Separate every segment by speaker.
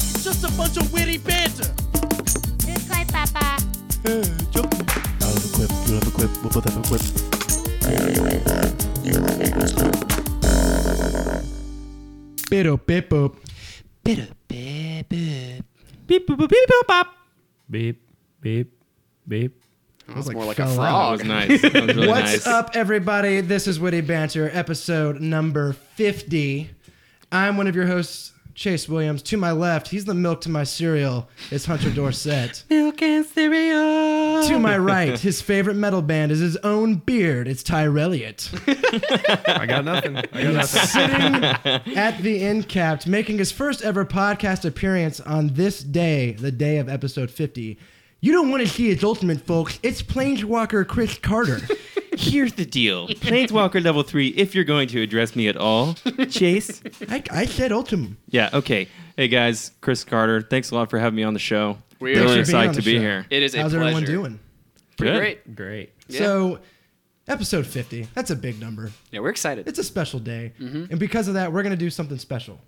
Speaker 1: just a bunch of witty banter.
Speaker 2: Just like Papa.
Speaker 1: I'll equip, you'll have equip, we'll both have equip.
Speaker 3: Pero Pepo.
Speaker 1: Bitter, beep, beep.
Speaker 3: Beep, boop, boop, beep, boop, bop.
Speaker 4: Beep, beep, beep.
Speaker 3: I was like,
Speaker 5: more like a
Speaker 3: fell
Speaker 5: frog.
Speaker 4: That was nice. That was really
Speaker 3: What's
Speaker 4: nice.
Speaker 3: up, everybody? This is Witty Banter, episode number 50. I'm one of your hosts, Chase Williams. To my left, he's the milk to my cereal, is Hunter Dorset.
Speaker 4: Milk and cereal.
Speaker 3: to my right, his favorite metal band is his own beard, it's Tyre Elliott.
Speaker 6: I got nothing. I got nothing.
Speaker 3: Sitting at the end capped, making his first ever podcast appearance on this day, the day of episode 50. You don't want to see his ultimate, folks. It's Planeswalker Chris Carter.
Speaker 4: Here's the deal. Planeswalker level three. If you're going to address me at all, Chase.
Speaker 3: I, I said ultimate.
Speaker 4: Yeah. Okay. Hey guys, Chris Carter. Thanks a lot for having me on the show.
Speaker 5: We
Speaker 4: really
Speaker 5: appreciate
Speaker 3: being on
Speaker 4: excited
Speaker 3: the
Speaker 4: to be
Speaker 3: show.
Speaker 4: here.
Speaker 5: It is a
Speaker 3: How's
Speaker 5: pleasure.
Speaker 3: everyone doing?
Speaker 5: Pretty
Speaker 4: Good.
Speaker 5: great.
Speaker 6: Great.
Speaker 5: Yeah.
Speaker 3: So, episode 50, that's a big number.
Speaker 5: Yeah, Mm-hmm. we're excited.
Speaker 3: It's a special day. And because of that, we're going to do something special.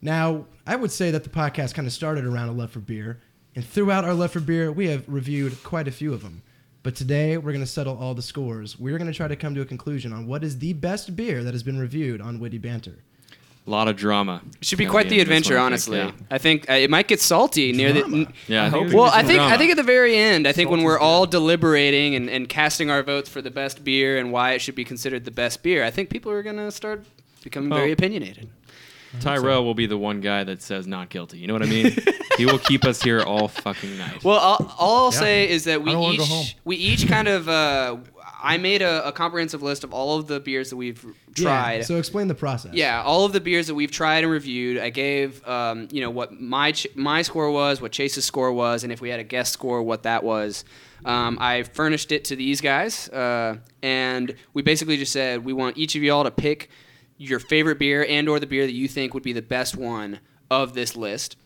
Speaker 3: Now, I would say that the podcast kind of started around a love for beer. And throughout our love for beer, we have reviewed quite a few of them. But today, we're going to settle all the scores. We're going to try to come to a conclusion on what is the best beer that has been reviewed on Witty Banter.
Speaker 4: A lot of drama.
Speaker 5: Should be
Speaker 4: Gonna
Speaker 5: quite the
Speaker 4: in this
Speaker 5: adventure,
Speaker 4: one,
Speaker 5: honestly.
Speaker 4: I think,
Speaker 5: I think uh, it might get salty near the.
Speaker 3: Drama.
Speaker 5: n-
Speaker 4: Yeah. Yeah, I think
Speaker 5: Well,
Speaker 4: it's
Speaker 5: I think
Speaker 4: drama.
Speaker 5: I think at the very end, I think when we're all deliberating and, and casting our votes for the best beer and why it should be considered the best beer, I think people are gonna start becoming very
Speaker 6: Oh.
Speaker 4: Well-
Speaker 5: opinionated.
Speaker 4: Tyrell will be the one guy that says not guilty. You know what I mean? he will keep us here all fucking night.
Speaker 5: Well, I'll, all I'll say is that we
Speaker 6: I don't wanna go home.
Speaker 5: each we each kind of uh, I made a, a comprehensive list of all of the beers that we've tried.
Speaker 3: Yeah, so explain the process.
Speaker 5: Yeah, all of the beers that we've tried and reviewed, I gave um, you know what my ch- my score was, what Chase's score was, and if we had a guest score, what that was. Um, I furnished it to these guys, uh, and we basically just said we want each of y'all to pick your favorite beer and or the beer that you think would be the best one of this list.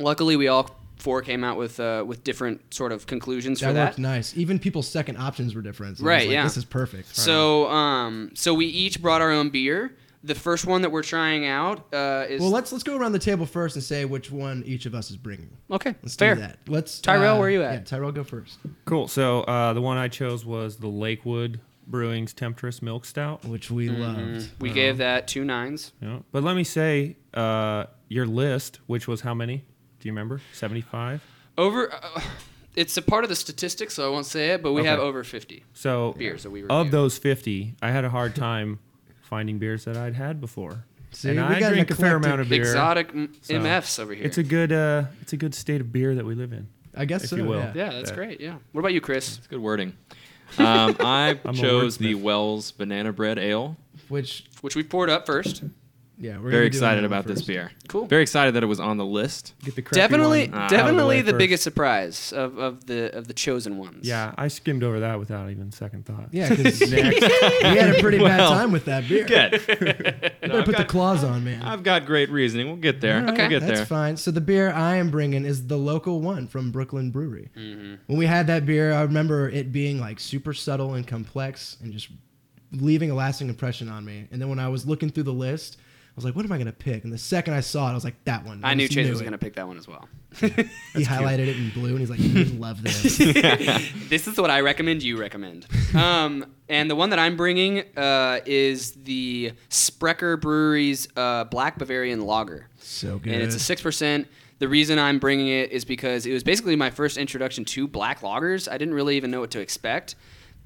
Speaker 5: Luckily, we all four came out with uh, with different sort of conclusions
Speaker 3: That
Speaker 5: for that.
Speaker 3: worked nice. Even people's second options were different. So I was
Speaker 5: Right,
Speaker 3: like,
Speaker 5: yeah.
Speaker 3: This is perfect.
Speaker 5: So, um, so we each brought our own beer. The first one that we're trying out uh, is
Speaker 3: well, let's let's go around the table first and say which one each of us is bringing.
Speaker 5: okay.
Speaker 3: Let's
Speaker 5: fair.
Speaker 3: do that. Let's
Speaker 5: Tyrell,
Speaker 3: uh,
Speaker 5: where you at?
Speaker 3: Yeah, Tyrell, go first.
Speaker 6: Cool. So uh, the one I chose was the Lakewood Brewing's Temptress Milk Stout.
Speaker 3: Which we
Speaker 4: Mm-hmm.
Speaker 3: loved.
Speaker 5: We gave that two nines.
Speaker 6: Yeah. But let me say, uh, your list, which was how many? Do you remember? Seventy-five.
Speaker 5: Over, uh, it's a part of the statistics, so I won't say it. But we
Speaker 6: Okay.
Speaker 5: have over fifty.
Speaker 6: So
Speaker 5: Beers that we
Speaker 6: of
Speaker 5: reviewed.
Speaker 6: those fifty, I had a hard time finding beers that I'd had before.
Speaker 3: See,
Speaker 6: and
Speaker 3: we
Speaker 6: I
Speaker 3: got an
Speaker 6: drink a fair
Speaker 3: eclectic-
Speaker 6: amount of beer.
Speaker 5: Exotic m-
Speaker 6: So,
Speaker 5: MFs over here.
Speaker 6: It's a good, uh, it's a good state of beer that we live in.
Speaker 3: I guess
Speaker 6: If
Speaker 3: so.
Speaker 6: you will.
Speaker 3: Yeah.
Speaker 5: yeah, that's
Speaker 6: Yeah.
Speaker 5: great. Yeah. What about you, Chris?
Speaker 4: It's good wording. Um, I
Speaker 6: I'm a
Speaker 4: chose the
Speaker 6: wordsmith.
Speaker 4: Wells Banana Bread Ale.
Speaker 3: Which
Speaker 5: Which we poured up first.
Speaker 3: yeah, we're
Speaker 4: Very
Speaker 3: gonna be doing that
Speaker 4: excited
Speaker 3: one
Speaker 4: about this
Speaker 3: first.
Speaker 4: beer.
Speaker 5: Cool.
Speaker 4: Very excited that it was on the list.
Speaker 6: Get the crappy
Speaker 5: Definitely,
Speaker 6: one out of
Speaker 5: definitely
Speaker 6: way
Speaker 5: the
Speaker 6: first.
Speaker 5: biggest surprise of, of the of the chosen ones.
Speaker 6: Yeah, I skimmed over that without even second thought.
Speaker 3: Yeah, because we had a pretty bad
Speaker 4: Well,
Speaker 3: time with that beer.
Speaker 4: Good.
Speaker 3: You better put the claws on, man.
Speaker 4: I've got great reasoning. We'll get
Speaker 5: Mm-hmm.
Speaker 4: there.
Speaker 3: All right,
Speaker 4: We'll get
Speaker 3: that's
Speaker 4: there.
Speaker 3: fine. So the beer I am bringing is the local one from Brooklyn Brewery.
Speaker 5: Mm-hmm.
Speaker 3: When we had that beer, I remember it being like super subtle and complex, and just leaving a lasting impression on me. And then when I was looking through the list, I was like, "What am I gonna pick?" And the second I saw it, I was like, "That one."
Speaker 5: I knew
Speaker 3: just
Speaker 5: Chase was
Speaker 3: it.
Speaker 5: going to pick that one as well.
Speaker 3: He highlighted it in blue, and he's like, "You would love this."
Speaker 5: this is what I recommend you recommend. Um, and the one that I'm bringing uh, is the Sprecher Brewery's uh, Black Bavarian Lager.
Speaker 3: so good.
Speaker 5: And it's a six percent. The reason I'm bringing it is because it was basically my first introduction to black lagers. I didn't really even know what to expect,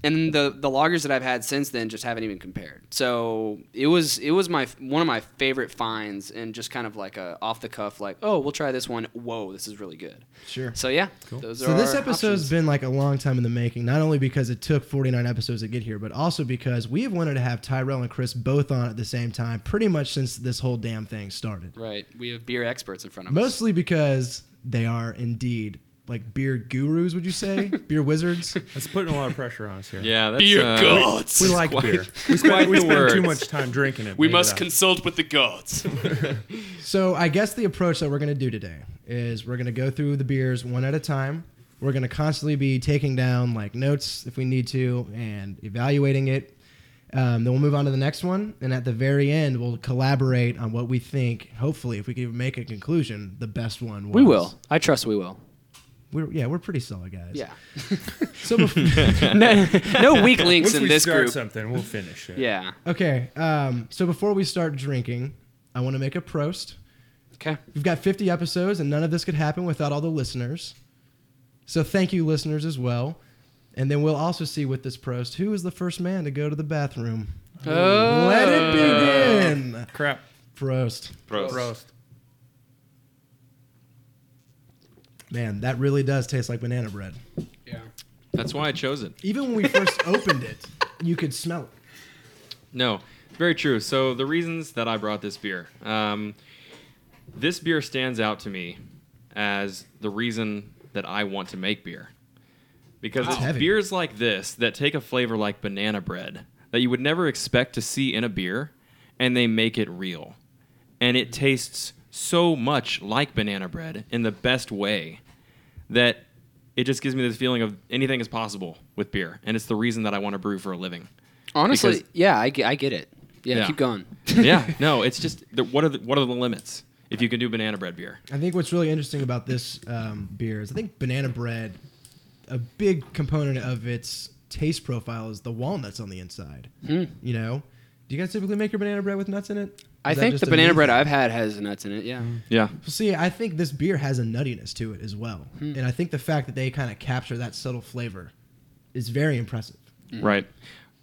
Speaker 5: and the the lagers that I've had since then just haven't even compared. So it was it was my one of my favorite finds, and just kind of like a off the cuff, like oh we'll try this one. Whoa, this is really good.
Speaker 3: Sure.
Speaker 5: So yeah, those are
Speaker 3: So this
Speaker 5: our
Speaker 3: episode's
Speaker 5: options.
Speaker 3: been like a long time in the making, not only because it took 49 episodes to get here, but also because we have wanted to have Tyrell and Chris both on at the same time pretty much since this whole damn thing started.
Speaker 5: right. We have beer experts in front of us.
Speaker 3: Mostly because they are indeed like beer gurus, would you say? beer wizards?
Speaker 6: That's putting a lot of pressure on us here.
Speaker 4: Yeah, that's
Speaker 7: Dear
Speaker 4: uh,
Speaker 7: gods,
Speaker 6: We like
Speaker 4: quite-
Speaker 6: beer. We spend, we
Speaker 4: the
Speaker 6: spend too
Speaker 4: words.
Speaker 6: much time drinking it.
Speaker 7: we
Speaker 6: Maybe
Speaker 7: must
Speaker 6: that-
Speaker 7: consult with the gods.
Speaker 3: So I guess the approach that we're going to do today is we're going to go through the beers one at a time. We're going to constantly be taking down like notes if we need to and evaluating it. Um, then we'll move on to the next one, and at the very end, we'll collaborate on what we think. Hopefully, if we can make a conclusion, the best one. Was.
Speaker 5: We will. I trust we will.
Speaker 3: We're, yeah, we're pretty solid guys.
Speaker 5: Yeah.
Speaker 3: So bef-
Speaker 5: no, no weak links
Speaker 6: Once
Speaker 5: in
Speaker 6: we
Speaker 5: this
Speaker 6: start
Speaker 5: group.
Speaker 6: something, we'll finish it.
Speaker 5: Yeah.
Speaker 3: okay. Um, so before we start drinking, I want to make a prost.
Speaker 5: Okay.
Speaker 3: We've got 50 episodes, and none of this could happen without all the listeners. So thank you, listeners, as well. And then we'll also see with this prost who is the first man to go to the bathroom. Let it begin.
Speaker 6: Crap.
Speaker 3: Prost.
Speaker 4: Gross.
Speaker 6: Roast.
Speaker 3: Man, that really does taste like banana bread.
Speaker 4: That's why I chose it.
Speaker 3: Even when we first opened it, you could smell it.
Speaker 4: No, very true. So the reasons that I brought this beer, um, this beer stands out to me as the reason that I want to make beer, because it's
Speaker 3: heavy.
Speaker 4: beers like this that take a flavor like banana bread that you would never expect to see in a beer, and they make it real, and it tastes so much like banana bread in the best way that it just gives me this feeling of anything is possible with beer, and it's the reason that I want to brew for a living.
Speaker 5: Honestly,
Speaker 4: Because-
Speaker 5: yeah, I, ge- I get it. Yeah,
Speaker 4: Yeah.
Speaker 5: keep going.
Speaker 4: yeah, no, it's just the, what are the, what are the limits if you can do banana bread beer?
Speaker 3: I think what's really interesting about this um, beer is I think banana bread, a big component of its taste profile is the walnuts on the inside.
Speaker 5: Hmm.
Speaker 3: You know? Do you guys typically make your banana bread with nuts in it? Is
Speaker 5: I
Speaker 3: that
Speaker 5: think
Speaker 3: just
Speaker 5: the
Speaker 3: a Mm.
Speaker 5: banana
Speaker 3: me
Speaker 5: bread
Speaker 3: thing?
Speaker 5: I've had has nuts in it. Yeah.
Speaker 4: Yeah,
Speaker 3: Well, See, I think this beer has a nuttiness to it as well,
Speaker 5: Hmm.
Speaker 3: and I think the fact that they kind of capture that subtle flavor is very impressive.
Speaker 4: right.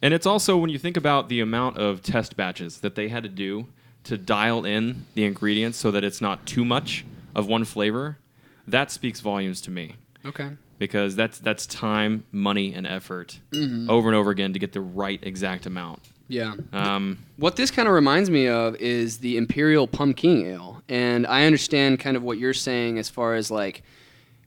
Speaker 4: And it's also when you think about the amount of test batches that they had to do to dial in the ingredients so that it's not too much of one flavor, that speaks volumes to me
Speaker 5: Okay.
Speaker 4: because that's that's time, money, and effort over and over again to get the right exact amount.
Speaker 5: Yeah.
Speaker 4: Um,
Speaker 5: What this kind of reminds me of is the Imperial Pumpkin Ale. And I understand kind of what you're saying as far as like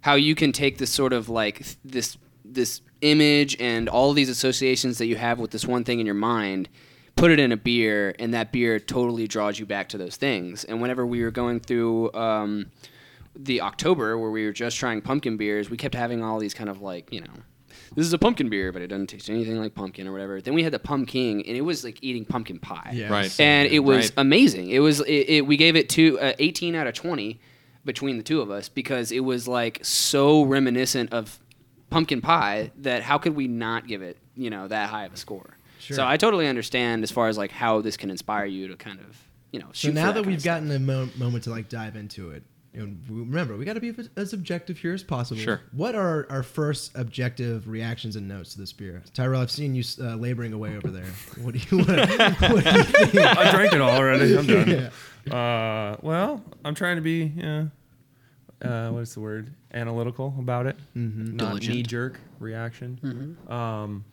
Speaker 5: how you can take this sort of like th- this this image and all these associations that you have with this one thing in your mind, put it in a beer, and that beer totally draws you back to those things. And whenever we were going through um, the October where we were just trying pumpkin beers, we kept having all these kind of like, you know, this is a pumpkin beer, but it doesn't taste anything like pumpkin or whatever. Then we had the pumpkin, and it was like eating pumpkin pie.
Speaker 4: Right.
Speaker 5: And it was
Speaker 4: Right.
Speaker 5: amazing. It was it, it, we gave it to uh, 18 out of 20 between the two of us because it was like so reminiscent of pumpkin pie that how could we not give it, you know, that high of a score.
Speaker 3: Sure.
Speaker 5: So I totally understand as far as like how this can inspire you to kind of, you know,
Speaker 3: So
Speaker 5: shoot for
Speaker 3: now
Speaker 5: that
Speaker 3: that
Speaker 5: kind
Speaker 3: we've
Speaker 5: of stuff.
Speaker 3: gotten a mo- moment to like dive into it, and we- remember we got to be as objective here as possible.
Speaker 4: Sure.
Speaker 3: What are our first objective reactions and notes to this beer, Tyrell? I've seen you uh, laboring away over there. What do you want? what do you think?
Speaker 6: I drank it all already. I'm done.
Speaker 3: Yeah.
Speaker 6: Uh, well, I'm trying to be, uh, uh, what is the word? Analytical about it. Mm-hmm. Not
Speaker 5: Diligent.
Speaker 6: knee jerk reaction.
Speaker 5: Mm-hmm.
Speaker 6: Um,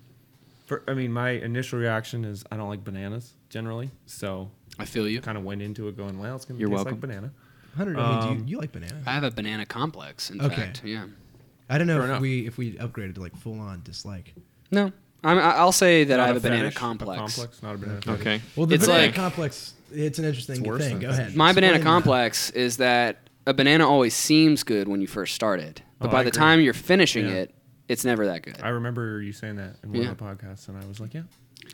Speaker 6: for, I mean, my initial reaction is I don't like bananas generally, so
Speaker 5: I feel you.
Speaker 6: kind of went into it going, well, it's gonna
Speaker 4: You're
Speaker 6: taste
Speaker 4: welcome.
Speaker 6: like banana.
Speaker 3: Hunter, I mean, do you, you like banana?
Speaker 5: I have a banana complex, in
Speaker 3: Okay.
Speaker 5: fact. Yeah.
Speaker 3: I don't know
Speaker 6: Fair
Speaker 3: if
Speaker 6: enough.
Speaker 3: we if we upgraded to like full on dislike.
Speaker 5: No, I'm, I- I'll say that I
Speaker 6: Not
Speaker 5: have a, banana
Speaker 6: fetish,
Speaker 5: complex.
Speaker 6: complex, not a banana. fetish.
Speaker 4: Okay.
Speaker 3: Well, the
Speaker 5: It's
Speaker 3: banana
Speaker 5: like-
Speaker 3: complex. It's an interesting
Speaker 6: worse
Speaker 3: thing.
Speaker 6: than
Speaker 3: Go ahead.
Speaker 5: My banana
Speaker 3: Explain that.
Speaker 5: complex is that a banana always seems good when you first start it, but
Speaker 6: Oh,
Speaker 5: by
Speaker 6: I
Speaker 5: the
Speaker 6: agree.
Speaker 5: time you're finishing
Speaker 6: Yeah.
Speaker 5: it, it's never that good.
Speaker 6: I remember you saying that in one
Speaker 5: Yeah.
Speaker 6: of the podcasts, and I was like, yeah.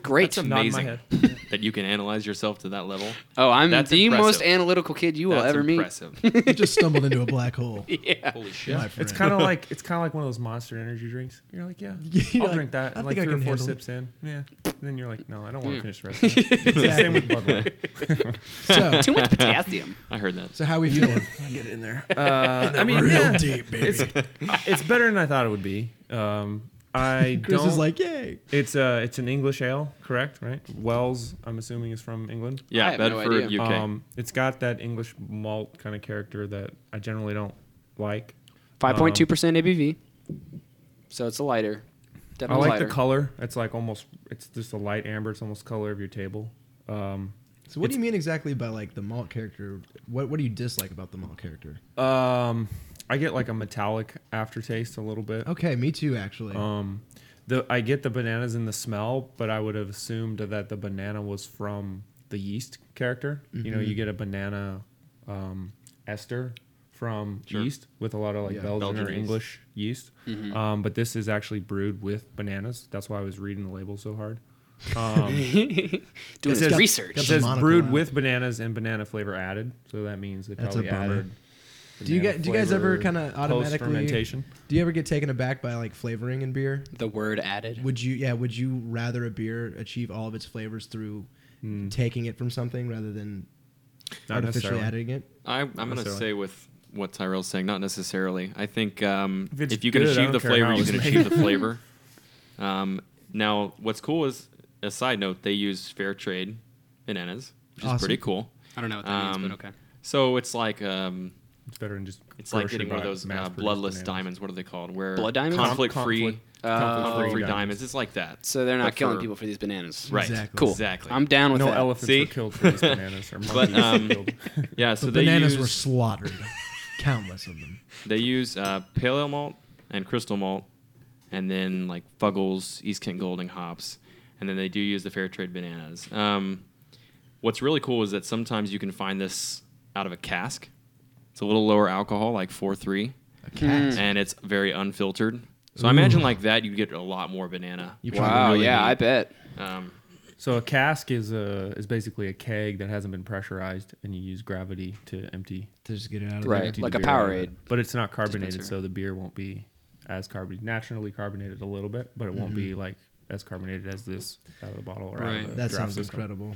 Speaker 5: Great.
Speaker 4: That's
Speaker 6: Nod in my
Speaker 4: amazing
Speaker 6: head.
Speaker 4: that you can analyze yourself to that level.
Speaker 5: Oh, I'm
Speaker 4: That's
Speaker 5: the
Speaker 4: impressive.
Speaker 5: most analytical kid you will
Speaker 4: That's
Speaker 5: ever
Speaker 4: impressive.
Speaker 3: You just stumbled into a black hole.
Speaker 4: Holy shit.
Speaker 3: my
Speaker 6: It's
Speaker 3: friend.
Speaker 6: kind of like it's kind of like one of those monster energy drinks. You're like, yeah,
Speaker 3: You're
Speaker 6: I'll
Speaker 3: like,
Speaker 6: drink that.
Speaker 3: I
Speaker 6: and like
Speaker 3: think I
Speaker 6: three or
Speaker 3: can
Speaker 6: four
Speaker 3: handle it.
Speaker 6: sips in, yeah. And then you're like, no, I don't want to
Speaker 5: Yeah.
Speaker 6: finish the rest. Of that. It's the same with Bud Light.
Speaker 3: so,
Speaker 5: meet. Too much potassium.
Speaker 4: I heard that.
Speaker 3: so how we feeling?
Speaker 6: Get in there. Uh, I mean,
Speaker 3: Real
Speaker 6: yeah,
Speaker 3: deep, baby.
Speaker 6: it's it's better than I thought it would be. Um, I
Speaker 3: Chris
Speaker 6: don't
Speaker 3: is like, yay.
Speaker 6: it's uh it's an English ale, correct? Right? Wells, I'm assuming, is from England.
Speaker 5: I
Speaker 4: Yeah,
Speaker 5: have no
Speaker 4: Bedford,
Speaker 5: idea.
Speaker 4: UK.
Speaker 6: Um, it's got that English malt kind of character that I generally don't like.
Speaker 5: 5.2% ABV. So it's a lighter.
Speaker 6: I
Speaker 5: Definitely
Speaker 6: like
Speaker 5: lighter.
Speaker 6: the color. It's like almost it's just a light amber. It's almost color of your table. Um,
Speaker 3: So what do you mean exactly by like the malt character? What what do you dislike about the malt character?
Speaker 6: um, I get like a metallic aftertaste a little bit.
Speaker 3: Okay, me too actually.
Speaker 6: Um, the I get the bananas in the smell, but I would have assumed that the banana was from the yeast character. You know,
Speaker 3: Mm-hmm.
Speaker 6: you get a banana um, ester from
Speaker 4: Sure.
Speaker 6: yeast with a lot of like
Speaker 3: Yeah.
Speaker 6: Belgian,
Speaker 4: Belgian
Speaker 6: or
Speaker 4: yeast. Mm-hmm.
Speaker 6: English yeast. Um, but this is actually brewed with bananas. That's why I was reading the label so hard. Um,
Speaker 5: Doing
Speaker 6: it
Speaker 5: his
Speaker 6: says,
Speaker 5: research.
Speaker 6: It
Speaker 3: Got
Speaker 6: says
Speaker 3: the monocle
Speaker 6: brewed
Speaker 3: on it.
Speaker 6: with bananas and banana flavor added. So that means they
Speaker 3: That's a
Speaker 6: probably
Speaker 3: bummer.
Speaker 6: added.
Speaker 3: Do you
Speaker 6: banana
Speaker 3: guys- do you guys ever
Speaker 6: flavor
Speaker 3: kinda automatically-
Speaker 6: post-fermentation.
Speaker 3: Do you ever get taken aback by like flavoring in beer?
Speaker 5: The word added.
Speaker 3: Would you yeah, would you rather a beer achieve all of its flavors through taking it from something rather than
Speaker 6: Hmm. Not
Speaker 3: artificially
Speaker 6: necessarily.
Speaker 3: adding it?
Speaker 4: I, I'm going to
Speaker 6: necessarily.
Speaker 4: say with what Tyrell's saying, not necessarily. I think um,
Speaker 6: If
Speaker 4: if,
Speaker 6: it's
Speaker 4: you can
Speaker 6: good, I
Speaker 4: achieve
Speaker 6: don't
Speaker 4: the
Speaker 6: care
Speaker 4: flavor,
Speaker 6: how
Speaker 4: you
Speaker 6: it's
Speaker 4: can
Speaker 6: made.
Speaker 4: achieve the flavor. Um, now, what's cool is a side note: they use fair trade bananas, which
Speaker 3: Awesome.
Speaker 4: is pretty cool.
Speaker 5: I don't know what that means,
Speaker 4: Um,
Speaker 5: but okay.
Speaker 4: So it's like um,
Speaker 6: It's better than just.
Speaker 4: it's like
Speaker 6: grocery
Speaker 4: getting one of
Speaker 6: buy-
Speaker 4: those uh,
Speaker 6: mass-produced
Speaker 4: bloodless
Speaker 6: bananas.
Speaker 4: diamonds. What are they called? Where
Speaker 5: Blood diamonds?
Speaker 4: conflict free,
Speaker 6: Conflict-
Speaker 4: conflict free
Speaker 6: conflict-free
Speaker 4: diamonds. It's like that.
Speaker 5: So they're not
Speaker 4: But
Speaker 5: killing
Speaker 4: for-
Speaker 5: people for these bananas.
Speaker 4: Right.
Speaker 3: Exactly.
Speaker 5: Cool.
Speaker 4: Exactly.
Speaker 5: I'm down with
Speaker 6: No
Speaker 5: that.
Speaker 6: elephants
Speaker 4: See?
Speaker 6: were killed for these bananas or monkeys were
Speaker 4: um,
Speaker 6: killed.
Speaker 4: yeah. So
Speaker 3: the
Speaker 4: they
Speaker 3: bananas
Speaker 4: use,
Speaker 3: were slaughtered. Countless of them.
Speaker 4: They use uh, pale ale malt and crystal malt, and then like Fuggles, East Kent Golding hops, and then they do use the fair trade bananas. Um, what's really cool is that sometimes you can find this out of a cask. It's a little lower alcohol, like four three,
Speaker 3: A
Speaker 5: Mm.
Speaker 3: cat.
Speaker 4: and it's very unfiltered. So I imagine like that you get a lot more banana.
Speaker 3: You
Speaker 5: Wow.
Speaker 4: Really
Speaker 5: yeah,
Speaker 4: neat.
Speaker 5: I bet.
Speaker 4: Um,
Speaker 6: So a cask is a is basically a keg that hasn't been pressurized, and you use gravity to empty.
Speaker 3: To just get it out of
Speaker 5: Right.
Speaker 3: there.
Speaker 6: empty the
Speaker 5: like a
Speaker 6: beer out of
Speaker 5: Powerade
Speaker 6: it. But it's not carbonated,
Speaker 4: Dispenser.
Speaker 6: so the beer won't be as carbonated. Naturally carbonated a little bit, but it won't be like as carbonated as this out of the bottle or out
Speaker 5: Right.
Speaker 6: of the
Speaker 3: Mm-hmm. That
Speaker 6: draft
Speaker 3: sounds
Speaker 6: system.
Speaker 3: incredible.
Speaker 6: It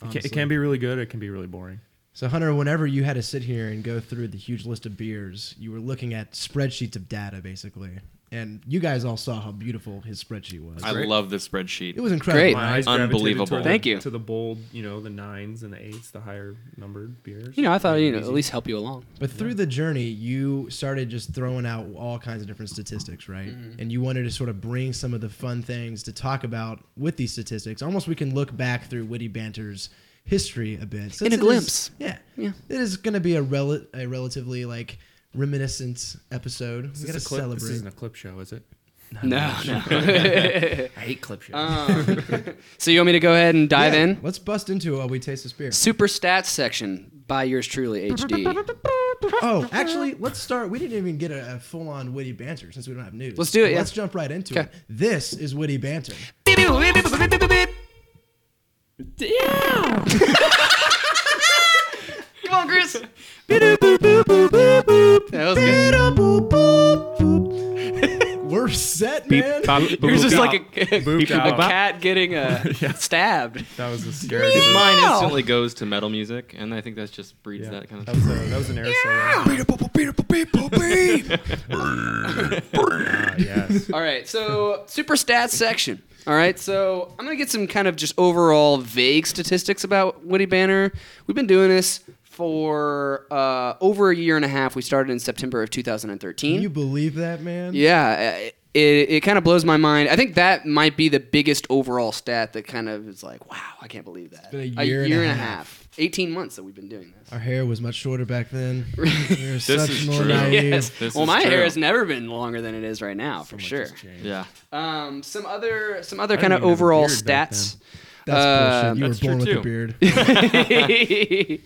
Speaker 6: can, it
Speaker 3: honestly.
Speaker 6: can be really good. It can be really boring.
Speaker 3: So Hunter, whenever you had to sit here and go through the huge list of beers, you were looking at spreadsheets of data basically. And you guys all saw how beautiful his spreadsheet was.
Speaker 4: I love this spreadsheet.
Speaker 3: it was incredible.
Speaker 5: Great.
Speaker 6: My eyes gravitated
Speaker 4: Unbelievable.
Speaker 6: toward
Speaker 5: Thank
Speaker 6: the-
Speaker 5: you.
Speaker 6: To the bold, you know, the nines and the eights, the higher numbered beers.
Speaker 5: You know, I thought you know at
Speaker 6: Easy.
Speaker 5: least help you along.
Speaker 3: But through the journey, you started just throwing out all kinds of different statistics, right?
Speaker 6: Mm-hmm.
Speaker 3: And you wanted to sort of bring some of the fun things to talk about with these statistics. Almost we can look back through Witty Banter's history a bit. Since
Speaker 5: In a
Speaker 3: it is-
Speaker 5: glimpse.
Speaker 3: yeah.
Speaker 5: Yeah.
Speaker 3: It is going to be a, rel- a relatively like reminiscent episode. we
Speaker 6: This
Speaker 3: got to
Speaker 6: is a clip-
Speaker 3: celebrate.
Speaker 6: This isn't a clip show, is it?
Speaker 5: No, no.
Speaker 6: I hate clip shows.
Speaker 5: Um, so you want me to go ahead and dive
Speaker 3: Yeah,
Speaker 5: in?
Speaker 3: Let's bust into it while we taste this beer.
Speaker 5: Super stats section by yours truly, HD.
Speaker 3: Oh, actually, let's start. We didn't even get a, a full on witty banter since we don't have news.
Speaker 5: Let's do it, yeah.
Speaker 3: Let's jump right into it.
Speaker 5: Okay.
Speaker 3: This is witty banter.
Speaker 5: Come on, Chris. That was good.
Speaker 3: We're set, man.
Speaker 4: It
Speaker 5: It was just
Speaker 6: Boop.
Speaker 5: like a, a,
Speaker 6: Boop. Boop.
Speaker 5: cat getting uh, stabbed.
Speaker 6: That was a scary.
Speaker 4: Mine
Speaker 5: Wow.
Speaker 4: instantly goes to metal music, and I think that just breeds
Speaker 6: Yeah.
Speaker 4: that kind of
Speaker 6: That was, a, that was an air solo. Ah, yes.
Speaker 5: All right, so super stats section. All right, so I'm gonna get some kind of just overall vague statistics about Woody Banner. We've been doing this for uh, over a year and a half. We started in September of 2013.
Speaker 3: Can you believe that, man?
Speaker 5: yeah, it, it, it kind of blows my mind. I think that might be the biggest overall stat that kind of is like, wow, I can't believe that.
Speaker 3: been a year and a half.
Speaker 5: 18 months that we've been doing this.
Speaker 3: Our hair was much shorter back then. We were such
Speaker 4: is
Speaker 3: more
Speaker 4: true.
Speaker 3: naive.
Speaker 5: Yes.
Speaker 4: This
Speaker 5: well,
Speaker 4: is
Speaker 5: my hair
Speaker 4: true.
Speaker 5: has never been longer than it is right now, for sure.
Speaker 4: yeah.
Speaker 5: Um, some other some other
Speaker 6: I
Speaker 5: kind
Speaker 6: didn't
Speaker 5: of
Speaker 6: even have a
Speaker 5: overall
Speaker 6: beard back
Speaker 5: stats.
Speaker 3: That's
Speaker 5: Uh,
Speaker 3: bullshit. You
Speaker 4: that's
Speaker 3: were born with
Speaker 4: true,
Speaker 3: a
Speaker 4: too.
Speaker 3: beard.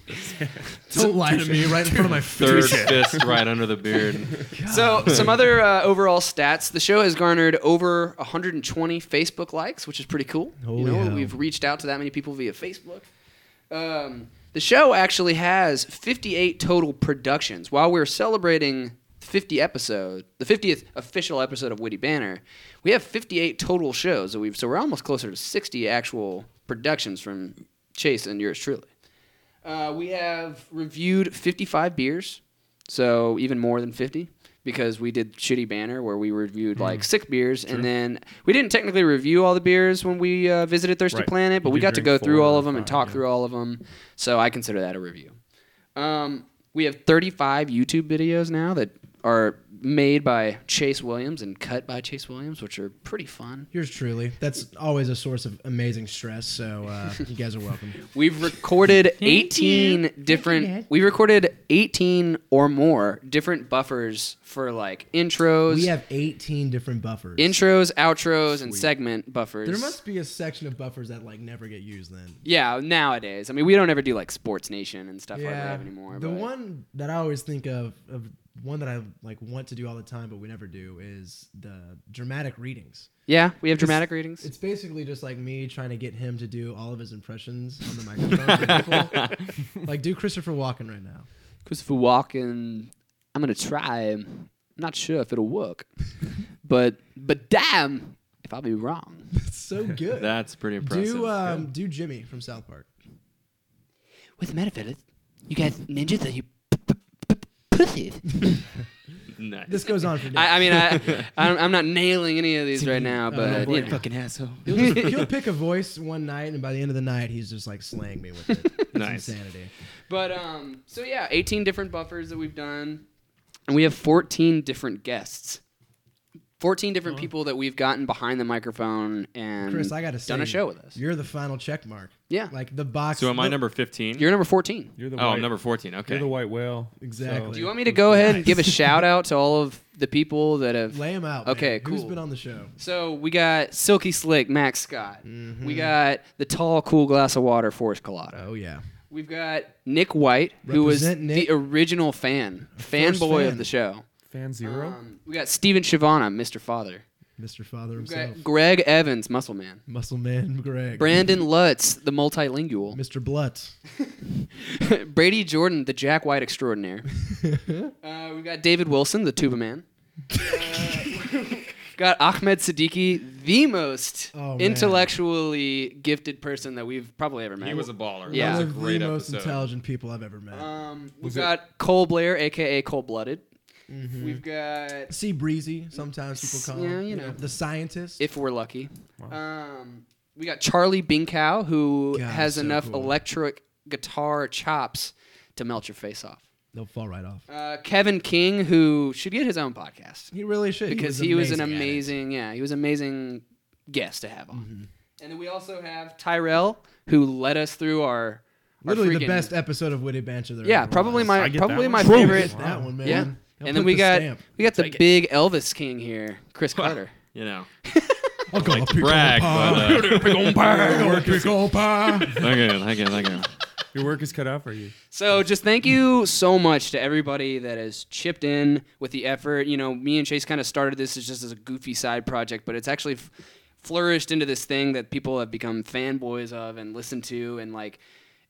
Speaker 5: so
Speaker 3: Don't lie to me right in front of my
Speaker 4: Third
Speaker 3: face.
Speaker 4: fist right under the beard.
Speaker 5: some other uh, overall stats. The show has garnered over 120 Facebook likes, which is pretty cool. you
Speaker 3: Holy
Speaker 5: know,
Speaker 3: hell.
Speaker 5: we've reached out to that many people via Facebook. Um, the show actually has 58 total productions. While we're celebrating 50 episode, the 50th official episode of Witty Banner, we have 58 total shows. That we've so we're almost closer to 60 actual productions from Chase and yours truly. Uh, we have reviewed 55 beers, so even more than 50 because we did shitty banner where we reviewed
Speaker 6: Hmm.
Speaker 5: like six beers and then we didn't technically review all the beers when we uh, visited Thirsty
Speaker 6: Right.
Speaker 5: Planet, but
Speaker 6: You
Speaker 5: we
Speaker 6: did
Speaker 5: got to go
Speaker 6: drink
Speaker 5: through
Speaker 6: four
Speaker 5: all
Speaker 6: or
Speaker 5: of them and
Speaker 6: five,
Speaker 5: talk
Speaker 6: yeah.
Speaker 5: through all of them, so I consider that a review. Um, we have 35 YouTube videos now that are made by Chase Williams and cut by Chase Williams, which are pretty fun.
Speaker 3: Yours truly. That's always a source of amazing stress. So uh, you guys are welcome.
Speaker 5: We've recorded 18 different. We recorded 18 or more different buffers for like intros,
Speaker 3: We have 18 different buffers.
Speaker 5: intros, outros, and segment buffers.
Speaker 3: There must be a section of buffers that like never get used then.
Speaker 5: yeah, nowadays. I mean, we don't ever do like Sports Nation and stuff like that anymore.
Speaker 3: The
Speaker 5: but-
Speaker 3: one that I always think of of one that I like want to do all the time, but we never do is the dramatic readings.
Speaker 5: Yeah, we have
Speaker 3: It's-
Speaker 5: dramatic readings.
Speaker 3: It's basically just like me trying to get him to do all of his impressions on the microphone. People- like do Christopher Walken right now.
Speaker 5: Christopher Walken. I'm gonna try. I'm not sure if it'll work, but but damn, if I'll be wrong.
Speaker 3: It's so good.
Speaker 4: That's pretty impressive.
Speaker 3: do um, do Jimmy from South Park.
Speaker 7: What's the matter, fellas? You guys ninjas are you p- p- p- pussies?
Speaker 4: Nice.
Speaker 3: This goes on for days.
Speaker 5: I, I mean, I I'm, I'm not nailing any of these right now, but
Speaker 3: Oh, boy.
Speaker 5: you know.
Speaker 7: Fucking asshole.
Speaker 3: he'll, just, he'll pick a voice one night, and by the end of the night, he's just like slaying me with it. It's
Speaker 4: Nice.
Speaker 3: insanity.
Speaker 5: but um, so yeah, 18 different buffers that we've done, and we have 14 different guests. 14 different people that we've gotten behind the microphone and
Speaker 3: Chris, I gotta say,
Speaker 5: done a show with us.
Speaker 3: You're the final check mark.
Speaker 5: Yeah.
Speaker 3: like the box.
Speaker 4: so am I
Speaker 3: the-
Speaker 4: number 15?
Speaker 5: You're number 14.
Speaker 6: You're the
Speaker 4: oh,
Speaker 6: white,
Speaker 4: I'm number 14. Okay.
Speaker 6: You're the white whale.
Speaker 3: Exactly.
Speaker 6: So-
Speaker 5: Do you want me to go ahead and give a shout out to all of the people that have
Speaker 3: Lay him out.
Speaker 5: Okay,
Speaker 3: man. Who's
Speaker 5: cool.
Speaker 3: been on the show?
Speaker 5: So we got Silky Slick, Max Scott.
Speaker 3: Mm-hmm.
Speaker 5: We got the tall, cool glass of water, Forrest Collado.
Speaker 3: Oh yeah.
Speaker 5: We've got Nick White, who was
Speaker 3: Represent Nick.
Speaker 5: the original fan,
Speaker 3: first
Speaker 5: fanboy
Speaker 3: fan.
Speaker 5: of the show.
Speaker 6: Fan zero.
Speaker 5: Um, we got Steven Shivana, Mr. Father.
Speaker 3: Mr. Father
Speaker 5: We've
Speaker 3: himself.
Speaker 5: got Greg Evans, Muscle Man.
Speaker 3: Muscle Man Greg.
Speaker 5: Brandon Lutz, the multilingual.
Speaker 3: Mr. Blutt.
Speaker 5: Brady Jordan, the Jack White extraordinaire. uh, we've got David Wilson, the Tuba Man. Uh, got Ahmed Siddiqui, the most
Speaker 3: Oh, man.
Speaker 5: intellectually gifted person that we've probably ever met.
Speaker 4: he was a baller.
Speaker 5: Yeah.
Speaker 4: That
Speaker 3: One
Speaker 4: was
Speaker 3: of
Speaker 4: a great
Speaker 3: the most
Speaker 4: episode.
Speaker 3: intelligent people I've ever met.
Speaker 5: Um, we've
Speaker 6: Was it-
Speaker 5: got Cole Blair, aka Cold Blooded.
Speaker 3: Mm-hmm.
Speaker 5: We've got
Speaker 3: Sea breezy. Sometimes people call.
Speaker 5: Yeah,
Speaker 3: him,
Speaker 5: you know.
Speaker 3: the scientist.
Speaker 5: if we're lucky. Um, we got Charlie Binkow, who
Speaker 3: God,
Speaker 5: has
Speaker 3: so
Speaker 5: enough
Speaker 3: cool.
Speaker 5: electric guitar chops to melt your face off.
Speaker 3: They'll fall right off.
Speaker 5: Uh, Kevin King, who should get his own podcast
Speaker 3: He really should
Speaker 5: because he was, an
Speaker 3: at it. Mm-hmm.
Speaker 5: amazing, yeah, he was an amazing guest to have on. And then we also have Tyrell, who led us through our, our
Speaker 3: Literally the
Speaker 5: freaking-
Speaker 3: best episode of Witty Banter there.
Speaker 5: Yeah,
Speaker 3: ever
Speaker 5: probably
Speaker 3: was.
Speaker 6: I
Speaker 5: my
Speaker 6: get that
Speaker 5: probably
Speaker 6: one.
Speaker 5: my
Speaker 6: Boom.
Speaker 5: favorite.
Speaker 6: Wow.
Speaker 3: That one, man.
Speaker 5: Yeah.
Speaker 3: He'll
Speaker 5: and then
Speaker 3: put
Speaker 5: we
Speaker 3: the
Speaker 5: got
Speaker 3: stamp.
Speaker 5: we got the
Speaker 4: Take it.
Speaker 5: big Elvis King here, Chris Carter.
Speaker 4: You know,
Speaker 3: I'll go
Speaker 4: like to
Speaker 3: pick on
Speaker 4: brag,
Speaker 3: Pa.
Speaker 4: but uh,
Speaker 3: Go pick on Pa.
Speaker 4: thank you, thank you, thank you.
Speaker 6: Your work is cut out for you.
Speaker 5: So just thank you so much to everybody that has chipped in with the effort. You know, me and Chase kind of started this as just as a goofy side project, but it's actually f- flourished into this thing that people have become fanboys of and listen to and like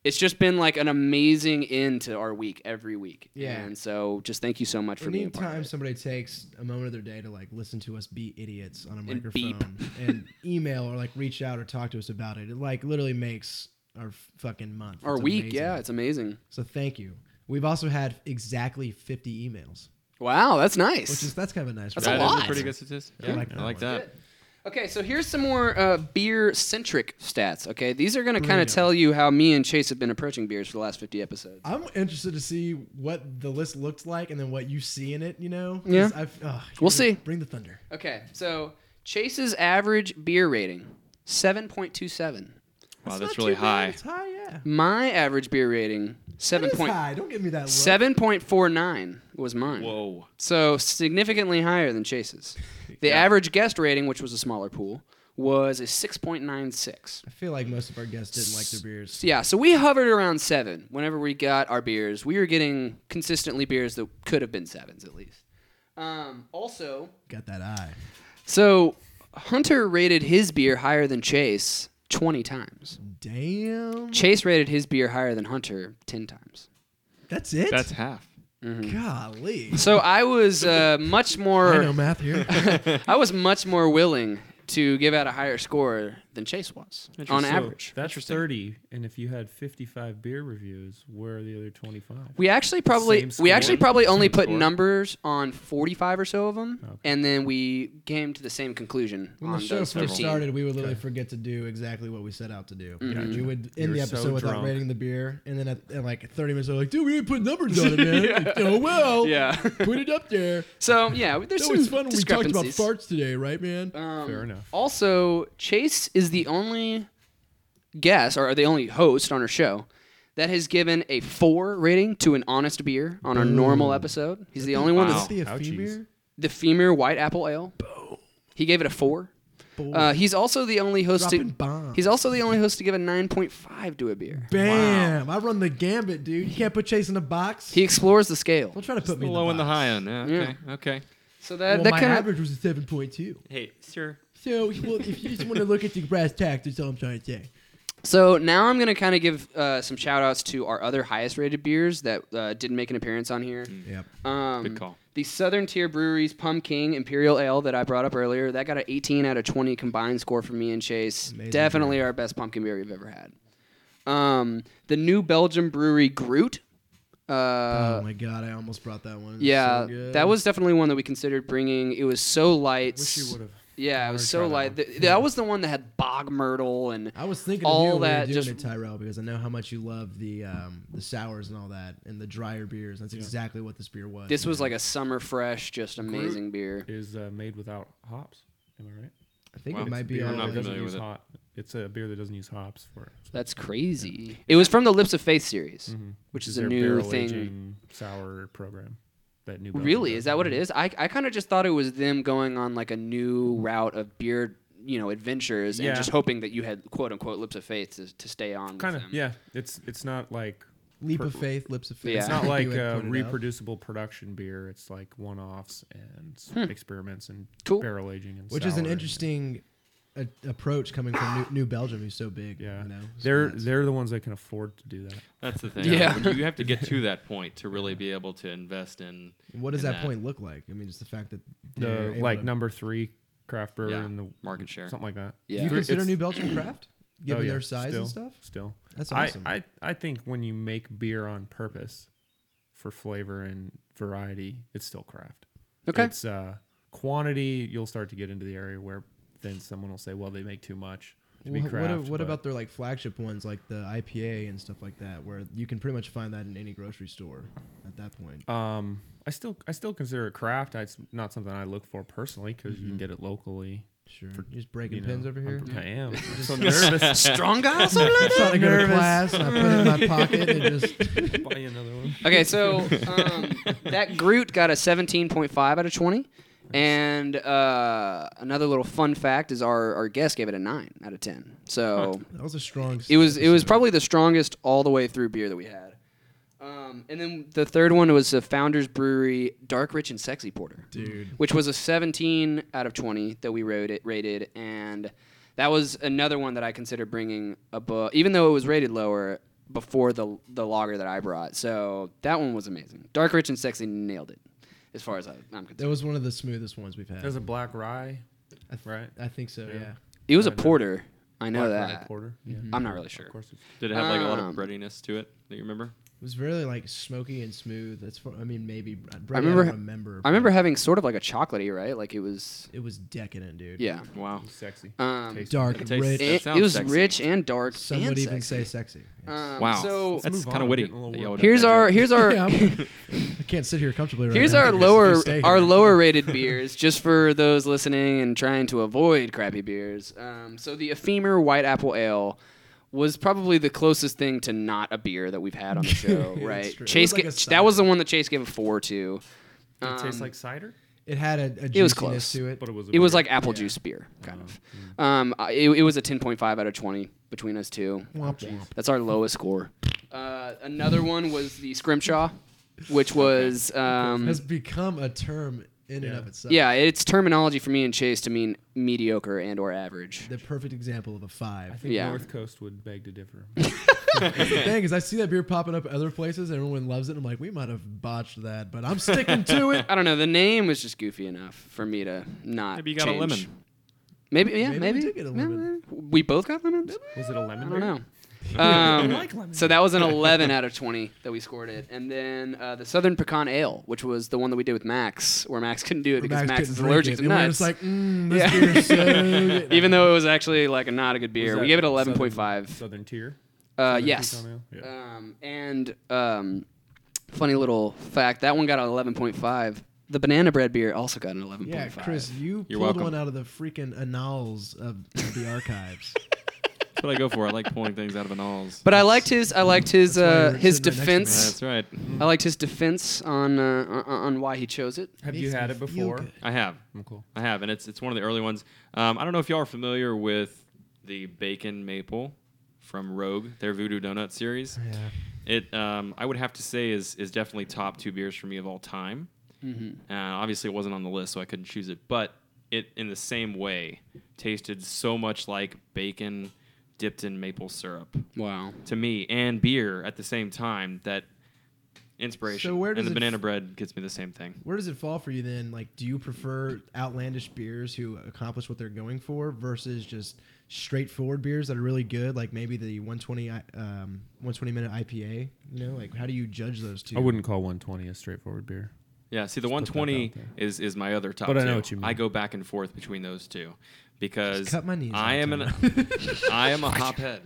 Speaker 5: it's just been like an amazing end to our week every week.
Speaker 3: Yeah.
Speaker 5: And so just thank you so much for being a part of
Speaker 3: Anytime
Speaker 5: it.
Speaker 3: somebody takes a moment of their day to like listen to us be idiots on a
Speaker 5: And
Speaker 3: microphone
Speaker 5: beep.
Speaker 3: and email or like reach out or talk to us about it, it like literally makes our fucking month.
Speaker 5: Our
Speaker 3: It's
Speaker 5: week,
Speaker 3: amazing.
Speaker 5: yeah, it's amazing.
Speaker 3: So thank you. We've also had exactly 50 emails,
Speaker 5: Wow, that's nice.
Speaker 3: which is that's kind of a nice.
Speaker 5: That's
Speaker 4: That
Speaker 5: a
Speaker 4: is
Speaker 5: lot.
Speaker 4: pretty good statistic. Yeah, I
Speaker 3: like
Speaker 4: like,
Speaker 3: that one.
Speaker 4: that.
Speaker 5: Okay, so here's some more uh, beer centric stats. Okay, these are going to kind of
Speaker 3: Brilliant.
Speaker 5: tell you how me and Chase have been approaching beers for the last 50 episodes.
Speaker 3: I'm interested to see what the list looked like and then what you see in it. You know, 'Cause
Speaker 5: Yeah.
Speaker 3: I've, ugh, bring-
Speaker 5: We'll see.
Speaker 3: Bring the thunder.
Speaker 5: Okay, so Chase's average beer rating 7.27.
Speaker 4: Wow, that's,
Speaker 3: Not
Speaker 4: really
Speaker 3: too bad.
Speaker 4: high.
Speaker 3: It's high, yeah.
Speaker 5: My average beer rating
Speaker 3: That
Speaker 5: seven
Speaker 3: is
Speaker 5: point
Speaker 3: high. Don't give me that look.
Speaker 5: seven point four nine was mine.
Speaker 4: Whoa.
Speaker 5: So significantly higher than Chase's. The average guest rating, which was a smaller pool, was a 6.96.
Speaker 3: I feel like most of our guests didn't like their beers.
Speaker 5: So yeah, so we hovered around seven whenever we got our beers. We were getting consistently beers that could have been sevens at least. Um, also,
Speaker 3: Got that eye.
Speaker 5: so Hunter rated his beer higher than Chase 20 times.
Speaker 3: Damn.
Speaker 5: Chase rated his beer higher than Hunter 10 times.
Speaker 3: That's it.
Speaker 4: That's half.
Speaker 3: golly.
Speaker 5: So I was uh, much
Speaker 3: I know
Speaker 5: more
Speaker 3: math here.
Speaker 5: I was much more willing to give out a higher score than Chase was on
Speaker 6: So
Speaker 5: average.
Speaker 6: that's 30. And if you had 55 beer reviews, where are the other 25?
Speaker 5: We actually probably
Speaker 6: Same
Speaker 5: we
Speaker 6: score?
Speaker 5: actually probably only
Speaker 4: Same
Speaker 5: put
Speaker 4: score?
Speaker 5: numbers on 45 or so of them
Speaker 6: Okay.
Speaker 5: and then we came to the same conclusion
Speaker 3: When the
Speaker 5: on
Speaker 3: show
Speaker 5: those
Speaker 3: first
Speaker 5: 15.
Speaker 3: started, we would literally forget to do exactly what we set out to do.
Speaker 5: Mm-hmm.
Speaker 3: We would end
Speaker 6: were
Speaker 3: the
Speaker 6: so
Speaker 3: episode without
Speaker 6: drunk.
Speaker 3: rating the beer, and then at, and like 30 minutes, we're like, dude, we didn't put numbers on it, man. Oh, well.
Speaker 5: Yeah.
Speaker 3: put it up there.
Speaker 5: So, yeah, there's
Speaker 3: That
Speaker 5: some
Speaker 3: was fun when we talked about
Speaker 5: discrepancies. Oh.
Speaker 3: farts today, right, man?
Speaker 5: Um,
Speaker 6: Fair enough.
Speaker 5: Also, Chase is the only guest or the only host on our show that has given a four rating to an honest beer on our normal episode. He's the only one
Speaker 4: Wow.
Speaker 5: that's
Speaker 3: the
Speaker 6: ouchies.
Speaker 3: ephemera?
Speaker 5: the femur white apple ale. He gave it a four.
Speaker 3: boy.
Speaker 5: Uh, he's also the only host
Speaker 3: Dropping
Speaker 5: to
Speaker 3: bombs.
Speaker 5: he's also the only host to give a 9.5 to a beer.
Speaker 3: Bam! I run the gambit, dude. You can't put Chase in the box.
Speaker 5: He explores the scale.
Speaker 3: Don't try to put
Speaker 4: The
Speaker 3: me in
Speaker 4: low
Speaker 3: the
Speaker 4: and the
Speaker 3: box.
Speaker 4: high end. Yeah, okay. Okay.
Speaker 5: So that
Speaker 3: Well,
Speaker 5: that
Speaker 3: my
Speaker 5: kind of
Speaker 3: average was a seven point two.
Speaker 4: Hey, sir.
Speaker 3: So well, if you just want to look at the brass tacks, that's all I'm trying to say.
Speaker 5: So now I'm going to kind of give uh, some shout outs to our other highest rated beers that uh, didn't make an appearance on here.
Speaker 3: Yep.
Speaker 5: Um,
Speaker 4: Good call.
Speaker 5: The Southern Tier Breweries Pum King Imperial Ale that I brought up earlier, that got an 18 out of 20 combined score from me and Chase.
Speaker 3: Amazing
Speaker 5: Definitely our best pumpkin beer we've ever had. Um, the New Belgium Brewery Groot. Uh,
Speaker 3: oh my god, I almost brought that one. It's
Speaker 5: yeah,
Speaker 3: so good.
Speaker 5: that was definitely one that we considered bringing. It was so light.
Speaker 6: Wish you would have.
Speaker 5: Yeah, it
Speaker 6: Wanna
Speaker 5: was
Speaker 6: try
Speaker 5: so
Speaker 6: that
Speaker 5: light.
Speaker 6: one.
Speaker 5: Th- That was the one that had bog myrtle and
Speaker 3: I was thinking of
Speaker 5: all
Speaker 3: you when we were
Speaker 5: that
Speaker 3: doing
Speaker 5: just-
Speaker 3: it, Tyrell, because I know how much you love the um, the sours and all that, and the drier beers. That's exactly what this beer was.
Speaker 5: This was like a summer fresh, just amazing beer.
Speaker 6: Is uh, made without hops. Am I right?
Speaker 3: I think
Speaker 4: Wow.
Speaker 3: it might be.
Speaker 4: I'm
Speaker 3: all
Speaker 4: not
Speaker 6: that doesn't
Speaker 4: familiar
Speaker 6: use
Speaker 4: with it.
Speaker 6: hop- It's a beer that doesn't use hops for it. So
Speaker 5: That's crazy. It was from the Lips of Faith series, which
Speaker 6: it's
Speaker 5: is a
Speaker 6: their
Speaker 5: new
Speaker 6: barrel
Speaker 5: thing.
Speaker 6: aging sour program. That new. Belgium
Speaker 5: Really,
Speaker 6: does.
Speaker 5: is that what it is? I I kind of just thought it was them going on like a new route of beer, you know, adventures,
Speaker 6: Yeah.
Speaker 5: and just hoping that you had quote unquote Lips of Faith to, to stay on.
Speaker 6: Kind
Speaker 5: with them.
Speaker 6: of. Yeah. It's it's not like
Speaker 3: leap
Speaker 6: per-
Speaker 3: of faith, lips of faith.
Speaker 5: Yeah.
Speaker 6: It's not
Speaker 3: You
Speaker 6: like
Speaker 3: had
Speaker 6: uh,
Speaker 3: put it up.
Speaker 6: reproducible production beer. It's like one-offs and s- experiments and
Speaker 5: Hmm. Cool.
Speaker 6: barrel aging and
Speaker 3: which is an
Speaker 6: sour and-
Speaker 3: interesting a- approach coming from New, New Belgium, who's so big.
Speaker 6: Yeah,
Speaker 3: you know, so
Speaker 6: they're
Speaker 3: that's-
Speaker 6: they're the ones that can afford to do that.
Speaker 4: That's the thing.
Speaker 5: Yeah.
Speaker 4: When You have to get to that point to really be able to invest in.
Speaker 3: What does
Speaker 4: in
Speaker 3: that, point look like? I mean, just the fact that they're
Speaker 6: The
Speaker 3: able
Speaker 6: like
Speaker 3: to-
Speaker 6: number three craft brewer
Speaker 4: Yeah,
Speaker 6: in the
Speaker 4: market share.
Speaker 6: something like that.
Speaker 5: Yeah.
Speaker 3: you
Speaker 5: Three-
Speaker 3: consider
Speaker 6: it's-
Speaker 3: New Belgium craft, given
Speaker 6: Oh, yeah,
Speaker 3: their size
Speaker 6: still,
Speaker 3: and stuff.
Speaker 6: Still,
Speaker 3: That's
Speaker 6: I-
Speaker 3: awesome.
Speaker 6: I, I think when you make beer on purpose for flavor and variety, it's still craft.
Speaker 5: Okay.
Speaker 6: It's uh, quantity. You'll start to get into the area where then someone will say, "Well, they make too much to be
Speaker 3: Wha-
Speaker 6: craft."
Speaker 3: what what
Speaker 6: but-
Speaker 3: about their like flagship ones, like the IPA and stuff like that, where you can pretty much find that in any grocery store at that point?
Speaker 6: Um, I still I still consider it craft. It's not something I look for personally because
Speaker 5: Mm-hmm.
Speaker 6: you can get it locally.
Speaker 3: sure, You're just breaking
Speaker 6: You know,
Speaker 3: pins over here.
Speaker 6: I'm- I am. I'm so nervous.
Speaker 5: Strong guy, something like
Speaker 3: I thought I go to
Speaker 6: nervous.
Speaker 3: class and I put it in my pocket and just
Speaker 6: Buy another one.
Speaker 5: Okay, so um, that Groot got a 17.5 out of 20. And uh, another little fun fact is our, our guest gave it a 9 out of 10. So
Speaker 3: that was a strong.
Speaker 5: it was it was probably the strongest all the way through beer that we had. Um, and then the third one was the Founders Brewery Dark Rich and Sexy Porter,
Speaker 3: Dude.
Speaker 5: which was a 17 out of 20 that we wrote it, rated, and that was another one that I considered bringing above, even though it was rated lower before the the lager that I brought. So that one was amazing. Dark Rich and Sexy nailed it, as far as I, I'm concerned.
Speaker 3: that was one of the smoothest ones we've had.
Speaker 6: There's a black rye,
Speaker 3: I th-
Speaker 6: right?
Speaker 3: I think so. Yeah.
Speaker 5: it was a porter. I know
Speaker 6: black rye
Speaker 5: that. Mm-hmm.
Speaker 6: porter. Yeah.
Speaker 5: I'm not really sure.
Speaker 6: Of course, it's
Speaker 4: Did it have like a lot
Speaker 5: Um,
Speaker 4: of breadiness to it that you remember?
Speaker 3: It was really like smoky and smooth. That's for, I mean maybe I
Speaker 5: remember-
Speaker 3: remember. I remember.
Speaker 5: I remember having sort of like a chocolatey, right? Like it was,
Speaker 3: it was decadent, dude.
Speaker 5: yeah.
Speaker 4: Wow.
Speaker 6: sexy.
Speaker 5: Um,
Speaker 6: Tasty.
Speaker 3: Dark,
Speaker 4: It tastes-
Speaker 3: rich.
Speaker 4: That
Speaker 5: it,
Speaker 4: sounds
Speaker 5: it was
Speaker 4: sexy.
Speaker 5: rich and dark.
Speaker 3: Some
Speaker 5: and
Speaker 3: would even
Speaker 5: sexy.
Speaker 3: say sexy. Yes.
Speaker 5: Um,
Speaker 4: Wow.
Speaker 5: So
Speaker 4: That's
Speaker 6: move on.
Speaker 4: kind of
Speaker 6: I'm
Speaker 4: witty.
Speaker 6: getting a little
Speaker 4: that y'all
Speaker 6: worked
Speaker 5: here's
Speaker 4: did that
Speaker 5: our
Speaker 4: joke.
Speaker 5: here's our
Speaker 3: Yeah, I'm- I can't sit here comfortably right
Speaker 5: here's
Speaker 3: now.
Speaker 5: our
Speaker 3: Just
Speaker 5: lower
Speaker 3: stay here.
Speaker 5: our lower rated beers just for those listening and trying to avoid crappy beers. Um, so the Ephemer White Apple Ale was probably the closest thing to not a beer that we've had on the show, right?
Speaker 3: true. It
Speaker 5: Chase
Speaker 3: was like
Speaker 5: ga-
Speaker 3: a
Speaker 5: that
Speaker 3: cider.
Speaker 5: was the one that Chase gave a four to.
Speaker 6: It
Speaker 5: Um,
Speaker 6: tastes like cider,
Speaker 3: It had a, a
Speaker 5: It was
Speaker 3: juiciness
Speaker 5: close.
Speaker 3: to it.
Speaker 6: but it was. A
Speaker 5: It was
Speaker 6: beer.
Speaker 5: like apple juice beer,
Speaker 3: Uh-huh.
Speaker 5: kind of.
Speaker 3: Mm.
Speaker 5: Um, I- it, it was a 10.5 out of 20 between us two.
Speaker 3: Womp womp.
Speaker 5: That's our lowest score. Uh, another one was the Scrimshaw, which was um,
Speaker 3: has become a term in and
Speaker 6: Yeah.
Speaker 3: of itself.
Speaker 5: yeah, it's terminology for me and Chase to mean mediocre and or average.
Speaker 3: The perfect example of a
Speaker 6: I
Speaker 3: five.
Speaker 6: think
Speaker 5: yeah.
Speaker 6: North Coast would beg to differ.
Speaker 3: That's the thing is, I see that beer popping up other places. Everyone loves it. I'm like, we might have botched that, but I'm sticking to it.
Speaker 5: I don't know. The name was just goofy enough for me to not.
Speaker 4: Maybe you got a
Speaker 5: change.
Speaker 4: lemon.
Speaker 5: Maybe yeah.
Speaker 3: Maybe we
Speaker 5: Maybe
Speaker 3: did get a
Speaker 5: Yeah,
Speaker 3: lemon.
Speaker 5: maybe. We both got lemons.
Speaker 6: Was it a lemon?
Speaker 5: I
Speaker 6: beer?
Speaker 5: don't know. Um, So that was an 11 out of 20 that we scored it, and then uh, the Southern Pecan Ale, which was the one that we did with Max, where Max couldn't do it because Max,
Speaker 3: couldn't
Speaker 5: is
Speaker 3: drink
Speaker 5: allergic
Speaker 3: it.
Speaker 5: to
Speaker 3: And
Speaker 5: nuts.
Speaker 3: We're just like, mm, this
Speaker 5: Yeah.
Speaker 3: beer is so good.
Speaker 5: Even though it was actually like a not a good beer,
Speaker 6: Was
Speaker 5: we gave
Speaker 6: that
Speaker 5: it
Speaker 6: Southern-
Speaker 5: 11.5.
Speaker 6: Southern tier.
Speaker 5: Uh,
Speaker 6: Southern
Speaker 5: yes.
Speaker 6: Pecan Ale? Yeah.
Speaker 5: Um, and um, funny little fact, that one got an 11.5. The banana bread beer also got an 11.5.
Speaker 3: Yeah, Chris, you
Speaker 4: You're
Speaker 3: pulled
Speaker 4: welcome.
Speaker 3: one out of the freaking annals of the archives.
Speaker 4: That's what I go for. I like pulling things out of an alls.
Speaker 5: But I liked his I liked his
Speaker 3: That's why
Speaker 5: uh,
Speaker 3: you're
Speaker 5: his
Speaker 3: sitting right next to
Speaker 5: defense.
Speaker 4: That's right.
Speaker 5: I liked his defense on uh, on- on why he chose it.
Speaker 6: Have you
Speaker 3: Makes
Speaker 6: had
Speaker 3: me
Speaker 6: it
Speaker 3: feel
Speaker 6: before?
Speaker 3: good.
Speaker 4: I have.
Speaker 6: I'm cool.
Speaker 4: I have, and it's it's one of the early ones. Um, I don't know if y'all are familiar with the bacon maple from Rogue, their Voodoo Donut series. It um, I would have to say is is definitely top two beers for me of all time.
Speaker 5: Mm-hmm.
Speaker 4: Uh, obviously, it wasn't on the list, so I couldn't choose it. But it in the same way tasted so much like bacon dipped in maple syrup
Speaker 5: Wow.
Speaker 4: to me and beer at the same time that inspiration
Speaker 3: So where
Speaker 4: and
Speaker 3: does
Speaker 4: the
Speaker 3: it
Speaker 4: banana
Speaker 3: f-
Speaker 4: bread gets me the same thing
Speaker 3: Where does it fall for you then? Like, do you prefer outlandish beers who accomplish what they're going for versus just straightforward beers that are really good, like maybe the 120 I- um, 120 minute IPA? You know, like how do you judge those two?
Speaker 6: I wouldn't call 120 a straightforward beer.
Speaker 4: Yeah, see, the
Speaker 6: Just put that
Speaker 4: 120
Speaker 6: out there.
Speaker 4: is is my other top.
Speaker 6: But I know
Speaker 4: two.
Speaker 6: what you mean.
Speaker 4: I go back and forth between those two because
Speaker 3: cut my knees
Speaker 4: I
Speaker 3: out,
Speaker 4: am an I am a hop head,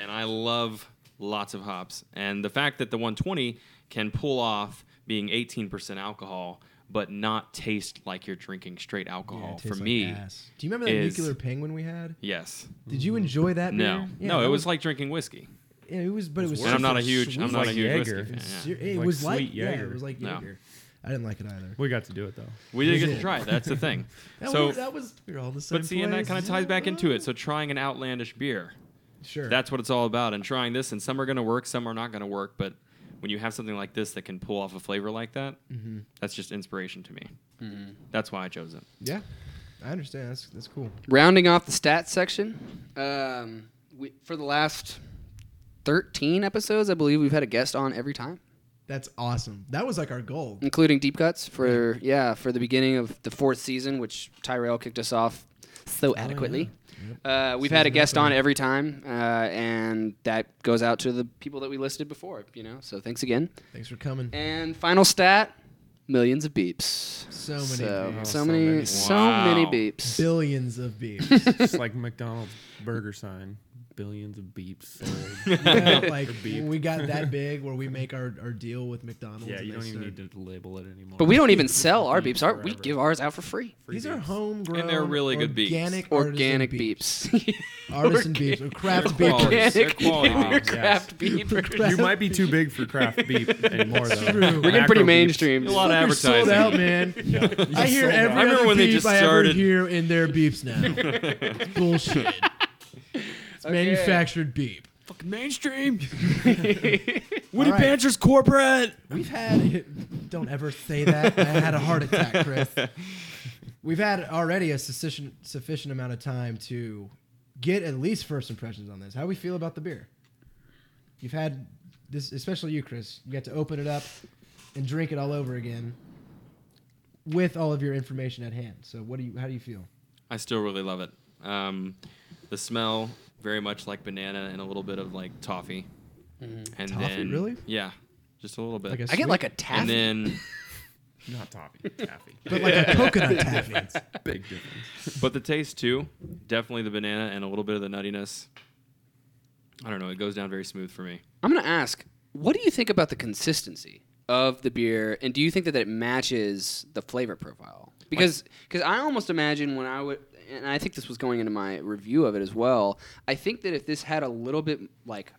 Speaker 4: and I love lots of hops. And the fact that the 120 can pull off being 18% alcohol but not taste like you're drinking straight
Speaker 3: Yeah, it
Speaker 4: alcohol
Speaker 3: tastes
Speaker 4: Oh, for
Speaker 3: like
Speaker 4: me.
Speaker 3: ass. Do you remember that
Speaker 4: is-
Speaker 3: nuclear penguin we had?
Speaker 4: Yes.
Speaker 3: Did you enjoy that?
Speaker 4: No.
Speaker 3: beer? Yeah,
Speaker 4: no,
Speaker 3: that
Speaker 4: it was like drinking whiskey.
Speaker 3: yeah, it was, but it was.
Speaker 4: And I'm not a
Speaker 3: super
Speaker 4: huge I'm
Speaker 3: sweet.
Speaker 4: not a
Speaker 6: Like
Speaker 4: huge
Speaker 6: Jaeger.
Speaker 4: whiskey fan. yeah.
Speaker 3: Ser- It
Speaker 6: Like
Speaker 3: was like
Speaker 6: sweet
Speaker 3: yeah,
Speaker 6: Jaeger.
Speaker 3: it was like
Speaker 4: No.
Speaker 3: Jaeger. I didn't like it either.
Speaker 6: We got to do it though.
Speaker 4: We did
Speaker 3: You
Speaker 4: get to
Speaker 3: did.
Speaker 4: try it. That's the thing.
Speaker 3: That
Speaker 4: so
Speaker 3: was, that was we were all the same.
Speaker 4: but see, and that
Speaker 3: place.
Speaker 4: kind of ties back into it. So trying an outlandish beer
Speaker 3: Sure.
Speaker 4: That's what it's all about. And trying this, and some are going to work, some are not going to work. But when you have something like this that can pull off a flavor like that,
Speaker 3: Mm-hmm.
Speaker 4: that's just inspiration to me. That's why I chose it.
Speaker 3: yeah. I understand. That's that's cool.
Speaker 5: Rounding off the stats section, um, we, for the last 13 episodes, I believe we've had a guest on every time,
Speaker 3: That's awesome. That was like our goal.
Speaker 4: Mm.
Speaker 5: including deep cuts for yeah for the beginning of the fourth season, which Tyrell kicked us off so adequately. Uh, we've had a guest on every time, uh, and that goes out to the people that we listed before, you know. So thanks again.
Speaker 3: Thanks for coming.
Speaker 5: And final stat: millions of beeps.
Speaker 3: So many
Speaker 5: so,
Speaker 3: beeps.
Speaker 5: so many,
Speaker 6: many.
Speaker 5: so
Speaker 4: Wow.
Speaker 5: many beeps.
Speaker 3: Billions of beeps.
Speaker 6: It's like McDonald's burger sign. Billions of beeps. sold.
Speaker 3: You know, like
Speaker 6: beep.
Speaker 3: when we got that big where we make our, our deal with McDonald's.
Speaker 6: yeah,
Speaker 3: and
Speaker 6: you
Speaker 3: they
Speaker 6: don't even
Speaker 3: start-
Speaker 6: need to label it anymore.
Speaker 5: But we don't even sell our
Speaker 6: Beeps
Speaker 5: beeps. Our, we
Speaker 6: forever.
Speaker 5: give ours out for free.
Speaker 3: These are homegrown.
Speaker 4: And they're really good beeps.
Speaker 3: Organic,
Speaker 5: Organic
Speaker 3: artisan
Speaker 5: beeps.
Speaker 3: Artisan beeps or craft
Speaker 4: They're quality.
Speaker 3: beepers.
Speaker 4: They're
Speaker 5: Organic
Speaker 4: quality
Speaker 5: beeper,
Speaker 4: beeps,
Speaker 5: craft beepers.
Speaker 6: You might be too big for craft beef anymore though.
Speaker 3: true. We're getting
Speaker 5: We're getting
Speaker 6: Macro
Speaker 5: pretty
Speaker 6: beeps.
Speaker 5: mainstream.
Speaker 4: A lot of
Speaker 3: They're sold
Speaker 4: advertising.
Speaker 3: out, man. I hear
Speaker 6: sold out.
Speaker 3: every
Speaker 4: I remember
Speaker 3: other
Speaker 4: when they
Speaker 3: beep
Speaker 4: just
Speaker 3: I ever
Speaker 4: started-
Speaker 3: hear in their beeps now. it's bullshit. It's manufactured beep.
Speaker 4: Mainstream.
Speaker 3: Woody
Speaker 4: Banter's corporate.
Speaker 3: We've had. Don't ever say that. I had a heart attack, Chris. We've had already a sufficient sufficient amount of time to get at least first impressions on this. How we feel about the beer? You've had this, especially you, Chris. You got to open it up and drink it all over again with all of your information at hand. So, what do you? How do you feel?
Speaker 4: I still really love it. Um, the smell, very much like banana and a little bit of like toffee. And
Speaker 3: Mm-hmm. Toffee,
Speaker 4: then-
Speaker 3: really?
Speaker 4: Yeah, just a little bit.
Speaker 3: Like a
Speaker 5: I get
Speaker 3: sweet-
Speaker 5: like a
Speaker 4: and
Speaker 5: taffy.
Speaker 4: then,
Speaker 6: Not toffee, taffy.
Speaker 3: but like a coconut taffy.
Speaker 6: Big difference.
Speaker 4: but the taste too, definitely the banana and a little bit of the nuttiness. I don't know. It goes down very smooth for me.
Speaker 5: I'm gonna ask, what do you think about the consistency of the beer, and do you think that it matches the flavor profile? Because because I almost imagine when I would, and I think this was going into my review of it as well. I think that if this had a little bit like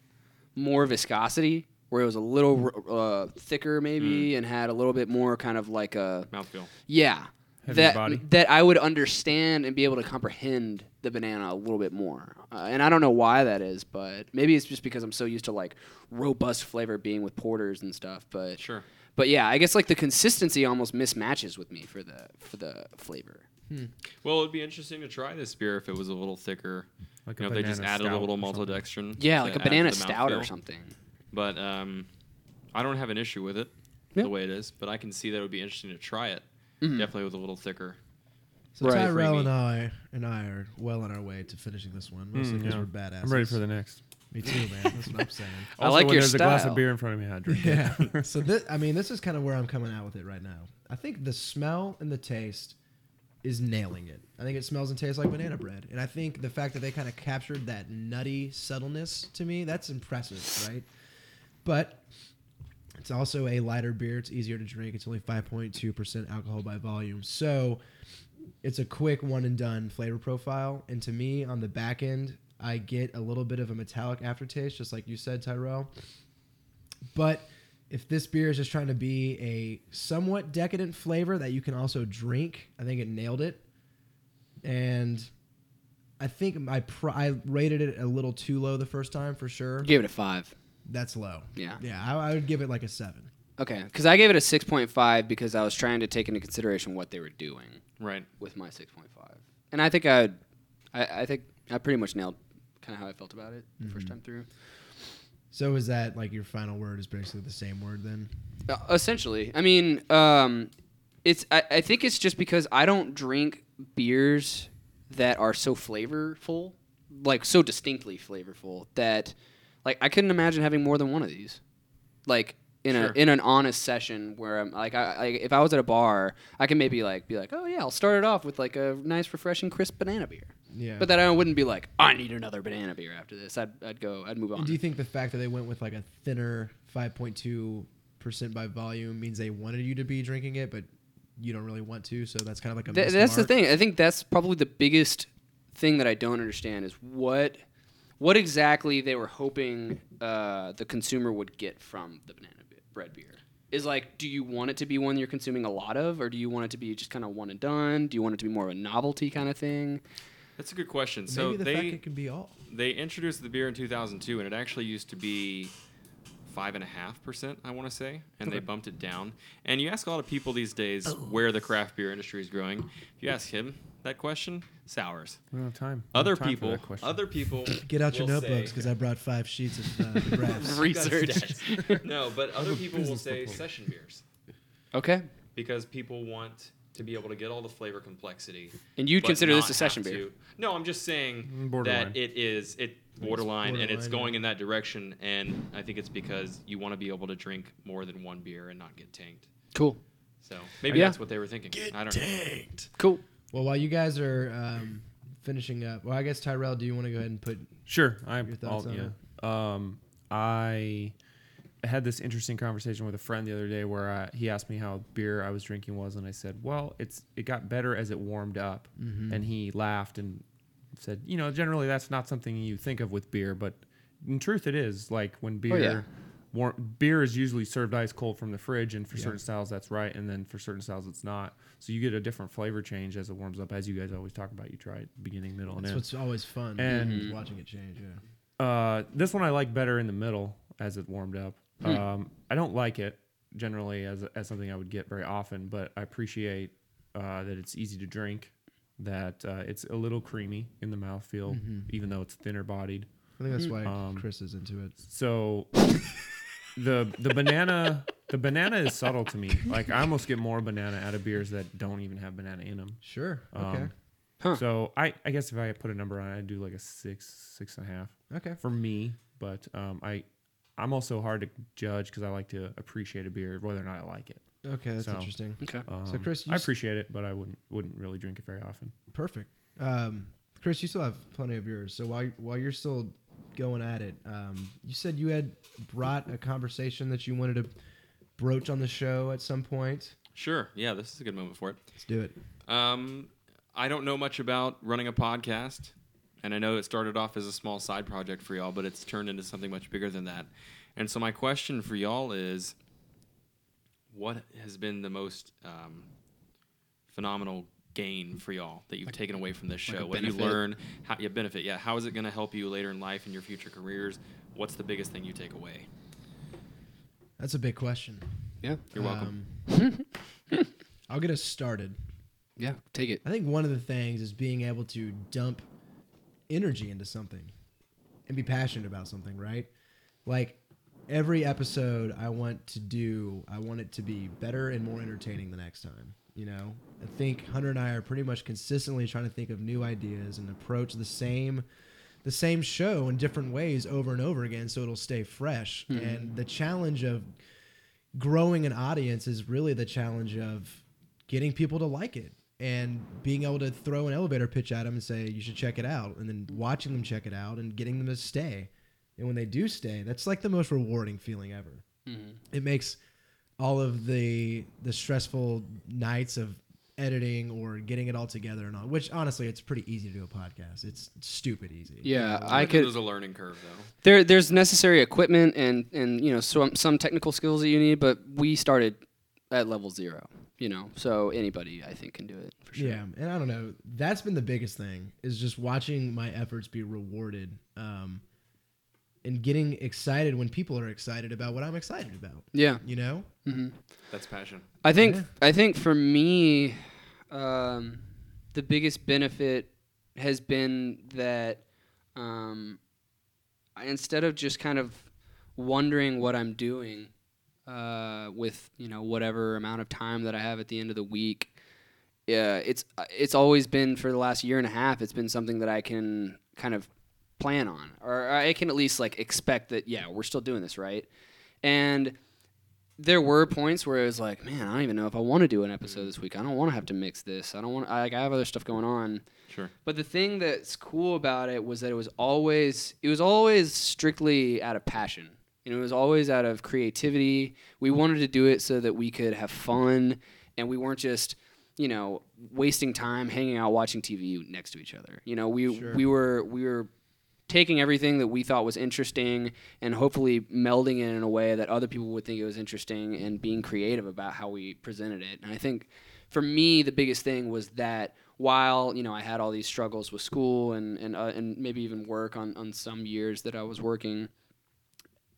Speaker 5: more viscosity, where it was a little uh, thicker maybe, and had a little bit more kind of like a
Speaker 4: Mouthfeel.
Speaker 5: yeah.
Speaker 6: Heavy
Speaker 5: That,
Speaker 6: body.
Speaker 5: that I would understand and be able to comprehend the banana a little bit more, uh, and I don't know why that is, but maybe it's just because I'm so used to like robust flavor being with porters and stuff. But
Speaker 4: Sure.
Speaker 5: but yeah, I guess like the consistency almost mismatches with me for the for the flavor.
Speaker 4: Well, it'd be interesting to try this beer if it was a little thicker.
Speaker 6: Like
Speaker 4: you
Speaker 6: a
Speaker 4: know, if they just
Speaker 6: banana
Speaker 4: added a
Speaker 6: stout
Speaker 4: little
Speaker 6: or something.
Speaker 4: maltodextrin.
Speaker 5: Yeah,
Speaker 4: to
Speaker 5: like
Speaker 4: add
Speaker 5: a
Speaker 4: to
Speaker 5: banana
Speaker 4: the
Speaker 5: stout or
Speaker 4: mouthfeel.
Speaker 5: something.
Speaker 4: But um, I don't have an issue with it
Speaker 5: Yeah. Mm-hmm.
Speaker 4: the way it is. But I can see that it would be interesting to try it. Definitely with a little thicker.
Speaker 3: So
Speaker 5: Right.
Speaker 3: Tyrell
Speaker 4: Creamy.
Speaker 3: and I and I are well on our way to finishing this one, mostly because
Speaker 6: Hmm, yeah.
Speaker 3: we're badasses.
Speaker 6: I'm ready for the next.
Speaker 3: Me too, man. That's what I'm saying.
Speaker 5: I
Speaker 6: Also,
Speaker 5: like
Speaker 6: when
Speaker 5: your
Speaker 6: there's a glass
Speaker 5: style.
Speaker 6: of beer in front of me. I drink it.
Speaker 3: Yeah. so this, I mean, this is kind of where I'm coming out with it right now. I think the smell and the taste is nailing it. I think it smells and tastes like banana bread, and I think the fact that they kind of captured that nutty subtleness to me, that's impressive, right? But it's also a lighter beer. It's easier to drink. It's only 5.2% alcohol by volume, so it's a quick one and done flavor profile. And to me, on the back end, I get a little bit of a metallic aftertaste, just like you said, Tyrell. But if this beer is just trying to be a somewhat decadent flavor that you can also drink, I think it nailed it. And I think I pr- I rated it a little too low the first time for sure.
Speaker 5: Give it a five.
Speaker 3: That's low.
Speaker 5: Yeah.
Speaker 3: Yeah, I, I would give it like a seven.
Speaker 5: Okay, because I gave it a six point five because I was trying to take into consideration what they were doing
Speaker 4: Right.
Speaker 5: with my six point five, and I think I, would, I, I think I pretty much nailed kind of how I felt about it the first time through.
Speaker 3: So is that like your final word is basically the same word then?
Speaker 5: Uh, essentially, I mean, um, it's I, I think it's just because I don't drink beers that are so flavorful, like so distinctly flavorful that, like, I couldn't imagine having more than one of these. like in
Speaker 4: Sure.
Speaker 5: a in an honest session where I'm like I like if I was at a bar, I can maybe like be like, oh yeah, I'll start it off with like a nice, refreshing, crisp banana beer.
Speaker 3: Yeah.
Speaker 5: But then I wouldn't be like, I need another banana beer after this. I'd I'd go I'd move on.
Speaker 3: Do you think the fact that they went with like a thinner 5.2% by volume means they wanted you to be drinking it, but you don't really want to? So that's kind of like a.
Speaker 5: Th-
Speaker 3: missed
Speaker 5: that's the
Speaker 3: mark?
Speaker 5: thing. I think that's probably the biggest thing that I don't understand is what what exactly they were hoping uh, the consumer would get from the banana be- bread beer. Is like, do you want it to be one you're consuming a lot of, or do you want it to be just kind of one and done? Do you want it to be more of a novelty kind of thing?
Speaker 4: That's a good question.
Speaker 3: Maybe
Speaker 4: so
Speaker 3: the
Speaker 4: they
Speaker 3: fact it can be all.
Speaker 4: they introduced the beer in 2002, and it actually used to be five and a half percent, I want to say, and they bumped it down. And you ask a lot of people these
Speaker 6: Oh.
Speaker 4: days where the craft beer industry is growing. If you ask him that question, sours.
Speaker 6: We don't have time. We don't
Speaker 4: Other
Speaker 6: have time for
Speaker 4: people,
Speaker 6: that question.
Speaker 4: other people,
Speaker 3: Get out your
Speaker 4: will
Speaker 3: notebooks
Speaker 4: say-
Speaker 3: because I brought five sheets of uh, graphs.
Speaker 5: Research.
Speaker 4: no, but other people will say session beers
Speaker 5: Okay.
Speaker 4: because people want to be able to get all the flavor complexity.
Speaker 5: And you'd
Speaker 4: but
Speaker 5: consider this
Speaker 4: not
Speaker 5: a session
Speaker 4: have
Speaker 5: beer?
Speaker 4: to- No, I'm just saying
Speaker 6: borderline.
Speaker 4: that it is it borderline, and it's
Speaker 3: borderline,
Speaker 4: going in that direction. And I think it's because you want to be able to drink more than one beer and not get tanked.
Speaker 5: Cool.
Speaker 4: So maybe
Speaker 5: Yeah.
Speaker 4: that's what they were thinking. I don't know.
Speaker 5: Cool.
Speaker 3: Well, while you guys are um, finishing up, well, I guess Tyrell, do you want to go ahead and put.
Speaker 6: Sure. I
Speaker 3: Your thoughts
Speaker 6: I'll-
Speaker 3: on
Speaker 6: yeah. Um, I had this interesting conversation with a friend the other day where I, he asked me how beer I was drinking was, and I said, "Well, it's it got better as it warmed up,"
Speaker 3: Mm-hmm.
Speaker 6: and he laughed and said, "You know, generally that's not something you think of with beer, but in truth, it is. Like when
Speaker 3: Oh,
Speaker 6: beer."
Speaker 5: yeah.
Speaker 6: Warm, beer is usually served ice cold from the fridge, and for certain styles that's right, and then for certain styles it's not. So you get a different flavor change as it warms up, as you guys always talk about. You try it beginning, middle, and
Speaker 3: That's
Speaker 6: end.
Speaker 3: what's always fun.
Speaker 6: And-
Speaker 3: is watching it change, yeah.
Speaker 6: Uh, this one I like better in the middle as it warmed up. Um, I don't like it generally as as something I would get very often, but I appreciate uh, that it's easy to drink, that uh, it's a little creamy in the mouthfeel, even though it's thinner bodied.
Speaker 3: I think
Speaker 6: Mm-hmm.
Speaker 3: that's why
Speaker 6: Um,
Speaker 3: Chris is into it.
Speaker 6: So the the banana the banana is subtle to me. Like I almost get more banana out of beers that don't even have banana in them.
Speaker 3: Sure.
Speaker 6: Um,
Speaker 3: Okay.
Speaker 6: So I, I guess if I put a number on it, I'd do like a six, six and a half
Speaker 3: okay.
Speaker 6: for me, but um, I I'm also hard to judge because I like to appreciate a beer whether or not I like it.
Speaker 3: Okay. That's
Speaker 6: so,
Speaker 3: interesting.
Speaker 5: Okay.
Speaker 6: Um,
Speaker 3: Chris, you
Speaker 6: I
Speaker 3: s-
Speaker 6: appreciate it, but I wouldn't wouldn't really drink it very often.
Speaker 3: Perfect. Um, Chris, you still have plenty of yours. So while while you're still going at it, um, you said you had brought a conversation that you wanted to broach on the show at some point.
Speaker 4: Sure. Yeah, this is a good moment for it.
Speaker 3: Let's do it.
Speaker 4: Um, I don't know much about running a podcast, and I know it started off as a small side project for y'all, but it's turned into something much bigger than that. And so my question for y'all is, what has been the most um, phenomenal gain for y'all that you've taken away from this show?
Speaker 5: a
Speaker 4: what you
Speaker 5: benefit?
Speaker 4: learn, how yeah, benefit, yeah. How is it going to help you later in life in your future careers? What's the biggest thing you take away?
Speaker 3: That's a big question.
Speaker 5: Yeah.
Speaker 4: You're welcome.
Speaker 3: Um, I'll get us started.
Speaker 5: Yeah. Take it.
Speaker 3: I think one of the things is being able to dump energy into something and be passionate about something, right? Like every episode I want to do, I want it to be better and more entertaining the next time, you know? I think Hunter and I are pretty much consistently trying to think of new ideas and approach the same the same show in different ways over and over again so it'll stay fresh. And the challenge of growing an audience is really the challenge of getting people to like it and being able to throw an elevator pitch at them and say you should check it out and then watching them check it out and getting them to stay and when they do stay that's like the most rewarding feeling ever it makes all of the the stressful nights of editing or getting it all together and all. Which honestly, it's pretty easy to do a podcast. It's stupid easy.
Speaker 5: Yeah, I
Speaker 4: There's
Speaker 5: could.
Speaker 4: a learning curve though.
Speaker 5: There, there's necessary equipment and and you know some some technical skills that you need, but we started at level zero. You know, so anybody I think can do it for sure.
Speaker 3: Yeah, and I don't know. That's been the biggest thing is just watching my efforts be rewarded, um, and getting excited when people are excited about what I'm excited about.
Speaker 5: Yeah.
Speaker 3: You know,
Speaker 4: That's passion.
Speaker 5: I think I think for me, um, the biggest benefit has been that um, I, instead of just kind of wondering what I'm doing uh, with you know whatever amount of time that I have at the end of the week, yeah, it's uh, it's always been for the last year and a half. It's been something that I can kind of plan on, or I can at least like expect that yeah, we're still doing this right, and there were points where it was like, man, I don't even know if I want to do an episode this week. I don't want to have to mix this. I don't want. I, like, I have other stuff going on.
Speaker 4: Sure.
Speaker 5: But the thing that's cool about it was that it was always it was always strictly out of passion. You know, it was always out of creativity. We wanted to do it so that we could have fun and we weren't just, you know, wasting time hanging out watching TV next to each other. You know, we we were we were taking everything that we thought was interesting and hopefully melding it in a way that other people would think it was interesting and being creative about how we presented it. And I think for me, the biggest thing was that while you know I had all these struggles with school and and uh, and maybe even work on on some years that I was working,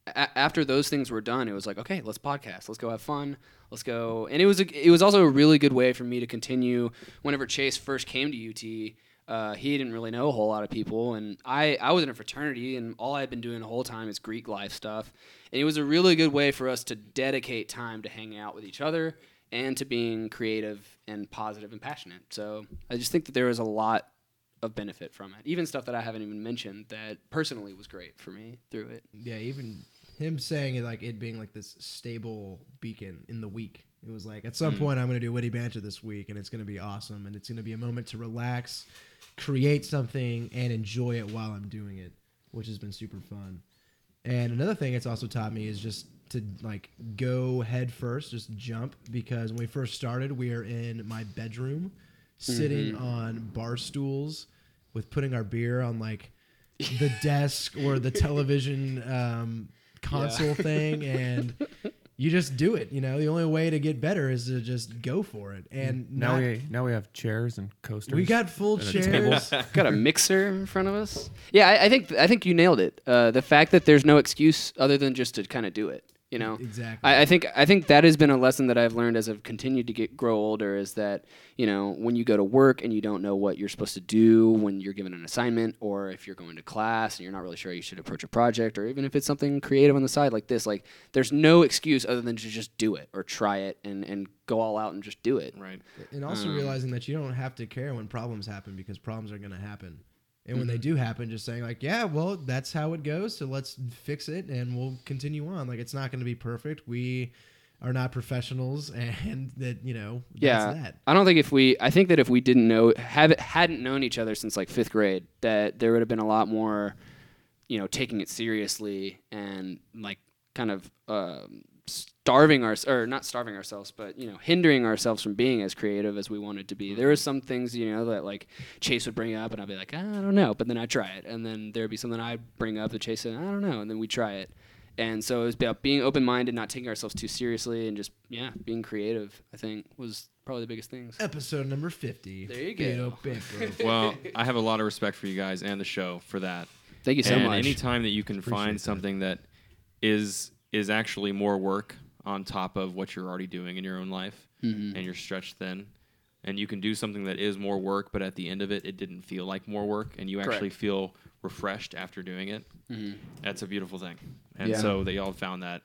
Speaker 5: a- after those things were done, it was like, okay, let's podcast, let's go have fun, let's go. And it was a, it was also a really good way for me to continue. Whenever Chase first came to UT, uh, he didn't really know a whole lot of people, and I I was in a fraternity, and all I had been doing the whole time is Greek life stuff, and it was a really good way for us to dedicate time to hanging out with each other and to being creative and positive and passionate. So I just think that there was a lot of benefit from it, even stuff that I haven't even mentioned that personally was great for me through it.
Speaker 3: yeah, even him saying it like it being like this stable beacon in the week. It was like at some point I'm gonna do witty banter this week and it's gonna be awesome and it's gonna be a moment to relax, create something and enjoy it while I'm doing it, which has been super fun. And another thing it's also taught me is just to like go head first, just jump because when we first started, we are in my bedroom, sitting
Speaker 6: Mm-hmm.
Speaker 3: on bar stools, with putting our beer on like the desk or the television um, console thing, and you just do it. You know, the only way to get better is to just go for it. And
Speaker 6: Now
Speaker 3: not-
Speaker 6: we now we have chairs and coasters.
Speaker 3: we got full
Speaker 6: and a table.
Speaker 3: chairs.
Speaker 5: Got a mixer in front of us. Yeah, I, I think I think you nailed it. Uh, the fact that there's no excuse other than just to kind of do it. You know,
Speaker 3: Exactly.
Speaker 5: I, I think I think that has been a lesson that I've learned as I've continued to get grow older is that you know when you go to work and you don't know what you're supposed to do when you're given an assignment or if you're going to class and you're not really sure how you should approach a project or even if it's something creative on the side like this like there's no excuse other than to just do it or try it and and go all out and just do it.
Speaker 4: Right.
Speaker 3: And
Speaker 5: Hmm.
Speaker 3: also realizing that you don't have to care when problems happen because problems are going to happen. And
Speaker 5: Mm-hmm.
Speaker 3: when they do happen, just saying, like, yeah, well, that's how it goes. So let's fix it and we'll continue on. Like, it's not going to be perfect. We are not professionals. And that, you know, that's
Speaker 5: yeah,
Speaker 3: that.
Speaker 5: I don't think if we, I think that if we didn't know, have hadn't known each other since like fifth grade, that there would have been a lot more, you know, taking it seriously and like kind of um, starving our, or not starving ourselves, but you know, hindering ourselves from being as creative as we wanted to be. There were some things, you know, that like Chase would bring up, and I'd be like, "Ah, I don't know, but then I would try it, and then there'd be something I'd bring up that Chase said, I don't know, and then we try it. And so it was about being open minded, not taking ourselves too seriously, and just yeah, being creative. I think was probably the biggest things.
Speaker 3: Episode number 50.
Speaker 5: There you
Speaker 3: Big
Speaker 5: go.
Speaker 3: O Big Bro.
Speaker 4: Well, I have a lot of respect for you guys and the show for that.
Speaker 5: Thank you so
Speaker 4: and
Speaker 5: much.
Speaker 4: Anytime that you can find something that is is actually more work on top of what you're already doing in your own life,
Speaker 5: Mm-hmm.
Speaker 4: and you're stretched thin, and you can do something that is more work, but at the end of it, it didn't feel like more work, and you actually feel refreshed after doing it.
Speaker 5: Mm-hmm.
Speaker 4: That's a beautiful thing, and
Speaker 5: Yeah.
Speaker 4: so that y'all found that.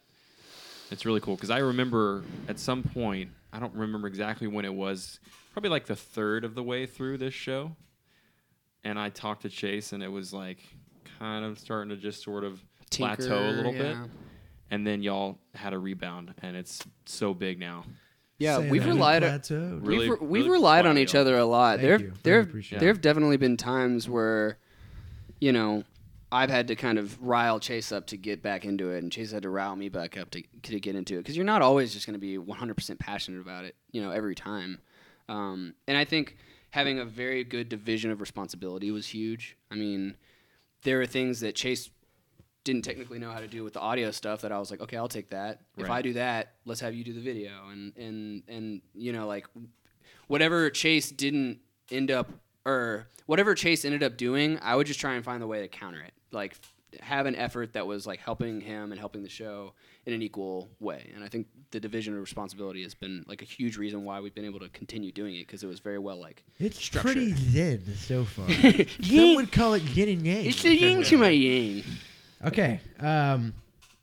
Speaker 4: It's really cool because I remember at some point, I don't remember exactly when it was, probably like the third of the way through this show, and I talked to Chase, and it was like kind of starting to just sort of plateau a
Speaker 5: Tinker,
Speaker 4: little
Speaker 5: yeah.
Speaker 4: bit. And then y'all had a rebound, and it's so big now.
Speaker 5: Yeah,
Speaker 3: Saying
Speaker 5: we've
Speaker 3: that we
Speaker 5: relied on
Speaker 3: plateaued.
Speaker 4: Really-
Speaker 5: we've, re- we've
Speaker 4: really
Speaker 5: relied on
Speaker 4: proud of
Speaker 5: each
Speaker 4: y'all.
Speaker 5: other a lot.
Speaker 3: Thank
Speaker 5: there
Speaker 3: you.
Speaker 5: there
Speaker 3: Really appreciate
Speaker 5: there
Speaker 3: it.
Speaker 5: have definitely been times where, you know, I've had to kind of rile Chase up to get back into it, and Chase had to rile me back up to, to get into it because you're not always just going to be 100% passionate about it, you know, every time. Um, and I think having a very good division of responsibility was huge. I mean, there are things that Chase didn't technically know how to do with the audio stuff that I was like, okay, I'll take that. If
Speaker 4: Right.
Speaker 5: I do that, let's have you do the video and and and you know like whatever Chase didn't end up or whatever Chase ended up doing, I would just try and find the way to counter it. Like have an effort that was like helping him and helping the show in an equal way. And I think the division of responsibility has been like a huge reason why we've been able to continue doing it because it was very well like
Speaker 8: It's
Speaker 5: structured.
Speaker 8: pretty zen so far. Some would call it yin and yang.
Speaker 5: It's the yin to my yang.
Speaker 3: Okay. Um,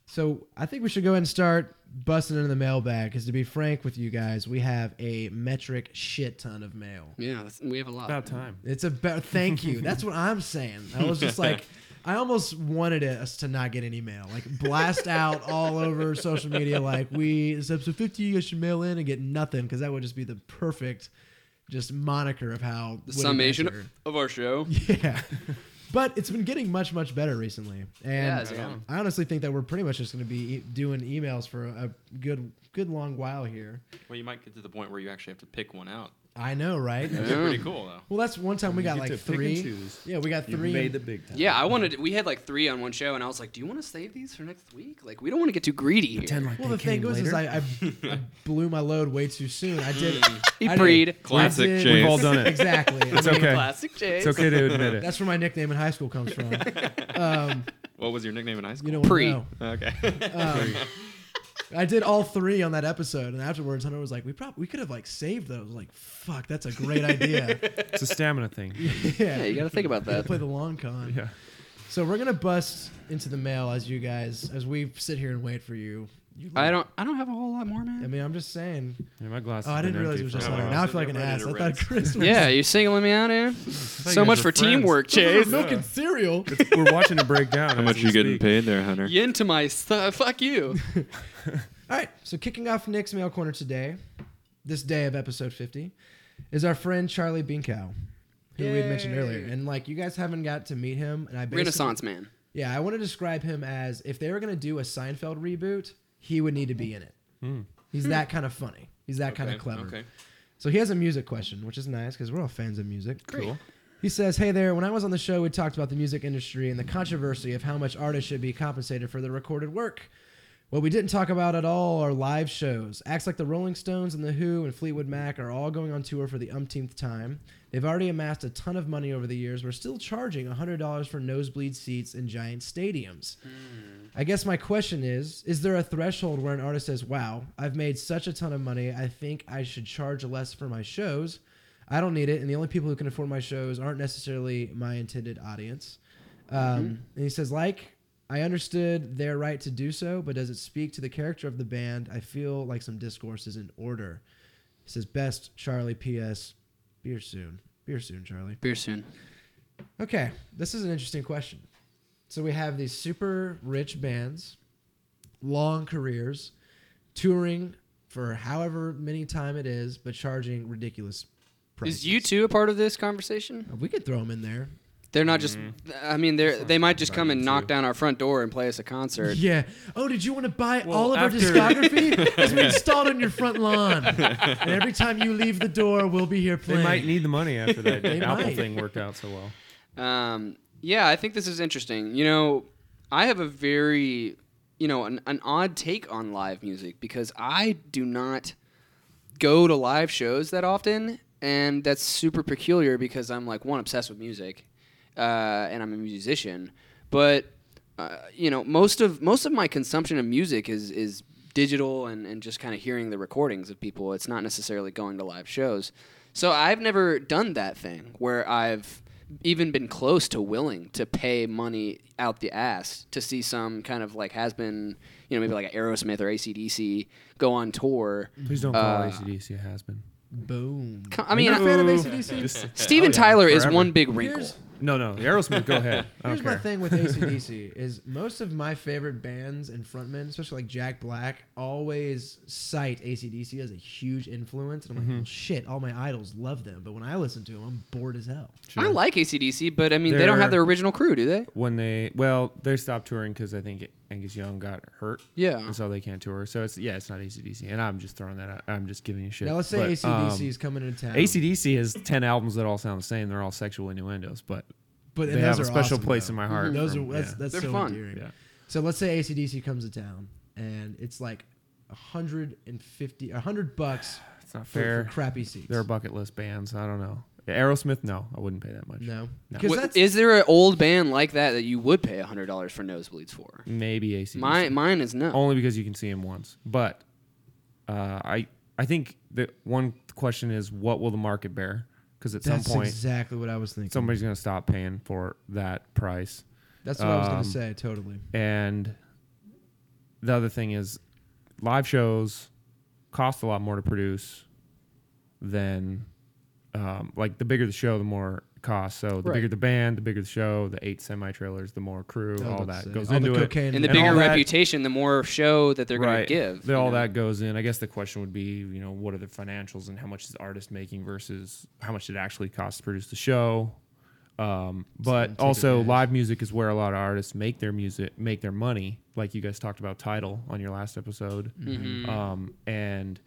Speaker 3: so I think we should go ahead and start busting into the mailbag because, to be frank with you guys, we have a metric shit ton of mail.
Speaker 5: Yeah, that's, we have a lot.
Speaker 6: About time.
Speaker 3: It's about thank you. That's what I'm saying. I was just like, I almost wanted us to not get any mail, like blast out all over social media, like we it's episode 50. You guys should mail in and get nothing because that would just be the perfect, just moniker of how
Speaker 5: the
Speaker 3: Woody
Speaker 5: summation
Speaker 3: Badger-
Speaker 5: of our show.
Speaker 3: Yeah. But it's been getting much, much better recently, and
Speaker 5: it's gone.
Speaker 3: I honestly think that we're pretty much just going to be e- doing emails for a good, good long while here.
Speaker 4: Well, you might get to the point where you actually have to pick one out.
Speaker 3: I know, right?
Speaker 4: That'd be pretty cool, though.
Speaker 3: Well, that's one time we got like
Speaker 6: get to pick and
Speaker 3: three.
Speaker 6: choose.
Speaker 3: Yeah, we got
Speaker 6: You
Speaker 3: three.
Speaker 6: made the big time.
Speaker 5: Yeah, I wanted. We had like three on one show, and I was like, "Do you want to save these for next week? Like, we don't want to get too greedy here."
Speaker 3: Well, the thing was, is I, I, I blew my load way too soon. I did.
Speaker 5: He
Speaker 3: I
Speaker 5: breed.
Speaker 3: I
Speaker 4: Classic
Speaker 3: did-
Speaker 4: Chase. We've
Speaker 6: all done it.
Speaker 3: Exactly.
Speaker 6: It's okay.
Speaker 5: Classic Chase.
Speaker 6: It's okay to admit it.
Speaker 3: That's where my nickname in high school comes from. Um,
Speaker 4: What was your nickname in high school?
Speaker 3: you don't wanna
Speaker 5: Pre.
Speaker 3: know.
Speaker 4: okay.
Speaker 3: Um, I did all three on that episode, and afterwards, Hunter was like, "We probably we could have like saved those." I was like, "Fuck, that's a great idea."
Speaker 6: It's a stamina thing.
Speaker 5: Yeah,
Speaker 3: yeah,
Speaker 5: you got to think about that.
Speaker 3: play the long con.
Speaker 6: Yeah.
Speaker 3: So we're gonna bust into the mail as you guys, as we sit here and wait for you. You-
Speaker 5: I don't. I don't have a whole lot more,
Speaker 3: I
Speaker 5: man.
Speaker 3: mean, I'm just saying.
Speaker 6: Yeah, my glasses.
Speaker 3: Oh, I
Speaker 6: have
Speaker 3: didn't
Speaker 6: been
Speaker 3: realize it was
Speaker 6: empty
Speaker 3: just
Speaker 6: for a
Speaker 3: Hunter.
Speaker 6: while.
Speaker 3: Now I feel like an
Speaker 4: I ready
Speaker 3: ass.
Speaker 4: to
Speaker 3: I thought
Speaker 4: rinse.
Speaker 3: Chris was
Speaker 5: Yeah, you're singling me out here.
Speaker 6: you
Speaker 5: So
Speaker 6: guys
Speaker 5: much
Speaker 6: were
Speaker 5: for
Speaker 6: friends.
Speaker 5: teamwork, Chase.
Speaker 3: milking cereal.
Speaker 6: We're watching a breakdown.
Speaker 4: How much you getting paid there, Hunter?
Speaker 5: Yin to my stu- fuck you.
Speaker 3: All right, so kicking off Nick's mail corner today, this day of episode 50, is our friend Charlie Binkow, who we had mentioned earlier. And like, you guys haven't got to meet him, and I basically,
Speaker 5: Renaissance man.
Speaker 3: Yeah, I want to describe him as if they were gonna do a Seinfeld reboot, he would need to be in it. He's that kind of funny. He's that kind of clever.
Speaker 4: Hmm. Okay.
Speaker 3: So he has a music question, which is nice because we're all fans of music.
Speaker 5: Cool.
Speaker 3: He says, Hey there, when I was on the show, we talked about the music industry and the controversy of how much artists should be compensated for their recorded work. What we didn't talk about at all are live shows. Acts like the Rolling Stones and The Who and Fleetwood Mac are all going on tour for the umpteenth time. They've already amassed a ton of money over the years. We're still charging $100 for nosebleed seats in giant stadiums. I guess my question is Is there a threshold where an artist says, Wow, I've made such a ton of money, I think I should charge less for my shows? I don't need it, and the only people who can afford my shows aren't necessarily my intended audience. Um, And he says, Like, I understood their right to do so, but does it speak to the character of the band? I feel like some discourse is in order. He says, Best, Charlie, P.S. Beer soon. Beer soon, Charlie.
Speaker 5: Beer soon.
Speaker 3: Okay, this is an interesting question. So we have these super rich bands, long careers, touring for however many time it is, but charging ridiculous prices. Oh,
Speaker 5: Is you two a part of this conversation?
Speaker 3: we could throw them in there.
Speaker 5: They're not just.
Speaker 6: Mm-hmm.
Speaker 5: I mean, they are they might just come and knock down our front door and play us a concert.
Speaker 3: Yeah. Oh, did you want to buy all of
Speaker 6: after-
Speaker 3: our discography? it's been installed on your front lawn, and every time you leave the door, we'll be here
Speaker 6: They
Speaker 3: playing.
Speaker 6: might need the money after that
Speaker 3: They
Speaker 6: Apple
Speaker 3: might.
Speaker 6: thing worked out so well.
Speaker 5: Um, yeah, I think this is interesting. You know, I have a very, you know, an, an odd take on live music because I do not go to live shows that often, and that's super peculiar because I'm like one obsessed with music, uh, and I'm a musician. But uh, you know, most of most of my consumption of music is is digital and, and just kind of hearing the recordings of people. It's not necessarily going to live shows. So I've never done that thing where I've even been close to willing to pay money out the ass to see some kind of like has been, you know, maybe like Aerosmith or ACDC go on tour.
Speaker 6: Please don't call
Speaker 5: Uh,
Speaker 6: ACDC a has been.
Speaker 3: Boom.
Speaker 5: Co- I mean,
Speaker 3: You're a fan of
Speaker 5: uh,
Speaker 3: ACDC?
Speaker 5: Steven Tyler is
Speaker 6: Oh, forever.
Speaker 5: one big wrinkle.
Speaker 3: Here's-
Speaker 6: No, no, the Aerosmith. Go ahead. I don't
Speaker 3: Here's
Speaker 6: care.
Speaker 3: my thing with ACDC is most of my favorite bands and frontmen, especially like Jack Black, always cite ACDC as a huge influence. And I'm
Speaker 6: Mm-hmm.
Speaker 3: like, well, shit, all my idols love them. But when I listen to them, I'm bored as hell.
Speaker 5: I like ACDC, but I mean, they don't
Speaker 6: They're-
Speaker 5: have their original crew, do they?
Speaker 6: When they well, they stopped touring because I think Angus Young got hurt.
Speaker 5: Yeah.
Speaker 6: And so they can't tour. So it's yeah, it's not ACDC. And I'm just throwing that out. I'm just giving you shit.
Speaker 3: Now let's say
Speaker 6: But,
Speaker 3: ACDC
Speaker 6: um,
Speaker 3: is coming into town.
Speaker 6: ACDC has 10 albums that all sound the same. They're all sexual innuendos, but,
Speaker 3: but
Speaker 6: they
Speaker 3: and those
Speaker 6: have a
Speaker 3: are
Speaker 6: special
Speaker 3: awesome,
Speaker 6: place
Speaker 3: though.
Speaker 6: in my heart.
Speaker 3: Those
Speaker 6: from-
Speaker 3: are that's
Speaker 6: yeah.
Speaker 3: that's
Speaker 5: They're
Speaker 3: so
Speaker 5: fun.
Speaker 3: endearing.
Speaker 6: Yeah.
Speaker 3: So let's say ACDC comes to town and it's like 150, 100 bucks
Speaker 6: It's not
Speaker 3: for,
Speaker 6: fair.
Speaker 3: for crappy seats.
Speaker 6: They're a bucket list bands. I don't know. Aerosmith, no. I wouldn't pay that much.
Speaker 3: no,
Speaker 6: No.
Speaker 3: because
Speaker 5: What-
Speaker 3: that's
Speaker 5: is there an old band like that that you would pay hundred dollars for nosebleeds for?
Speaker 6: Maybe ACDC.
Speaker 5: My mine is no.
Speaker 6: Only because you can see him once. But uh, I I think that one question is what will the market bear? Because at
Speaker 3: that's
Speaker 6: some point,
Speaker 3: exactly what I was thinking.
Speaker 6: somebody's going to stop paying for that price.
Speaker 3: that's what I was gonna
Speaker 6: um,
Speaker 3: say. Totally.
Speaker 6: And the other thing is, live shows cost a lot more to produce than, um, like, the bigger the show, the more it costs. So the
Speaker 5: Right.
Speaker 6: bigger the band, the bigger the show, the eight semi trailers, the more
Speaker 3: I
Speaker 6: crew,
Speaker 3: was
Speaker 6: all
Speaker 3: about to
Speaker 6: that
Speaker 3: say.
Speaker 6: goes
Speaker 3: Oh, All
Speaker 6: into
Speaker 3: the
Speaker 6: it.
Speaker 3: cocaine
Speaker 5: and the
Speaker 6: and all
Speaker 5: bigger
Speaker 6: that-
Speaker 5: reputation, the more show that they're going to give.
Speaker 6: The-
Speaker 5: you
Speaker 6: all
Speaker 5: know?
Speaker 6: that goes in. I guess the question would be, you know, what are the financials and how much is the artist making versus how much it actually costs to produce the show. Um, but
Speaker 3: take
Speaker 6: also,
Speaker 3: advantage.
Speaker 6: live music is where a lot of artists make their music, make their money. Like you guys talked about title on your last episode,
Speaker 5: Mm-hmm.
Speaker 6: um, and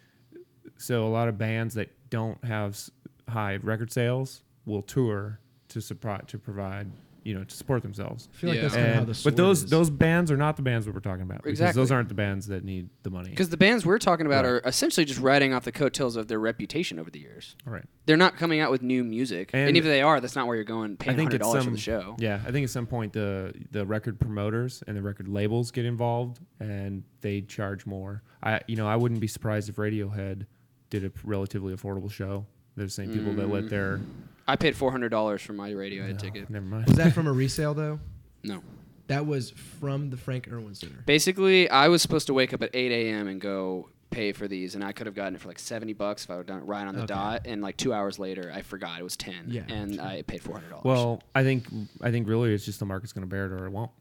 Speaker 6: so a lot of bands that don't have s- high record sales will tour to support to provide, you know, to support themselves.
Speaker 3: I feel like
Speaker 5: Yeah.
Speaker 3: that's kind of how
Speaker 6: And-
Speaker 3: the
Speaker 6: but
Speaker 3: sword
Speaker 6: those
Speaker 3: is.
Speaker 6: those bands are not the bands that we're talking about. Because
Speaker 5: Exactly.
Speaker 6: those aren't the bands that need the money.
Speaker 5: Because the bands we're talking about
Speaker 6: Right.
Speaker 5: are essentially just riding off the coattails of their reputation over the years.
Speaker 6: All right.
Speaker 5: They're not coming out with new music, and,
Speaker 6: And-
Speaker 5: if they are, that's not where you're going paying hundred dollars for the show.
Speaker 6: Yeah, I think at some point the the record promoters and the record labels get involved and they charge more. I you know I wouldn't be surprised if Radiohead did a relatively affordable show. They're the same people that let their
Speaker 5: I paid four hundred dollars for my Radiohead Mm. ticket.
Speaker 6: never mind.
Speaker 3: was that from a resale though?
Speaker 5: No,
Speaker 3: That was from the Frank Irwin Center.
Speaker 5: basically, I was supposed to wake up at eight a.m. and go pay for these, and I could have gotten it for like seventy bucks if I would have done it right on the
Speaker 3: Okay.
Speaker 5: dot. And like two hours later, I forgot it was ten,
Speaker 3: Yeah.
Speaker 5: and I paid four hundred dollars.
Speaker 6: Well, I think I think really it's just the market's going to bear it or it won't,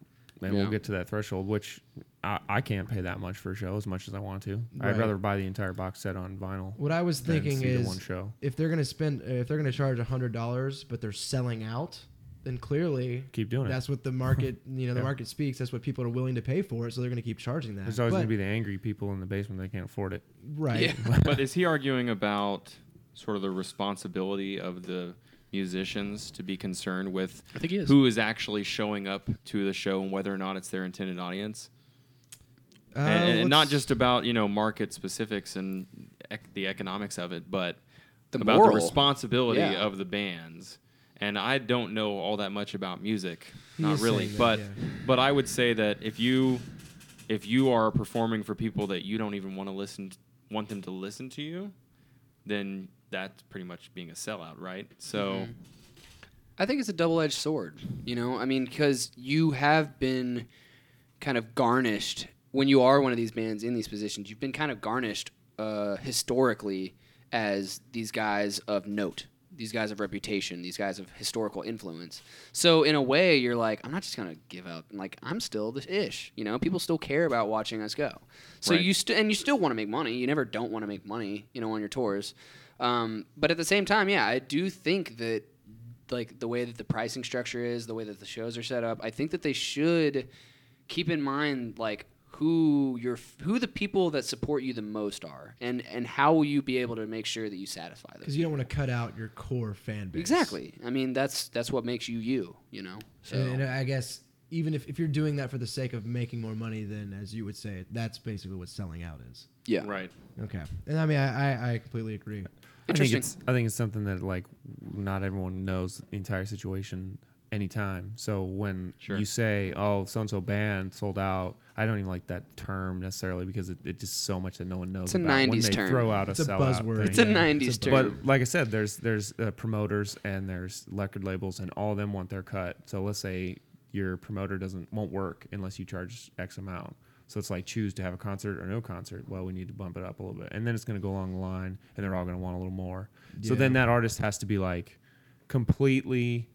Speaker 6: and
Speaker 5: Yeah.
Speaker 6: we'll get to that threshold. Which I, I can't pay that much for a show as much as I want to.
Speaker 3: Right.
Speaker 6: I'd rather buy the entire box set on vinyl.
Speaker 3: What I was
Speaker 6: than
Speaker 3: thinking
Speaker 6: see the
Speaker 3: is
Speaker 6: one show.
Speaker 3: if they're gonna spend, uh, if they're gonna charge hundred dollars, but they're selling out, then clearly
Speaker 6: Keep doing it.
Speaker 3: That's what the market, you know, the market speaks. That's what people are willing to pay for it, so they're gonna keep charging that.
Speaker 6: There's always
Speaker 3: But-
Speaker 6: going to be the angry people in the basement that can't afford it.
Speaker 3: right.
Speaker 5: Yeah.
Speaker 4: but is he arguing about sort of the responsibility of the musicians to be concerned with
Speaker 7: I think he is.
Speaker 4: who is actually showing up to the show and whether or not it's their intended audience?
Speaker 3: Uh,
Speaker 4: and, and- and not
Speaker 3: let's-
Speaker 4: just about you know market specifics and ec- the economics of it, but
Speaker 5: The
Speaker 4: about
Speaker 5: moral.
Speaker 4: the responsibility
Speaker 5: Yeah.
Speaker 4: of the bands. And I don't know all that much about music,
Speaker 3: He
Speaker 4: not
Speaker 3: is
Speaker 4: really,
Speaker 3: saying that,
Speaker 4: but
Speaker 3: yeah.
Speaker 4: but I would say that if you if you are performing for people that you don't even want to listen want them to listen to you, then that's pretty much being a sellout, right? So
Speaker 5: Mm-hmm. I think it's a double edged sword. You know, I mean, because you have been kind of garnished when you are one of these bands in these positions. You've been kind of garnished uh, historically as these guys of note, these guys of reputation, these guys of historical influence. So in a way, you're like, I'm not just gonna give up. Like I'm still the ish. You know, people still care about watching us go. So
Speaker 4: Right.
Speaker 5: you st- and you still want to make money. You never don't want to make money. You know, on your tours. Um, but at the same time, yeah, I do think that like the way that the pricing structure is, the way that the shows are set up, I think that they should keep in mind like who your who the people that support you the most are, and and how will you be able to make sure that you satisfy them?
Speaker 3: because you don't want to cut out your core fan base.
Speaker 5: Exactly. I mean, that's that's what makes you you. You know. So
Speaker 3: And, and I guess even if, if you're doing that for the sake of making more money, then as you would say, that's basically what selling out is.
Speaker 5: yeah.
Speaker 4: right.
Speaker 3: Okay. And I mean, I, I, I completely agree.
Speaker 6: I think
Speaker 5: Interesting.
Speaker 6: it's I think it's something that like not everyone knows the entire situation anytime. So when
Speaker 4: Sure.
Speaker 6: you say, "Oh, so and so band sold out," I don't even like that term necessarily because it, it's just so much that no one knows.
Speaker 5: a
Speaker 6: about when
Speaker 5: 90s
Speaker 6: they
Speaker 5: term.
Speaker 6: Throw out
Speaker 3: It's
Speaker 6: a,
Speaker 3: a
Speaker 6: sellout
Speaker 3: buzzword.
Speaker 6: thing.
Speaker 5: It's a
Speaker 3: Yeah.
Speaker 5: '90s
Speaker 3: It's a
Speaker 5: term.
Speaker 6: But like I said, there's there's uh, promoters and there's record labels, and all of them want their cut. So let's say your promoter doesn't won't work unless you charge X amount. So it's like choose to have a concert or no concert. Well, we need to bump it up a little bit, and then it's going to go along the line, and they're all going to want a little more. So then that artist has to be like completely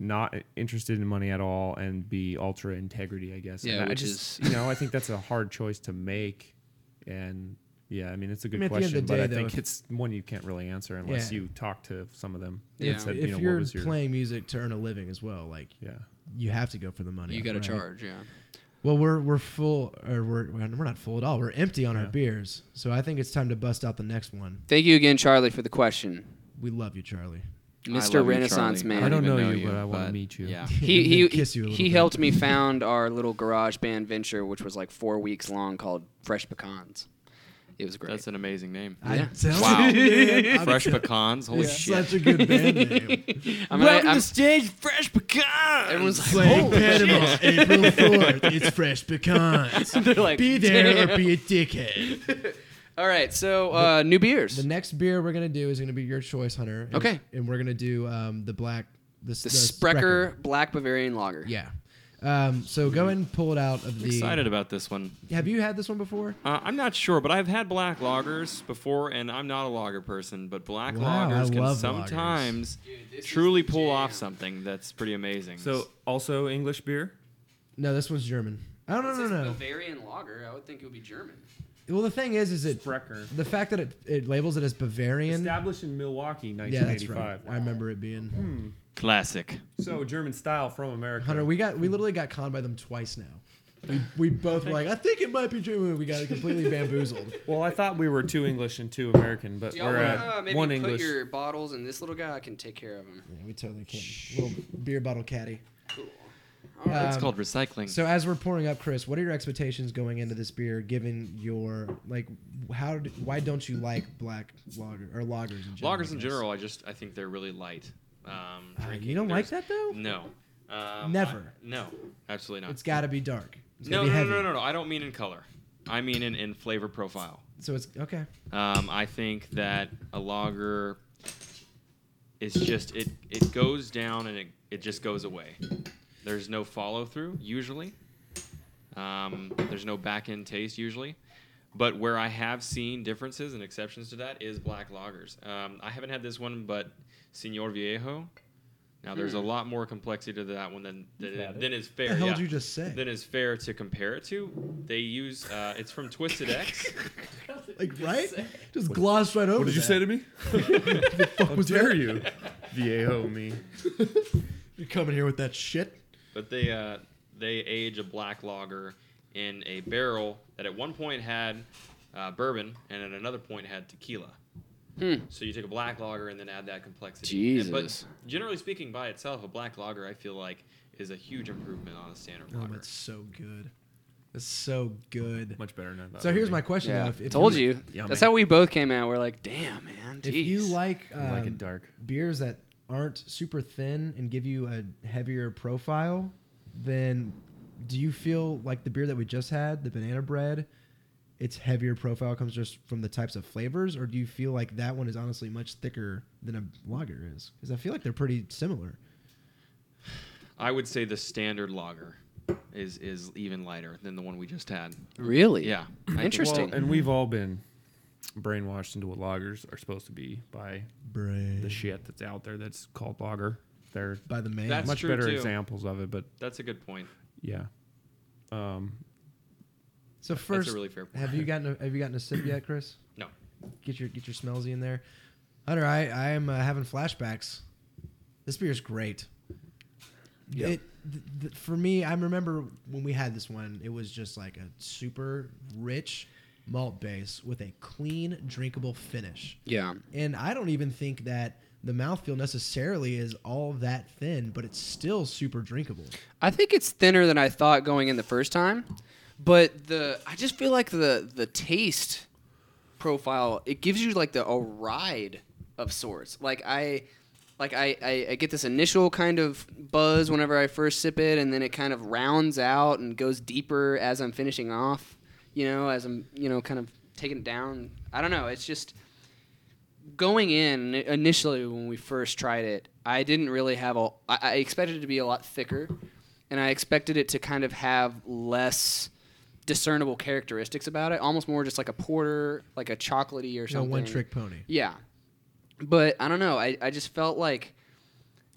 Speaker 6: not interested in money at all and be ultra integrity, I guess. And
Speaker 5: Yeah,
Speaker 6: I
Speaker 5: which
Speaker 6: just-
Speaker 5: is-
Speaker 6: you know I think that's a hard choice to make, and yeah, I mean it's a good
Speaker 3: mean, at the end of
Speaker 6: question,
Speaker 3: the day,
Speaker 6: but I
Speaker 3: though,
Speaker 6: think
Speaker 3: if-
Speaker 6: it's one you can't really answer unless
Speaker 3: Yeah.
Speaker 6: you talk to some of them.
Speaker 5: Yeah.
Speaker 6: and said,
Speaker 3: if
Speaker 6: you know, what
Speaker 3: you're
Speaker 6: was your,
Speaker 3: playing music to earn a living as well, like
Speaker 6: yeah,
Speaker 3: you have to go for the money.
Speaker 5: you got to
Speaker 3: right?
Speaker 5: charge. Yeah.
Speaker 3: Well, we're we're full, or we're we're not full at all. We're empty on our
Speaker 6: Yeah.
Speaker 3: beers, so I think it's time to bust out the next one.
Speaker 5: Thank you again, Charlie, for the question.
Speaker 3: We love you, Charlie.
Speaker 5: Mr.
Speaker 4: I love you,
Speaker 5: Renaissance
Speaker 4: Charlie.
Speaker 5: Man.
Speaker 6: I don't
Speaker 4: even
Speaker 6: know you, but I wanna meet you.
Speaker 4: Yeah.
Speaker 5: he
Speaker 3: I'm gonna
Speaker 5: he,
Speaker 3: kiss you a little
Speaker 5: he
Speaker 3: bit.
Speaker 5: helped me found our little garage band venture, which was like four weeks long, called Fresh Pecans. It was great.
Speaker 4: That's an amazing name.
Speaker 3: I
Speaker 5: Yeah.
Speaker 3: tell
Speaker 4: Wow.
Speaker 3: you, man, I'm
Speaker 4: Fresh
Speaker 3: t-
Speaker 4: pecans. Holy
Speaker 3: yeah,
Speaker 4: shit.
Speaker 3: Such a good band name.
Speaker 5: I'm gonna- I'm-
Speaker 4: stage, fresh pecans.
Speaker 5: everyone's like,
Speaker 3: Playing Panama, April 4th. It's fresh pecans.
Speaker 5: they're like,
Speaker 3: Be there or
Speaker 5: "Damn."
Speaker 3: be a dickhead.
Speaker 5: All right, so uh, new beers.
Speaker 3: The next beer we're gonna do is gonna be your choice, Hunter. And,
Speaker 5: Okay.
Speaker 3: And we're gonna do um, the black, the,
Speaker 5: the Sprecher Black Bavarian Lager.
Speaker 3: Yeah. Um, so go ahead and pull it out of the.
Speaker 4: Excited about this one.
Speaker 3: Have you had this one before?
Speaker 4: Uh, I'm not sure, but I've had black lagers before, and I'm not a lager person. But black
Speaker 3: Wow, I
Speaker 4: lagers can
Speaker 3: love lagers.
Speaker 4: sometimes truly pull off something that's pretty amazing.
Speaker 6: So also English beer.
Speaker 3: No, this one's German. Oh no no no.
Speaker 5: Bavarian Lager. I would think it would be German.
Speaker 3: Well, the thing is, is it
Speaker 6: Sprecher.
Speaker 3: the fact that it, it labels it as Bavarian.
Speaker 6: Established in Milwaukee,
Speaker 3: Yeah, that's
Speaker 6: 1985.
Speaker 3: right. I remember it being.
Speaker 4: Hmm. classic.
Speaker 6: So German style from America.
Speaker 3: Hunter, we got we literally got conned by them twice now. We, we both were like, I think it might be German. We got completely bamboozled.
Speaker 6: well, I thought we were two English and two American, but
Speaker 5: Do y'all
Speaker 6: we're
Speaker 5: want
Speaker 6: at
Speaker 5: to maybe
Speaker 6: one
Speaker 5: put
Speaker 6: English.
Speaker 5: your bottles in this little guy? I can take care of him.
Speaker 3: Yeah, we totally can't. Little beer bottle caddy.
Speaker 5: Cool.
Speaker 4: it's
Speaker 3: Um,
Speaker 4: called recycling.
Speaker 3: So as we're pouring up, Chris, what are your expectations going into this beer? Given your like, how d why don't you like black lager or lagers in general?
Speaker 4: lagers
Speaker 3: I
Speaker 4: in
Speaker 3: guess?
Speaker 4: general, I just I think they're really light. Um,
Speaker 3: Uh,
Speaker 4: drinking.
Speaker 3: you don't like
Speaker 4: There's-
Speaker 3: that though.
Speaker 4: No. Um,
Speaker 3: Never.
Speaker 4: I- no, absolutely not.
Speaker 3: It's got to be dark. It's
Speaker 4: no,
Speaker 3: gotta be
Speaker 4: no, no,
Speaker 3: heavy.
Speaker 4: no, no, no. I don't mean in color. I mean in, in flavor profile.
Speaker 3: So it's okay.
Speaker 4: Um, I think that a lager is just it it goes down and it, it just goes away. There's no follow through usually. Um, there's no back end taste usually. But where I have seen differences and exceptions to that is black lagers. Um, I haven't had this one, but Senor Viejo. Now there's a lot more complexity to that one than than, than is fair.
Speaker 3: the hell
Speaker 4: yeah,
Speaker 3: did you just say?
Speaker 4: Than is fair to compare it to. They use uh, it's from Twisted X.
Speaker 3: Like right? Just glossed right over.
Speaker 6: what did you
Speaker 3: that.
Speaker 6: say to me? How dare you, Viejo me?
Speaker 3: You're coming here with that shit.
Speaker 4: But they uh, they age a black lager in a barrel that at one point had uh, bourbon and at another point had tequila. So you take a black lager and then add that complexity. And-
Speaker 5: Hmm. Jesus.
Speaker 4: but generally speaking, by itself, a black lager I feel like is a huge improvement on a standard
Speaker 3: Oh,
Speaker 4: lager.
Speaker 3: that's so good. That's so good.
Speaker 6: Much better than I thought.
Speaker 3: So
Speaker 6: it would
Speaker 3: here's
Speaker 6: be.
Speaker 3: my question.
Speaker 5: Yeah.
Speaker 3: Though, if, if
Speaker 5: Told you.
Speaker 6: Yummy.
Speaker 5: That's how we both came out. We're like, damn, man.
Speaker 3: If you
Speaker 5: jeez."
Speaker 3: like,
Speaker 6: I like
Speaker 3: um,
Speaker 6: it dark.
Speaker 3: beers that aren't super thin and give you a heavier profile, then do you feel like the beer that we just had, the banana bread, its heavier profile comes just from the types of flavors, or do you feel like that one is honestly much thicker than a lager is? Because I feel like they're pretty similar.
Speaker 4: I would say the standard lager is is even lighter than the one we just had.
Speaker 5: Really?
Speaker 4: Yeah. I think-
Speaker 5: Interesting.
Speaker 6: Well, and we've all been brainwashed into what lagers are supposed to be by the
Speaker 3: Bread.
Speaker 6: shit that's out there that's called lager. They're
Speaker 3: By the man.
Speaker 4: That's
Speaker 6: much
Speaker 4: true,
Speaker 6: better
Speaker 4: too.
Speaker 6: examples of it, but
Speaker 4: That's a good point.
Speaker 6: yeah. Um,
Speaker 3: so first,
Speaker 4: really fair point.
Speaker 3: have you gotten a, have you gotten a sip yet, Chris?
Speaker 4: No.
Speaker 3: Get your get your smellsy in there. Hunter, I I am uh, having flashbacks. This beer is great.
Speaker 6: Yeah.
Speaker 3: It, th- th- for me, I remember when we had this one. It was just like a super rich malt base with a clean, drinkable finish.
Speaker 5: yeah.
Speaker 3: And I don't even think that the mouthfeel necessarily is all that thin, but it's still super drinkable.
Speaker 5: I think it's thinner than I thought going in the first time, but the I just feel like the the taste profile it gives you like the a ride of sorts. Like I like I, I, I get this initial kind of buzz whenever I first sip it, and then it kind of rounds out and goes deeper as I'm finishing off. You know, as I'm you know kind of taking it down. I don't know. It's just going in initially when we first tried it, I didn't really have a. I I expected it to be a lot thicker, and I expected it to kind of have less discernible characteristics about it. Almost more just like a porter, like a chocolatey or
Speaker 3: You know,
Speaker 5: something.
Speaker 3: one trick pony,
Speaker 5: Yeah, but I don't know. I I just felt like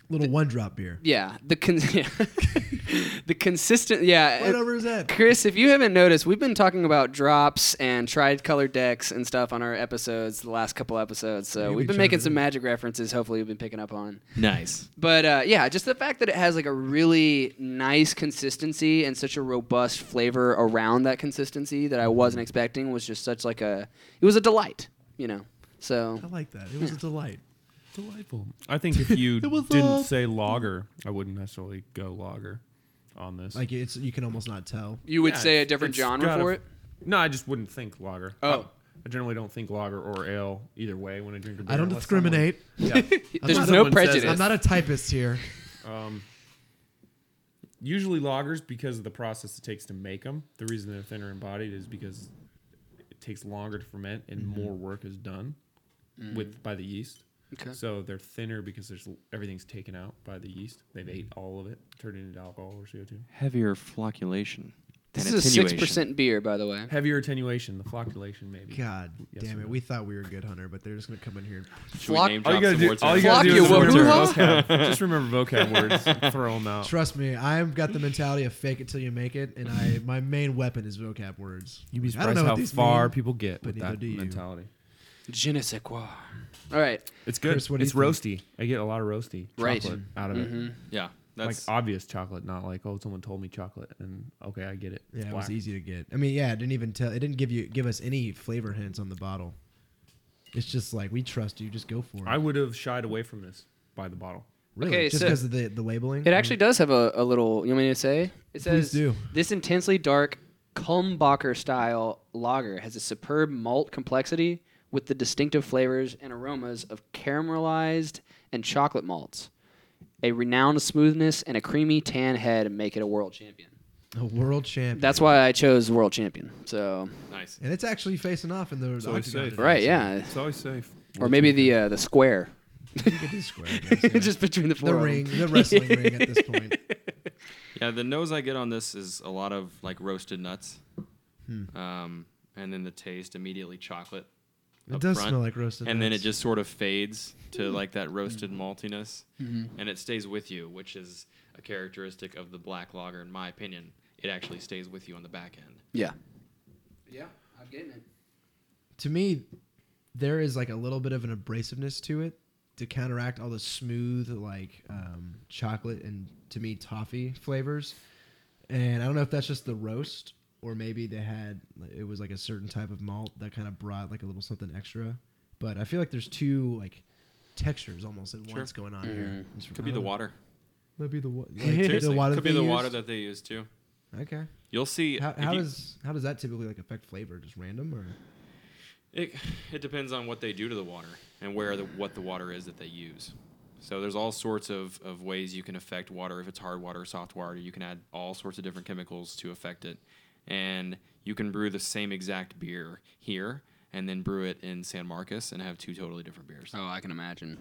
Speaker 3: little one drop beer.
Speaker 5: yeah the con- the consistent, yeah.
Speaker 3: Right
Speaker 5: it-
Speaker 3: over his head.
Speaker 5: Chris, if you haven't noticed, we've been talking about drops and tricolor decks and stuff on our episodes, the last couple episodes. So
Speaker 3: Maybe
Speaker 5: we've been
Speaker 3: try
Speaker 5: making
Speaker 3: to-
Speaker 5: some magic references. Hopefully, you've been picking up on.
Speaker 4: Nice.
Speaker 5: But uh, yeah, just the fact that it has like a really nice consistency and such a robust flavor around that consistency that I wasn't expecting was just such like a it was a delight, you know. So
Speaker 3: I like that. It was a delight.
Speaker 6: Delightful. I think if you
Speaker 3: was
Speaker 6: didn't
Speaker 3: all-
Speaker 6: say lager, I wouldn't necessarily go lager on this.
Speaker 3: Like it's you can almost not tell.
Speaker 5: you would
Speaker 6: Yeah,
Speaker 5: say a
Speaker 6: it's-
Speaker 5: different
Speaker 6: it's
Speaker 5: genre
Speaker 6: got a-
Speaker 5: for it?
Speaker 6: No, I just wouldn't think lager.
Speaker 5: Oh.
Speaker 6: I generally don't think lager or ale either way when I drink a beer.
Speaker 3: I don't
Speaker 6: unless someone-
Speaker 3: discriminate.
Speaker 6: Yeah.
Speaker 5: There's
Speaker 3: not-
Speaker 5: no
Speaker 6: someone says
Speaker 5: prejudice.
Speaker 3: I'm not a typist here.
Speaker 6: Um, usually lagers because of the process it takes to make them. The reason they're thinner in body is because it takes longer to ferment and
Speaker 3: Mm-hmm.
Speaker 6: more work is done with by the yeast.
Speaker 5: Mm-hmm. Okay.
Speaker 6: So they're thinner because there's l- everything's taken out by the yeast. They've
Speaker 3: Mm-hmm.
Speaker 6: ate all of it, turned it into alcohol or CO2.
Speaker 4: Heavier flocculation.
Speaker 5: This
Speaker 4: and
Speaker 5: is a six
Speaker 4: attenuation.
Speaker 5: percent beer, by the way.
Speaker 6: Heavier attenuation, the flocculation maybe.
Speaker 3: God
Speaker 6: Yes
Speaker 3: damn
Speaker 6: or
Speaker 3: it.
Speaker 6: no?
Speaker 3: We thought we were good, Hunter, but they're just going to come in here.
Speaker 4: Should we
Speaker 5: Floc-
Speaker 4: name
Speaker 6: All
Speaker 4: drop
Speaker 6: you gotta
Speaker 4: some
Speaker 6: do,
Speaker 4: more
Speaker 6: all you
Speaker 4: terms?
Speaker 6: gotta do
Speaker 5: Flock
Speaker 6: is
Speaker 5: your
Speaker 6: remember
Speaker 5: wahoo-wah.
Speaker 6: vocab. Just remember vocab words, and throw them
Speaker 5: Oh.
Speaker 6: out.
Speaker 3: Trust me, I've got the mentality of fake it till you make it, and I my main weapon is vocab words.
Speaker 6: You'd be
Speaker 3: I don't
Speaker 6: surprised
Speaker 3: know
Speaker 6: how
Speaker 3: what these
Speaker 6: far
Speaker 3: mean.
Speaker 6: people get
Speaker 3: but
Speaker 6: with
Speaker 3: neither
Speaker 6: that
Speaker 3: do you.
Speaker 6: mentality.
Speaker 5: Je ne sais quoi. All right.
Speaker 6: It's good.
Speaker 3: Chris, what do
Speaker 6: it's
Speaker 3: you
Speaker 6: roasty. I get a lot of roasty
Speaker 5: Right. Mm-hmm.
Speaker 6: chocolate out of it.
Speaker 4: Yeah, that's
Speaker 3: uh,
Speaker 6: like obvious chocolate, not like oh someone told me chocolate and okay I get it. It's
Speaker 3: Yeah, it was
Speaker 6: black.
Speaker 3: easy to get. I mean, yeah, it didn't even tell. It didn't give you give us any flavor hints on the bottle. It's just like we trust you. Just go for it.
Speaker 6: I would have shied away from this by the bottle.
Speaker 3: really
Speaker 5: Okay,
Speaker 3: just
Speaker 5: so-
Speaker 3: because of the the labeling.
Speaker 5: It actually does have a, a little. You want me to say? It says
Speaker 3: do.
Speaker 5: this intensely dark Kulmbacher style lager has a superb malt complexity with the distinctive flavors and aromas of caramelized and chocolate malts. A renowned smoothness and a creamy tan head make it a world champion.
Speaker 3: a world champion.
Speaker 5: That's why I chose world champion. So,
Speaker 4: nice.
Speaker 3: and it's actually facing off in the, the
Speaker 6: I
Speaker 3: octagon
Speaker 6: say.
Speaker 3: today,
Speaker 5: right,
Speaker 3: so
Speaker 5: yeah,
Speaker 6: It's always safe.
Speaker 5: or maybe the uh, the square,
Speaker 3: you could do square, I guess, yeah.
Speaker 5: just between the
Speaker 3: the
Speaker 5: four. of 'em.
Speaker 3: ring, the wrestling ring at this point.
Speaker 4: Yeah, the nose I get on this is a lot of like roasted nuts,
Speaker 3: Hmm.
Speaker 4: um, and then the taste immediately chocolate.
Speaker 3: It
Speaker 4: up
Speaker 3: does
Speaker 4: front.
Speaker 3: smell like roasted.
Speaker 4: and then it
Speaker 3: nuts. Hmm.
Speaker 4: just sort of fades to like that roasted maltiness and it stays with you which is a characteristic of the black lager in my opinion it actually stays with you on the back end
Speaker 5: Yeah. Yeah, I'm getting it.
Speaker 3: to me, there is like a little bit of an abrasiveness to it to counteract all the smooth like um, chocolate and to me toffee flavors. And I don't know if that's just the roast or maybe they had it was like a certain type of malt that kind of brought like a little something extra. But I feel like there's two like textures almost at once going on here. It's-
Speaker 4: Mm-hmm. could
Speaker 3: I
Speaker 4: be
Speaker 3: don't
Speaker 4: the
Speaker 3: know.
Speaker 4: water
Speaker 3: Could be the, wa- like,
Speaker 4: Like,
Speaker 3: Oh. the
Speaker 4: seriously,
Speaker 3: water
Speaker 4: could
Speaker 3: that
Speaker 4: be the
Speaker 3: they
Speaker 4: water
Speaker 3: used?
Speaker 4: that they use too
Speaker 3: Okay.
Speaker 4: you'll see
Speaker 3: How,
Speaker 4: if
Speaker 3: how
Speaker 4: you-
Speaker 3: does how does that typically like affect flavor? Just random or
Speaker 4: it, it depends on what they do to the water and where the what the water is that they use so there's all sorts of, of ways you can affect water if it's hard water soft water you can add all sorts of different chemicals to affect it and you can brew the same exact beer here and then brew it in san marcos and have two totally different beers
Speaker 5: Oh, I can imagine.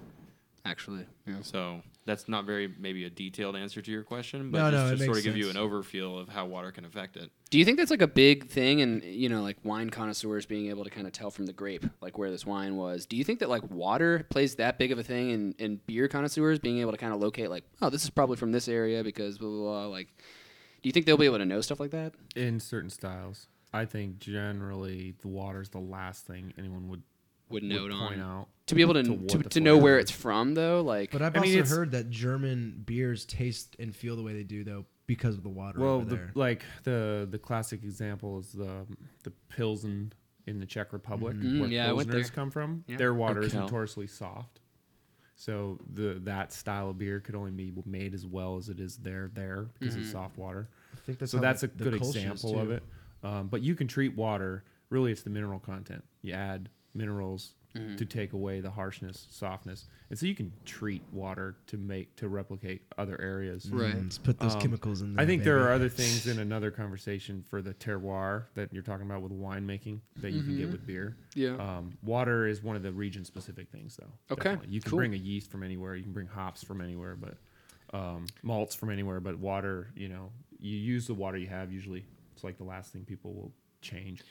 Speaker 5: Actually, yeah.
Speaker 4: So that's not very maybe a detailed answer to your question, but
Speaker 3: No,
Speaker 4: just
Speaker 3: no,
Speaker 4: to
Speaker 3: it
Speaker 4: sort of
Speaker 3: makes
Speaker 4: give you an
Speaker 3: sense.
Speaker 4: overfeel of how water can affect it.
Speaker 5: Do you think that's like a big thing and you know like wine connoisseurs being able to kind of tell from the grape like where this wine was? Do you think that like water plays that big of a thing and and beer connoisseurs being able to kind of locate like oh this is probably from this area because blah blah blah like do you think they'll be able to know stuff like that?
Speaker 6: In certain styles, I think generally the water's the last thing anyone would,
Speaker 5: Would
Speaker 6: would
Speaker 5: note on
Speaker 6: point out.
Speaker 5: to be able to
Speaker 6: to
Speaker 5: to,
Speaker 6: what
Speaker 5: to,
Speaker 6: the
Speaker 5: know
Speaker 6: flavor
Speaker 5: where
Speaker 6: is.
Speaker 5: it's from though like
Speaker 3: But I've
Speaker 6: I mean,
Speaker 3: also
Speaker 6: it's-
Speaker 3: heard that German beers taste and feel the way they do, though, because of the water
Speaker 6: Well,
Speaker 3: over
Speaker 6: the,
Speaker 3: there.
Speaker 6: like the the classic example is the the Pilsen in the Czech Republic, where
Speaker 5: Mm-hmm. Mm, yeah, I went
Speaker 6: Pilsners
Speaker 5: there.
Speaker 6: come from. Their water is
Speaker 4: Urquell.
Speaker 6: notoriously soft, so the that style of beer could only be made as well as it is there there because
Speaker 5: Mm-hmm.
Speaker 6: it's soft water.
Speaker 3: I think that's
Speaker 6: so
Speaker 3: how
Speaker 6: that's
Speaker 3: the-
Speaker 6: a
Speaker 3: the
Speaker 6: good
Speaker 3: Kolsch is,
Speaker 6: example of
Speaker 3: too.
Speaker 6: it. Um, but you can treat water. Really, it's the mineral content. You add minerals
Speaker 5: Mm-hmm.
Speaker 6: to take away the harshness, softness, and so you can treat water to make to replicate other areas.
Speaker 5: Right.
Speaker 3: Let's put those
Speaker 6: Um,
Speaker 3: chemicals in there.
Speaker 6: I think there
Speaker 3: baby.
Speaker 6: are other things in another conversation for the terroir that you're talking about with winemaking that you can get with beer.
Speaker 5: Mm-hmm. Yeah.
Speaker 6: Um, water is one of the region specific things, though.
Speaker 5: Okay,
Speaker 6: You can
Speaker 5: cool.
Speaker 6: bring a yeast from anywhere, you can bring hops from anywhere, but um, malts from anywhere, but water, you know, you use the water you have usually. It's like the last thing people will change.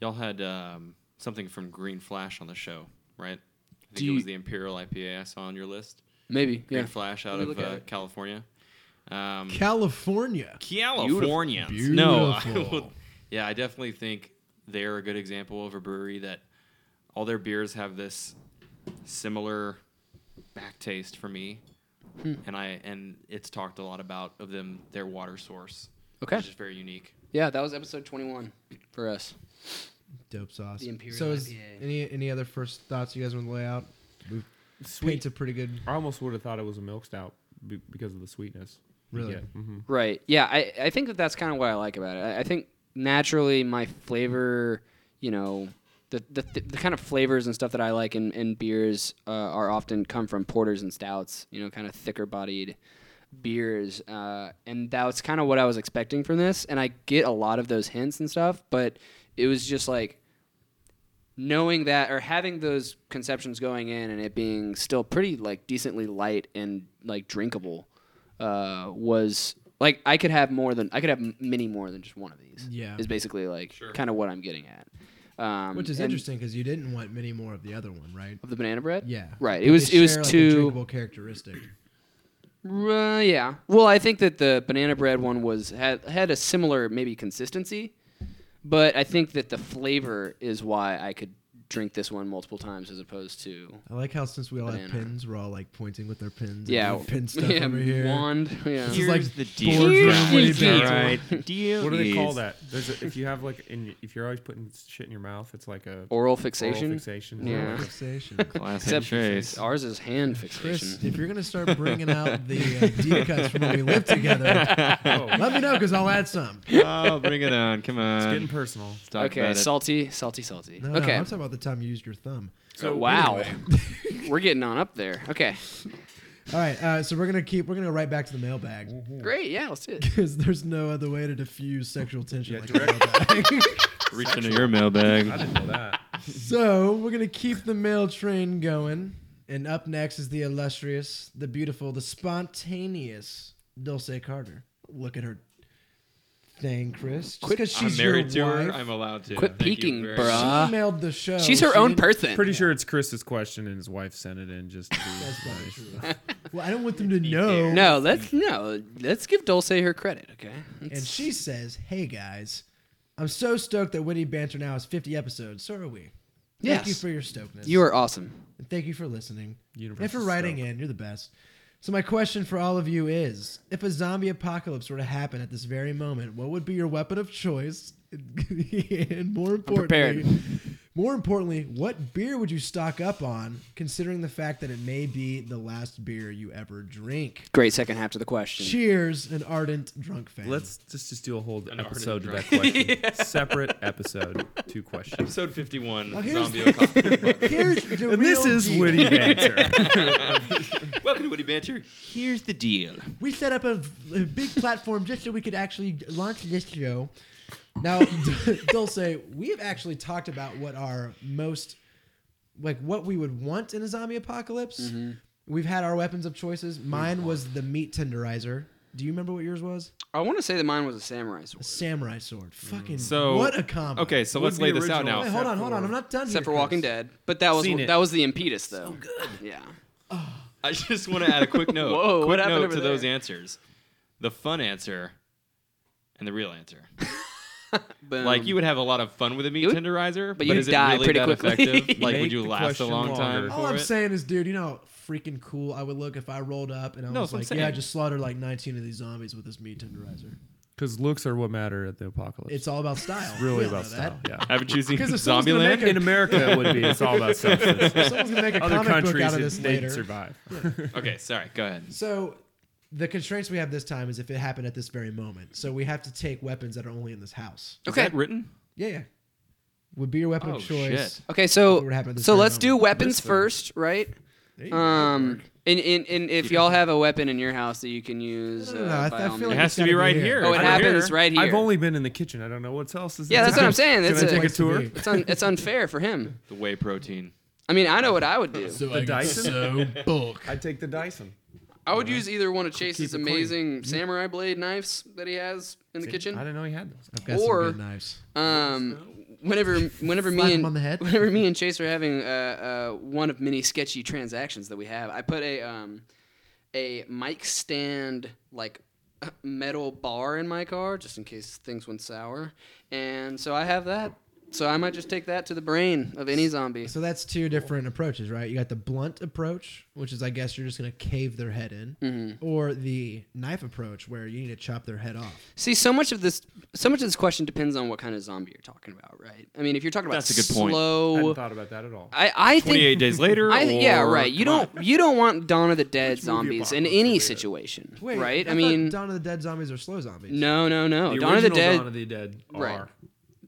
Speaker 4: Y'all had um, something from Green Flash on the show, right? I think
Speaker 5: Do
Speaker 4: it was
Speaker 5: you-
Speaker 4: the Imperial IPA I saw on your list.
Speaker 5: maybe
Speaker 4: Green
Speaker 5: yeah.
Speaker 4: Flash out
Speaker 5: Let me
Speaker 4: of
Speaker 5: look at
Speaker 4: uh,
Speaker 5: it.
Speaker 4: California. Um,
Speaker 3: California.
Speaker 4: California.
Speaker 3: Beautiful.
Speaker 4: No, I
Speaker 3: Beautiful.
Speaker 4: would- yeah, I definitely think they're a good example of a brewery that all their beers have this similar back taste for me,
Speaker 5: Hmm.
Speaker 4: and I and it's talked a lot about of them their water source,
Speaker 5: Okay.
Speaker 4: which is very unique.
Speaker 5: Yeah, that was episode 21 for us.
Speaker 3: Dope sauce.
Speaker 5: The Imperial
Speaker 3: so is
Speaker 5: IPA.
Speaker 3: any any other first thoughts you guys want to lay out? We've Sweet's a pretty good.
Speaker 6: I almost would have thought it was a milk stout be- because of the sweetness. you
Speaker 3: Really?
Speaker 6: get. Mhm.
Speaker 5: Right. Yeah, I, I think that that's kind of what I like about it. I, I think naturally my flavor, you know, the, the, th- the kind of flavors and stuff that I like in, in beers uh, are often come from porters and stouts, you know, kind of thicker bodied beers. Uh, and that's kind of what I was expecting from this. And I get a lot of those hints and stuff, but it was just like knowing that or having those conceptions going in and it being still pretty like decently light and like drinkable uh, was like I could have more than I could have m- many more than just one of these.
Speaker 3: Yeah.
Speaker 5: is basically like kind of what I'm getting at. Um,
Speaker 3: Which is
Speaker 5: and-
Speaker 3: interesting because you didn't want many more of the other one, right?
Speaker 5: of the banana bread.
Speaker 3: Yeah.
Speaker 5: right.
Speaker 3: But
Speaker 5: It was
Speaker 3: they
Speaker 5: it was
Speaker 3: share, like, a
Speaker 5: too.
Speaker 3: drinkable characteristic.
Speaker 5: Uh, yeah. Well, I think that the banana bread one was had had a similar maybe consistency, but I think that the flavor is why I could drink this one multiple times as opposed to
Speaker 3: I like how since we all have
Speaker 5: Banana.
Speaker 3: pins, we're all like pointing with our pins. and
Speaker 5: yeah
Speaker 3: doing pin stuff
Speaker 5: yeah,
Speaker 3: over here.
Speaker 5: wand yeah.
Speaker 3: This is like
Speaker 4: the
Speaker 3: boardroom way
Speaker 4: All
Speaker 3: back.
Speaker 4: right, deal.
Speaker 6: What do they call
Speaker 4: is-
Speaker 6: that? There's a, if you have like in, if you're always putting shit in your mouth, it's like a
Speaker 5: oral fixation.
Speaker 6: oral fixation.
Speaker 5: Yeah.
Speaker 3: Fixation.
Speaker 4: Classic
Speaker 5: Except
Speaker 4: Chase.
Speaker 5: ours is hand fixation.
Speaker 3: Chris, if you're gonna start bringing out the uh, deep cuts from when we lived together,
Speaker 6: Oh,
Speaker 3: let me know because I'll add some.
Speaker 4: Oh, bring it on! Come
Speaker 6: it's getting
Speaker 4: on.
Speaker 6: personal.
Speaker 4: Talk
Speaker 5: okay,
Speaker 4: about it.
Speaker 5: salty, salty, salty.
Speaker 3: No, no,
Speaker 5: okay.
Speaker 3: I'm talking about the time you used your thumb.
Speaker 5: Oh, wow. We're getting on up there. Okay.
Speaker 3: All right, uh, so we're gonna keep. We're gonna right back to the mailbag
Speaker 4: Mm-hmm.
Speaker 5: Great. Yeah, let's do it.
Speaker 3: because there's no other way to diffuse sexual tension.
Speaker 6: Yeah,
Speaker 3: like
Speaker 6: direct-
Speaker 3: a mailbag.
Speaker 4: Reach into your mailbag.
Speaker 6: I didn't know that.
Speaker 3: so we're gonna keep the mail train going, and up next is the illustrious, the beautiful, the spontaneous Dulce Carter. Look at her thing, Chris. Just 'cause
Speaker 4: I'm
Speaker 3: she's
Speaker 4: married to
Speaker 3: your wife.
Speaker 4: her. I'm allowed to.
Speaker 5: Quit
Speaker 4: Thank you
Speaker 5: peeking,
Speaker 4: very
Speaker 5: bruh.
Speaker 4: much.
Speaker 5: Uh,
Speaker 3: she mailed the show.
Speaker 5: She's her
Speaker 3: She
Speaker 5: own
Speaker 3: didn't-
Speaker 5: person.
Speaker 6: Pretty sure it's Chris's question, and his wife sent it in just. To be
Speaker 3: That's probably
Speaker 6: nice.
Speaker 3: true. well, I don't want them to know.
Speaker 5: No, let's no, let's give Dulce her credit, okay?
Speaker 3: And she says, "Hey guys, I'm so stoked that Witty Banter now has 50 episodes. So are we. Thank
Speaker 5: Yes.
Speaker 3: you for your stokeness.
Speaker 5: you are awesome.
Speaker 3: And thank you for listening.
Speaker 6: Universal
Speaker 3: and for writing
Speaker 6: stoke.
Speaker 3: in. You're the best. So my question for all of you is: If a zombie apocalypse were to happen at this very moment, what would be your weapon of choice? and more importantly,
Speaker 5: prepared.
Speaker 3: more importantly, what beer would you stock up on, considering the fact that it may be the last beer you ever drink?
Speaker 5: Great second half to the question.
Speaker 3: Cheers, an ardent drunk fan.
Speaker 6: Let's just just do a whole
Speaker 4: An
Speaker 6: episode to that
Speaker 4: ardent
Speaker 6: question. Separate episode, two questions.
Speaker 4: Episode 51.
Speaker 3: here's-
Speaker 4: zombie apocalypse.
Speaker 3: Here's the
Speaker 6: And this
Speaker 3: real
Speaker 6: is
Speaker 3: deal.
Speaker 6: Witty Banter.
Speaker 4: Welcome to Woody Banter. Here's the deal.
Speaker 3: We set up a, a big platform just so we could actually launch this show. Now, Dulce, we have actually talked about what our most, like, what we would want in a zombie apocalypse. We've had our weapons of choices. Mine was the meat tenderizer. Do you remember what yours was?
Speaker 5: I want to say that mine was a samurai sword.
Speaker 3: A samurai sword. Fucking
Speaker 4: So
Speaker 3: what a combo.
Speaker 4: Okay, so
Speaker 6: Would
Speaker 4: let's
Speaker 6: be
Speaker 4: lay this out now.
Speaker 6: original.
Speaker 3: Wait, hold on, hold on.
Speaker 6: for-
Speaker 3: I'm not done
Speaker 5: Except
Speaker 3: here,
Speaker 5: for Walking
Speaker 3: Chris.
Speaker 5: Dead, but that was
Speaker 6: Seen it.
Speaker 5: that was the impetus though. So good. Yeah.
Speaker 4: I just want to add a quick note.
Speaker 5: Whoa,
Speaker 4: quick
Speaker 5: what happened
Speaker 4: note
Speaker 5: over
Speaker 4: to
Speaker 5: there?
Speaker 4: those answers. The fun answer and the real answer.
Speaker 5: Boom.
Speaker 4: Like you would have a lot of fun with a meat
Speaker 5: Um, would-
Speaker 4: tenderizer,
Speaker 5: but you
Speaker 4: is it
Speaker 5: would die
Speaker 4: really
Speaker 5: pretty
Speaker 4: that
Speaker 5: quickly.
Speaker 4: effective? Like
Speaker 6: Make
Speaker 4: would you
Speaker 6: the
Speaker 4: last a
Speaker 6: question
Speaker 4: long
Speaker 6: longer.
Speaker 4: time
Speaker 3: All
Speaker 4: for
Speaker 3: I'm
Speaker 4: it?
Speaker 3: saying is, dude, you know how freaking cool I would look if I rolled up and I
Speaker 4: No,
Speaker 3: was
Speaker 4: that's what I'm
Speaker 3: like, yeah, I
Speaker 4: saying.
Speaker 3: just slaughtered like 19 of these zombies with this meat tenderizer.
Speaker 6: Because looks are what matter at the apocalypse.
Speaker 3: It's all about style.
Speaker 6: really
Speaker 3: We all
Speaker 6: about
Speaker 3: know
Speaker 6: style.
Speaker 3: that.
Speaker 6: Yeah.
Speaker 4: I've been choosing
Speaker 3: 'Cause if someone's gonna
Speaker 4: Zombieland.
Speaker 3: make
Speaker 6: In America, it would be. It's all about
Speaker 3: If
Speaker 6: substance.
Speaker 3: someone's gonna make a
Speaker 6: Other
Speaker 3: comic book
Speaker 6: countries,
Speaker 3: out of
Speaker 6: it-
Speaker 3: this
Speaker 6: they'd
Speaker 3: later.
Speaker 6: survive.
Speaker 4: Okay, sorry. Go ahead.
Speaker 3: So the constraints we have this time is if it happened at this very moment. So we have to take weapons that are only in this house.
Speaker 5: Okay.
Speaker 4: Is that written?
Speaker 3: Yeah, yeah. Would be your weapon
Speaker 4: Oh,
Speaker 3: of choice.
Speaker 4: shit.
Speaker 5: Okay,
Speaker 3: What
Speaker 5: so
Speaker 3: would happen at this
Speaker 5: so
Speaker 3: very
Speaker 5: let's do
Speaker 3: moment?
Speaker 5: weapons first, right?
Speaker 3: There you go.
Speaker 5: Um, and, and, and if y'all have a weapon in your house that you can use,
Speaker 3: No, no,
Speaker 5: uh,
Speaker 3: no, I-
Speaker 5: by
Speaker 3: I feel
Speaker 5: all means.
Speaker 4: It
Speaker 3: like
Speaker 4: has
Speaker 3: it's
Speaker 4: to be
Speaker 3: gotta be
Speaker 4: right
Speaker 3: here.
Speaker 4: here.
Speaker 5: oh, it
Speaker 4: Right
Speaker 5: happens
Speaker 4: here.
Speaker 5: right here.
Speaker 6: I've only been in the kitchen. I don't know what else is.
Speaker 5: Yeah, that's what I'm saying.
Speaker 6: Can
Speaker 5: That's
Speaker 6: I
Speaker 5: a-
Speaker 6: take a
Speaker 3: Place to
Speaker 6: tour?
Speaker 3: be.
Speaker 5: It's un, it's unfair for him.
Speaker 4: The whey protein.
Speaker 5: I mean, I know what I would do.
Speaker 8: So
Speaker 6: The Dyson?
Speaker 8: bulk.
Speaker 6: I take the Dyson.
Speaker 5: I would use either one of
Speaker 6: keep
Speaker 5: Chase's
Speaker 6: it clean.
Speaker 3: Mm-hmm.
Speaker 5: amazing samurai blade knives that he has in the
Speaker 6: I
Speaker 5: kitchen.
Speaker 6: didn't know he had those.
Speaker 3: I've got
Speaker 5: or-
Speaker 3: some good knives.
Speaker 5: Um, whenever whenever
Speaker 3: Slap
Speaker 5: me
Speaker 3: him
Speaker 5: and
Speaker 3: on the head.
Speaker 5: whenever me and Chase are having uh, uh, one of many sketchy transactions that we have, I put a um, a mic stand like metal bar in my car just in case things went sour. And so I have that. So I might just take that to the brain of any zombie.
Speaker 3: So that's two different approaches, right? You got the blunt approach, which is I guess you're just gonna cave their head in,
Speaker 5: Mm-hmm.
Speaker 3: or the knife approach where you need to chop their head off.
Speaker 5: See, so much of this, so much of this question depends on what kind of zombie you're talking about, right? I mean, if you're talking about
Speaker 4: That's a good point.
Speaker 6: I
Speaker 5: slow,
Speaker 6: hadn't thought about that at all.
Speaker 5: I, I think
Speaker 4: 28 days later.
Speaker 5: I, yeah,
Speaker 4: or-
Speaker 5: right. You
Speaker 4: come on.
Speaker 5: don't you don't want Dawn of the Dead
Speaker 6: movie
Speaker 5: zombies in
Speaker 6: apocalypse are we
Speaker 5: any
Speaker 6: at?
Speaker 5: situation,
Speaker 3: Wait,
Speaker 5: right?
Speaker 3: I,
Speaker 5: I
Speaker 3: thought
Speaker 5: mean,
Speaker 3: Dawn of the Dead zombies are slow zombies.
Speaker 5: no, no, no.
Speaker 6: the
Speaker 5: Dawn of the
Speaker 6: original
Speaker 5: Dead.
Speaker 6: Dawn of the Dead. Are.
Speaker 5: Right.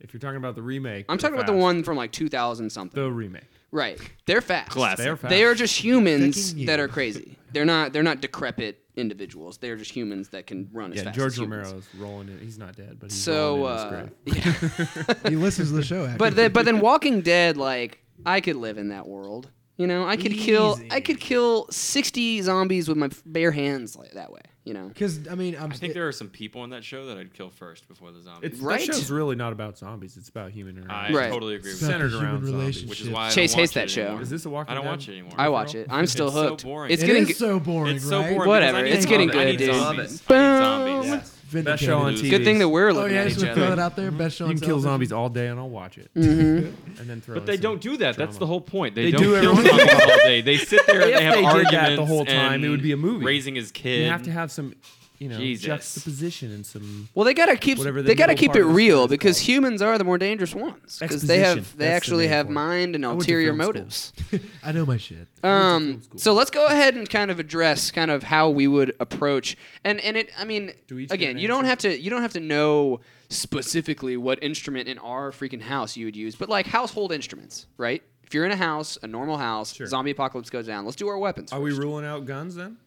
Speaker 6: If you're talking about the remake,
Speaker 5: I'm talking
Speaker 6: they're
Speaker 5: about the
Speaker 6: fast.
Speaker 5: one from like 2000 something.
Speaker 6: The remake.
Speaker 5: right. They're fast.
Speaker 4: Classic.
Speaker 6: They're fast.
Speaker 5: They are just humans
Speaker 3: Thanking you.
Speaker 5: that are crazy. They're not they're not decrepit individuals. They're just humans that can run as
Speaker 6: Yeah,
Speaker 5: fast
Speaker 6: George
Speaker 5: as humans.
Speaker 6: Romero's rolling in. He's not dead, but he's
Speaker 5: So,
Speaker 6: rolling in his
Speaker 5: uh,
Speaker 6: grave.
Speaker 5: yeah.
Speaker 3: he listens to the show. Actually.
Speaker 5: but then, but then Walking Dead, like I could live in that world. You know, I could kill I could kill 60 zombies with my bare hands like that way. You know.
Speaker 3: because I mean, I'm,
Speaker 4: I think there are some people in that show that I'd kill first before the zombies.
Speaker 6: It's,
Speaker 5: Right?
Speaker 6: That show's really not about zombies. It's about human
Speaker 4: I
Speaker 6: interaction.
Speaker 5: Right.
Speaker 4: totally agree with
Speaker 3: About
Speaker 4: that.
Speaker 6: Centered
Speaker 3: the human
Speaker 6: around zombies,
Speaker 3: relationship.
Speaker 4: Which is why I
Speaker 5: Chase
Speaker 4: don't watch
Speaker 5: hates
Speaker 4: it
Speaker 5: that show.
Speaker 4: anymore.
Speaker 6: Is this a Walking
Speaker 4: I don't
Speaker 6: Dead?
Speaker 4: watch it anymore.
Speaker 5: I watch it. I'm still
Speaker 4: It's so
Speaker 5: hooked.
Speaker 4: boring.
Speaker 5: it's
Speaker 3: It
Speaker 5: getting
Speaker 3: is
Speaker 5: g-
Speaker 3: so boring,
Speaker 4: It's so
Speaker 3: right?
Speaker 4: boring. because
Speaker 5: Whatever,
Speaker 4: I need
Speaker 5: it's getting
Speaker 4: zombies. I
Speaker 5: good,
Speaker 4: need
Speaker 5: dude.
Speaker 4: Zombies. I need
Speaker 5: Boom.
Speaker 4: zombies.
Speaker 6: Best
Speaker 3: Vindicated.
Speaker 6: show on TV.
Speaker 4: Vindicated.
Speaker 5: good thing that we're
Speaker 3: Oh
Speaker 5: looking
Speaker 3: yeah, I
Speaker 5: at
Speaker 3: just
Speaker 5: each
Speaker 3: wanna throw
Speaker 5: other. Mm-hmm.
Speaker 3: it out there. Best show
Speaker 6: You
Speaker 3: on
Speaker 6: can kill
Speaker 3: television.
Speaker 6: zombies all day and I'll watch it.
Speaker 5: Mm.
Speaker 6: and then throw
Speaker 4: But they don't do that. That's the whole point. They,
Speaker 6: They
Speaker 4: don't
Speaker 6: do
Speaker 4: kill
Speaker 6: everything.
Speaker 4: zombies all day. They sit there and
Speaker 6: If
Speaker 4: they have
Speaker 6: they did that
Speaker 4: arguments
Speaker 6: the whole time,
Speaker 4: and
Speaker 6: it would be a movie.
Speaker 4: Raising his kid.
Speaker 6: You have to have some, you know,
Speaker 4: Jesus.
Speaker 6: juxtaposition and some.
Speaker 5: Well, they gotta keep
Speaker 6: Whatever the
Speaker 5: they gotta
Speaker 6: middle
Speaker 5: keep
Speaker 6: part
Speaker 5: it
Speaker 6: of the
Speaker 5: real
Speaker 6: story is
Speaker 5: because
Speaker 6: called.
Speaker 5: humans are the more dangerous ones because they have
Speaker 6: Exposition.
Speaker 5: they
Speaker 6: That's the
Speaker 5: actually
Speaker 6: name
Speaker 5: have
Speaker 6: for it.
Speaker 5: mind and
Speaker 3: went to
Speaker 5: ulterior
Speaker 3: film school.
Speaker 5: motives.
Speaker 3: I know my shit.
Speaker 5: Um,
Speaker 6: film school.
Speaker 5: so let's go ahead and kind of address kind of how we would approach and and it. I mean,
Speaker 6: Do we each get
Speaker 5: again,
Speaker 6: an
Speaker 5: you don't
Speaker 6: answer?
Speaker 5: have to you don't have to know specifically what instrument in our freaking house you would use, but like household instruments, right? If you're in a house, a normal house,
Speaker 6: Sure.
Speaker 5: zombie apocalypse goes down. Let's do our weapons.
Speaker 6: Are we
Speaker 5: first.
Speaker 6: ruling out guns then?